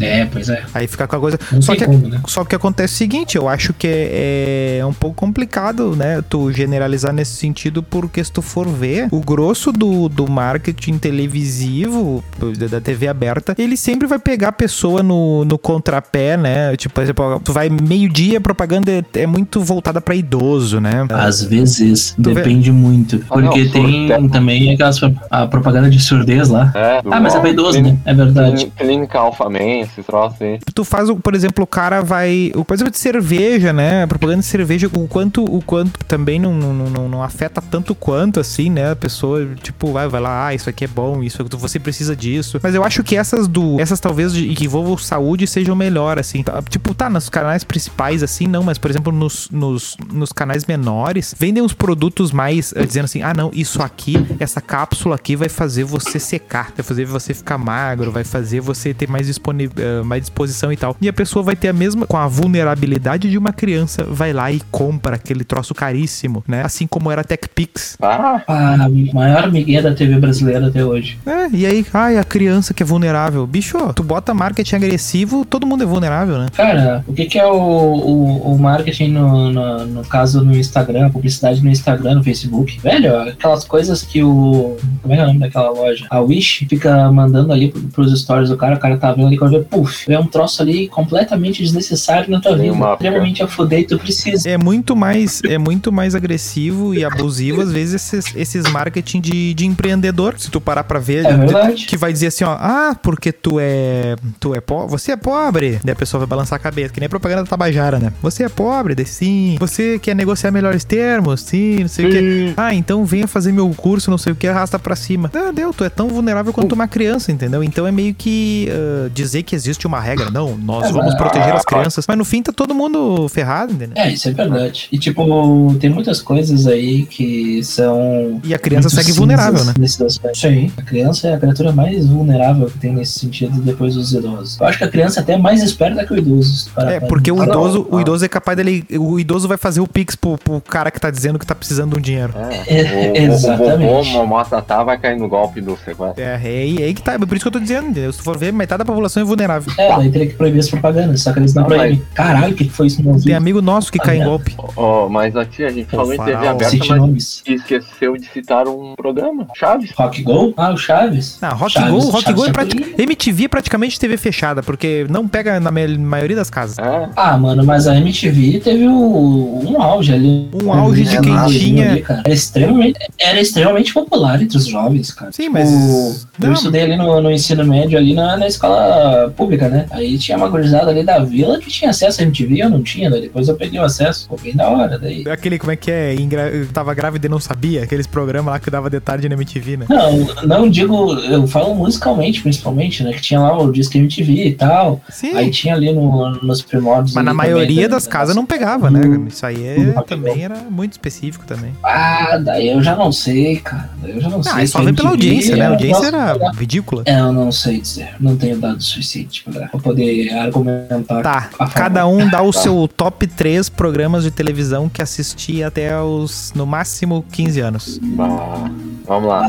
Speaker 3: É,
Speaker 4: É, pois é.
Speaker 3: aí fica com a coisa.
Speaker 4: Não
Speaker 3: Só
Speaker 4: tem
Speaker 3: que,
Speaker 4: como, né?
Speaker 3: só que acontece o seguinte, eu acho que é, é um pouco complicado, né? Tu generalizar nesse sentido, porque se tu for ver, o grosso do, do marketing televisivo, é, da- da TV aberta, ele sempre vai pegar a pessoa no, no contrapé, né? Tipo, por exemplo, tu vai meio-dia, a propaganda é- é muito voltada pra idoso, né?
Speaker 4: Às vezes,
Speaker 3: vê-
Speaker 4: depende muito.
Speaker 1: Ah, não,
Speaker 4: Porque tem
Speaker 1: surdo.
Speaker 4: também aquelas pro- a propaganda de surdez lá.
Speaker 1: É,
Speaker 4: Ah, mas é pra idoso, né? É verdade.
Speaker 1: Clínica Alpha Man, esses troços aí.
Speaker 3: tu faz, o- por exemplo, o cara vai. o- Por exemplo, de cerveja, né? A propaganda de cerveja, o quanto, o quanto também não, não, não, não afeta tanto quanto, assim, né? A pessoa, tipo, vai, vai lá, ah, isso aqui é bom, isso aqui- você precisa disso. Mas eu acho que essas do. Essas talvez de- que envolvam saúde sejam melhor, assim. Tá, Tipo, tá, nos canais principais, assim, não, mas, por exemplo, nos, nos, nos canais menores, vendem uns produtos mais eh, dizendo assim, ah, não, isso aqui, essa cápsula aqui vai fazer você secar, vai fazer você ficar magro, vai fazer você ter mais, disponi- eh, mais disposição e tal. E a pessoa vai ter a mesma, com a vulnerabilidade de uma criança, vai lá e compra aquele troço caríssimo, né? Assim como era a TechPix.
Speaker 1: Ah,
Speaker 4: A maior migué da TV brasileira até hoje.
Speaker 3: É, e aí, ai, a criança que é vulnerável. Bicho, tu bota marketing agressivo, todo mundo é vulnerável, né?
Speaker 4: Cara, o que, que é o, o, o marketing no, no, no caso no Instagram, a publicidade no Instagram, no Facebook? Velho, aquelas coisas que o. Como é que é o nome daquela loja? A Wish fica mandando ali pro- pros stories do cara, o cara tá vendo ali, quando vê, puf, é um troço ali completamente desnecessário na tua
Speaker 1: Tem
Speaker 4: vida.
Speaker 3: um
Speaker 1: uma-
Speaker 4: Extremamente
Speaker 3: né?
Speaker 4: a fuder e tu precisa.
Speaker 3: É muito mais, é muito mais agressivo e abusivo, às vezes, esses, esses marketing de, de empreendedor. Se tu parar pra ver,
Speaker 4: É verdade.
Speaker 3: que vai dizer assim, ó, ah, porque tu é. Tu é pobre. Você é pobre. Daí a pessoa vai balançar a cabeça, que nem a propaganda da Tabajara, né? Você é pobre, daí sim. Você quer negociar melhores termos? Sim, não sei o quê.
Speaker 1: sim.
Speaker 3: Ah, então venha fazer meu curso, não sei o que, arrasta pra cima. Ah, deu, tu é tão vulnerável
Speaker 4: Uh.
Speaker 3: quanto uma criança, entendeu? Então é meio que ah, dizer que existe uma regra. Não,
Speaker 4: É
Speaker 3: nós vamos proteger as crianças. Mas no fim tá todo mundo ferrado, entendeu?
Speaker 4: É, isso é verdade. E tipo, tem muitas coisas aí que são.
Speaker 3: E a criança
Speaker 4: muito
Speaker 3: segue
Speaker 4: cinzas
Speaker 3: vulnerável, né?
Speaker 4: Nesses aspectos. aí. A criança é a criatura mais vulnerável que tem nesse sentido depois dos idosos. Eu acho que a criança é até mais esperta que o idoso. se tu parar
Speaker 3: É,
Speaker 4: pra
Speaker 3: porque o
Speaker 1: Ah, não.
Speaker 3: idoso, o
Speaker 1: Ah.
Speaker 3: idoso é capaz dele. O idoso vai fazer o pix pro, pro cara que tá dizendo que tá precisando de um dinheiro.
Speaker 4: *laughs*
Speaker 1: É, o,
Speaker 4: Exatamente.
Speaker 1: o vovô Motatá vai cair no golpe do sequestro.
Speaker 3: É, é aí é aí que tá. Por isso que eu tô dizendo, entendeu? Se tu for ver, metade da população é vulnerável.
Speaker 4: É, daí teria que proibir as propagandas, só que eles não
Speaker 1: Não, mas-
Speaker 4: proíbem. Caralho, o que que foi isso no
Speaker 3: Tem
Speaker 4: ouvido?
Speaker 3: amigo nosso que cai em golpe.
Speaker 1: Ó, mas aqui a gente
Speaker 3: Pô,
Speaker 1: falou em TV
Speaker 3: farol.
Speaker 1: aberta,
Speaker 4: Cite
Speaker 1: mas
Speaker 4: nomes.
Speaker 1: esqueceu de citar um programa. Chaves.
Speaker 4: Rock Go? Ah, o Chaves.
Speaker 3: Ah, Rock
Speaker 4: Chaves,
Speaker 3: Go, Rock
Speaker 4: Chaves
Speaker 3: Go é
Speaker 4: Chapolin.
Speaker 3: prati- MTV é praticamente TV fechada, porque não pega na me- maioria das casas.
Speaker 1: É,
Speaker 4: Ah, mano, mas a MTV teve o- um auge ali.
Speaker 3: Um auge de
Speaker 4: Um
Speaker 3: quem
Speaker 4: auge
Speaker 3: tinha-
Speaker 4: ali, cara. Era extremamente, era extremamente popular entre os jovens, cara. Tipo,
Speaker 3: Sim, mas-
Speaker 4: Eu
Speaker 3: Não.
Speaker 4: estudei ali no, no ensino médio, ali na, na escola pública, né? Aí tinha uma gurizada ali da vila que tinha acesso à MTV, eu não tinha, né? Depois eu peguei o acesso, ficou bem da hora daí.
Speaker 3: Aquele, como é que é? Ingra... Tava grávida e não sabia? Aqueles programas lá que dava de tarde na MTV, né?
Speaker 4: Não, não digo, eu falo musicalmente, principalmente, né? Que tinha lá o disco MTV e tal.
Speaker 3: Sim.
Speaker 4: Aí tinha ali no, nos primórdios.
Speaker 3: Mas na
Speaker 4: ali também né?
Speaker 3: maioria
Speaker 4: da-
Speaker 3: das
Speaker 4: da
Speaker 3: casas
Speaker 4: nossa-
Speaker 3: não pegava, né? Isso aí
Speaker 4: Hum,
Speaker 3: é,
Speaker 4: Rock
Speaker 3: também era muito específico também.
Speaker 4: Ah, daí eu já não sei, cara. Daí eu já não, sei.
Speaker 3: Ah, é só
Speaker 4: Se
Speaker 3: ver pela
Speaker 4: MTV
Speaker 3: audiência, né? A
Speaker 4: era
Speaker 3: audiência
Speaker 4: o nosso-
Speaker 3: era ridícula.
Speaker 4: É, Eu não sei dizer. Não tenho dados suficientes pra pra poder argumentar.
Speaker 3: Tá,
Speaker 4: a favor.
Speaker 3: cada um dá o seu top 3 programas de televisão que assistia até os, no máximo, 15 anos.
Speaker 1: bah, vamos lá.
Speaker 4: Ah.
Speaker 1: vamos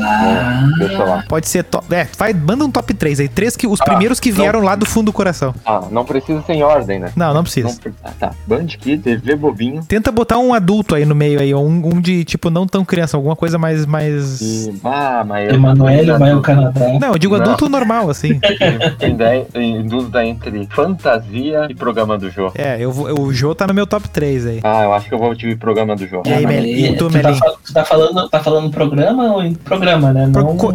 Speaker 1: lá, Deixa eu lá.
Speaker 3: Pode ser top. É, vai, manda um top 3 aí. Três que, os primeiros que vieram lá do fundo do coração.
Speaker 1: Ah, não precisa ser em ordem, né?
Speaker 3: Não, não
Speaker 1: Não
Speaker 3: precisa.
Speaker 1: pre- ah, tá. Band Kids, TV Bobinho
Speaker 3: Tenta botar um adulto aí no meio aí, ou um, um de, tipo, não tão criança, alguma coisa mais. mais...
Speaker 1: e. Bah, mas. eu-
Speaker 4: Emanuele vai ao Canadá.
Speaker 3: Não, eu digo
Speaker 1: Não.
Speaker 3: adulto normal, assim.
Speaker 1: Tem ideia- tem dúvida entre fantasia e programa do jogo.
Speaker 3: É, eu, vou- o Jô tá no meu top 3 aí.
Speaker 1: Ah, eu acho que eu vou de programa do jogo.
Speaker 3: E aí,
Speaker 4: mas
Speaker 3: Mel- e tu,
Speaker 4: tu, tá,
Speaker 3: Melinho?
Speaker 4: fal- tu tá falando, tá falando programa ou em programa, né?
Speaker 3: Pro-
Speaker 4: Não
Speaker 3: co-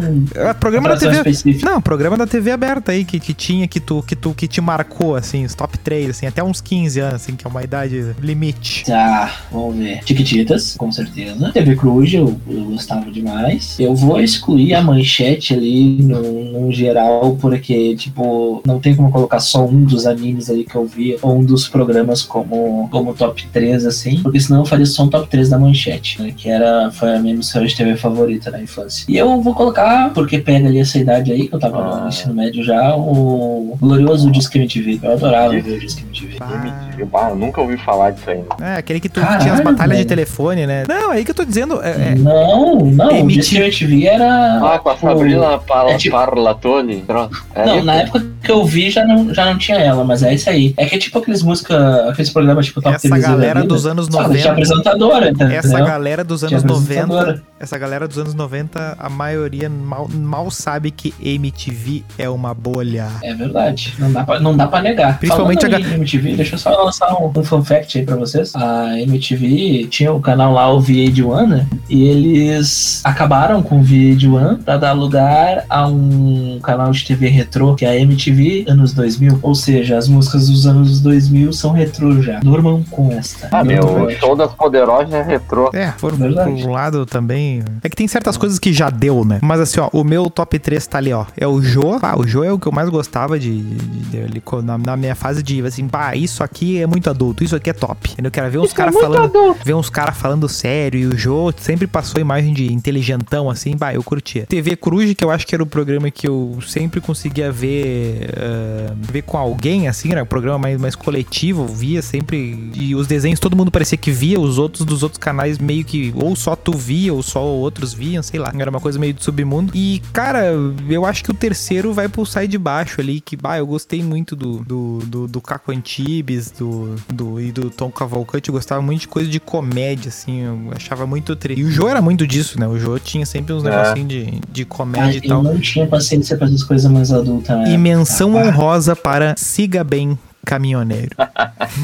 Speaker 3: Ah, programa da
Speaker 4: atração
Speaker 3: TV.
Speaker 4: específica.
Speaker 3: Não, programa da TV aberta aí que, que tinha, que tu, que tu que te marcou, assim, os top 3, assim, até uns 15 anos, assim, que é uma idade limite.
Speaker 4: Tá, vamos ver. Tiquititas, com certeza. TV Cruz, eu, eu gostava demais. Eu vou excluir a manchete ali no, no geral, porque, tipo, não tem como colocar só um dos animes ali que eu vi, ou um dos programas como, como top 3, assim, porque senão eu faria só um top 3 da manchete, né, que era, foi a minha emissora de TV favorita na infância. E eu vou colocar, porque pega ali essa idade aí, que eu tava no ensino médio já, o glorioso Disque MTV. Eu adorava ver o Disque MTV.
Speaker 1: MTV, bah, eu nunca ouvi falar disso aí.
Speaker 3: É, aquele que tu
Speaker 4: Caralho,
Speaker 3: tinha as batalhas de
Speaker 4: velho.
Speaker 3: telefone, né? Não, aí que eu tô dizendo. é- é-
Speaker 4: Não, não, o
Speaker 3: MTV.
Speaker 4: Disque MTV era.
Speaker 1: Ah, com a Sabrina Pala,
Speaker 4: Hum. é tipo-
Speaker 1: Parlatone. Droga. É,
Speaker 4: não,
Speaker 1: isso?
Speaker 4: na época que eu vi já não, já não tinha ela, mas é isso aí. É que é tipo aqueles música, aqueles programas tipo Top
Speaker 3: essa
Speaker 4: TV.
Speaker 3: galera dos anos
Speaker 4: Tinha
Speaker 3: 90.
Speaker 4: apresentadora, entendeu?
Speaker 3: Essa galera dos
Speaker 4: Tinha
Speaker 3: anos 90.
Speaker 4: apresentadora.
Speaker 3: Essa galera dos anos 90, a maioria mal, mal sabe que MTV é uma bolha.
Speaker 4: É verdade, não dá pra, não dá pra negar.
Speaker 3: Principalmente
Speaker 4: Falando
Speaker 3: a
Speaker 4: em MTV, deixa eu só lançar um, um fun fact aí pra vocês. A MTV tinha o canal lá, o VH1, né? E eles acabaram com o VH1 pra dar lugar a um canal de TV retrô, que é a MTV anos 2000. Ou seja, as músicas dos anos 2000 são retrô já. Durmam com esta.
Speaker 1: Ah, meu,
Speaker 4: Durmam com
Speaker 1: o
Speaker 4: esta.
Speaker 1: show das poderosas é retrô.
Speaker 3: É, foram
Speaker 4: Verdade.
Speaker 3: por um lado também. É que tem certas coisas que já deu, né? Mas assim, ó, o meu top 3 tá ali, ó. É o Jo. Ah, o Jo é o que eu mais gostava de. de- de- ali, co- na, na minha fase de assim, pá, isso aqui é muito adulto, isso aqui é top. Eu quero ver uns caras falando. Ver uns caras falando sério. E o Jo sempre passou a imagem de inteligentão, assim, bah, eu curtia. TV Cruz, que eu acho que era o programa que eu sempre conseguia ver. ah, ver com alguém, assim, era um programa mais, mais coletivo, eu via sempre. E os desenhos todo mundo parecia que via, os outros dos outros canais meio que ou só tu via, ou só outros viam, sei lá. Era uma coisa meio de submundo. E, cara, eu acho que o terceiro vai pro Sai de Baixo ali, que, bah, eu gostei muito do, do, do, do Caco Antibes, do, do, e do Tom Cavalcante. Eu gostava muito de coisa de comédia, assim, eu achava muito tri. E o Jô era muito disso, né? O Jô tinha sempre uns
Speaker 1: É.
Speaker 3: negocinhos de, de
Speaker 4: Ah,
Speaker 3: comédia e
Speaker 4: eu
Speaker 3: tal.
Speaker 4: não tinha paciência pra essas coisas mais adultas. né?
Speaker 3: E menção
Speaker 4: Ah,
Speaker 3: honrosa para Siga Bem Caminhoneiro. *laughs*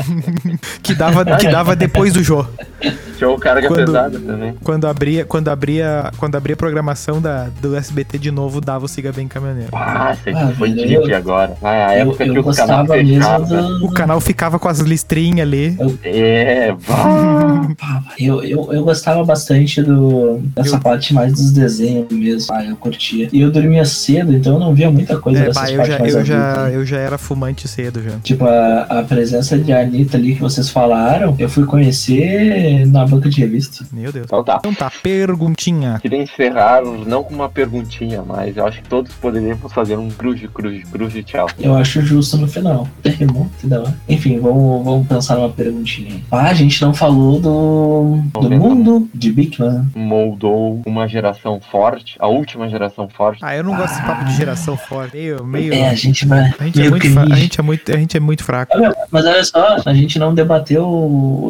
Speaker 3: que, dava, que dava depois do Jô.
Speaker 1: Show carga
Speaker 3: Quando-
Speaker 1: pesada é também.
Speaker 3: Quando abria, quando abria, quando abria a programação da, do SBT de novo, dava o Siga Bem Caminhoneiro.
Speaker 1: Ah, isso
Speaker 4: Ah,
Speaker 1: aqui foi
Speaker 4: velho,
Speaker 1: deep
Speaker 4: eu-
Speaker 1: agora. Ah, é a
Speaker 4: eu,
Speaker 1: época
Speaker 4: eu
Speaker 1: que os canais
Speaker 4: gostava mesmo
Speaker 1: fechavam. né?
Speaker 4: do,
Speaker 3: O canal ficava com as listrinhas ali.
Speaker 1: É, bah.
Speaker 4: Eu, eu, eu gostava bastante do, dessa parte mais dos desenhos mesmo. Ah, eu curtia. E eu dormia cedo, então eu não via muita coisa
Speaker 3: É,
Speaker 4: dessas
Speaker 3: bah, eu
Speaker 4: partes
Speaker 3: já,
Speaker 4: mais
Speaker 3: eu, já,
Speaker 4: adultas.
Speaker 3: eu já era fumante cedo já.
Speaker 4: Tipo, a, a presença de Anitta ali que vocês falaram, eu fui conhecer na banca de revista.
Speaker 3: Meu Deus.
Speaker 1: Então tá.
Speaker 3: Então tá, perguntinha.
Speaker 1: Queria encerrar não com uma perguntinha, mas eu acho que todos poderíamos fazer um cruze, cruze, cruze, tchau.
Speaker 4: Eu acho justo no final. *laughs* Terremoto, que da hora. Enfim, vamos, vamos pensar numa perguntinha. aí. Ah, a gente não falou do, do
Speaker 3: né?
Speaker 1: Momento.
Speaker 4: mundo de Big Man.
Speaker 1: Moldou uma geração forte, a última geração forte.
Speaker 3: Ah, eu não gosto desse papo de geração forte. Meio, meio.
Speaker 4: É, a gente vai.
Speaker 3: A gente é
Speaker 4: meio
Speaker 3: muito, fra- a
Speaker 4: cringe.
Speaker 3: gente é muito, a gente é muito fraco.
Speaker 4: Mas olha só, a gente não debateu.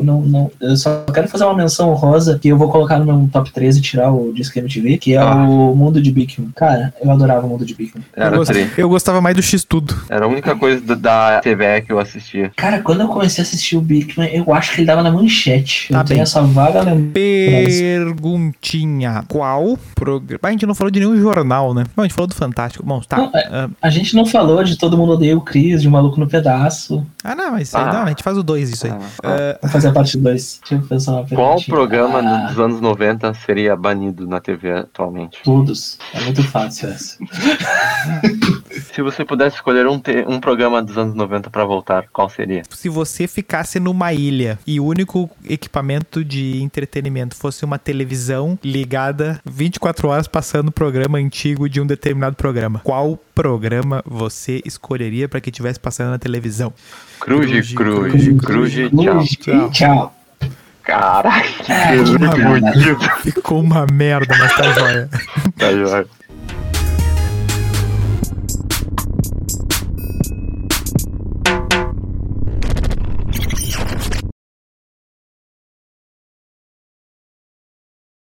Speaker 4: Não, não, eu só quero fazer uma menção rosa que eu vou colocar no meu top 13 e tirar o Disque MTV, que é
Speaker 1: Ah.
Speaker 4: o Mundo de Bigman. Cara, eu adorava o Mundo de Bigman.
Speaker 3: Eu,
Speaker 1: Era,
Speaker 3: gost-
Speaker 1: tri.
Speaker 3: eu gostava mais do X tudo.
Speaker 1: Era a única coisa do- da TVE que eu assistia.
Speaker 4: Cara, quando eu comecei a assistir o Bigman, eu acho que ele dava na manchete.
Speaker 3: Tá
Speaker 4: eu tenho
Speaker 3: bem.
Speaker 4: essa vaga lembrança.
Speaker 3: Perguntinha. Qual programa. A gente não falou de nenhum jornal, né? Não, a gente falou do Fantástico. Bom, tá.
Speaker 4: Não, é.
Speaker 3: ah,
Speaker 4: A gente não falou de Todo Mundo Odeia o Cris, de um Maluco no Pedaço.
Speaker 3: Ah, não, mas isso aí,
Speaker 1: Ah.
Speaker 3: não, a gente faz o 2 isso aí.
Speaker 1: Ah.
Speaker 4: Vou fazer a parte 2. Deixa eu pensar na
Speaker 1: Qual
Speaker 4: perguntinha.
Speaker 1: programa
Speaker 4: Ah,
Speaker 1: dos anos 90 seria banido na TV atualmente?
Speaker 4: Todos. É muito fácil essa.
Speaker 1: Se você pudesse escolher um, te- um programa dos anos 90 pra voltar, qual seria?
Speaker 3: Se você ficasse numa ilha e o único equipamento de entretenimento fosse uma televisão ligada 24 horas passando o programa antigo de um determinado programa, qual programa você escolheria pra que estivesse passando na televisão?
Speaker 1: Cruze,
Speaker 3: Cruze,
Speaker 1: cruze,
Speaker 3: cruze,
Speaker 1: cruze, tchau.
Speaker 4: Tchau. Tchau.
Speaker 1: Caraca, que *laughs*
Speaker 4: Ah,
Speaker 1: pergunta
Speaker 4: mano.
Speaker 1: bonita.
Speaker 3: Ficou uma merda, mas tá joia.
Speaker 1: Tá, Jorge.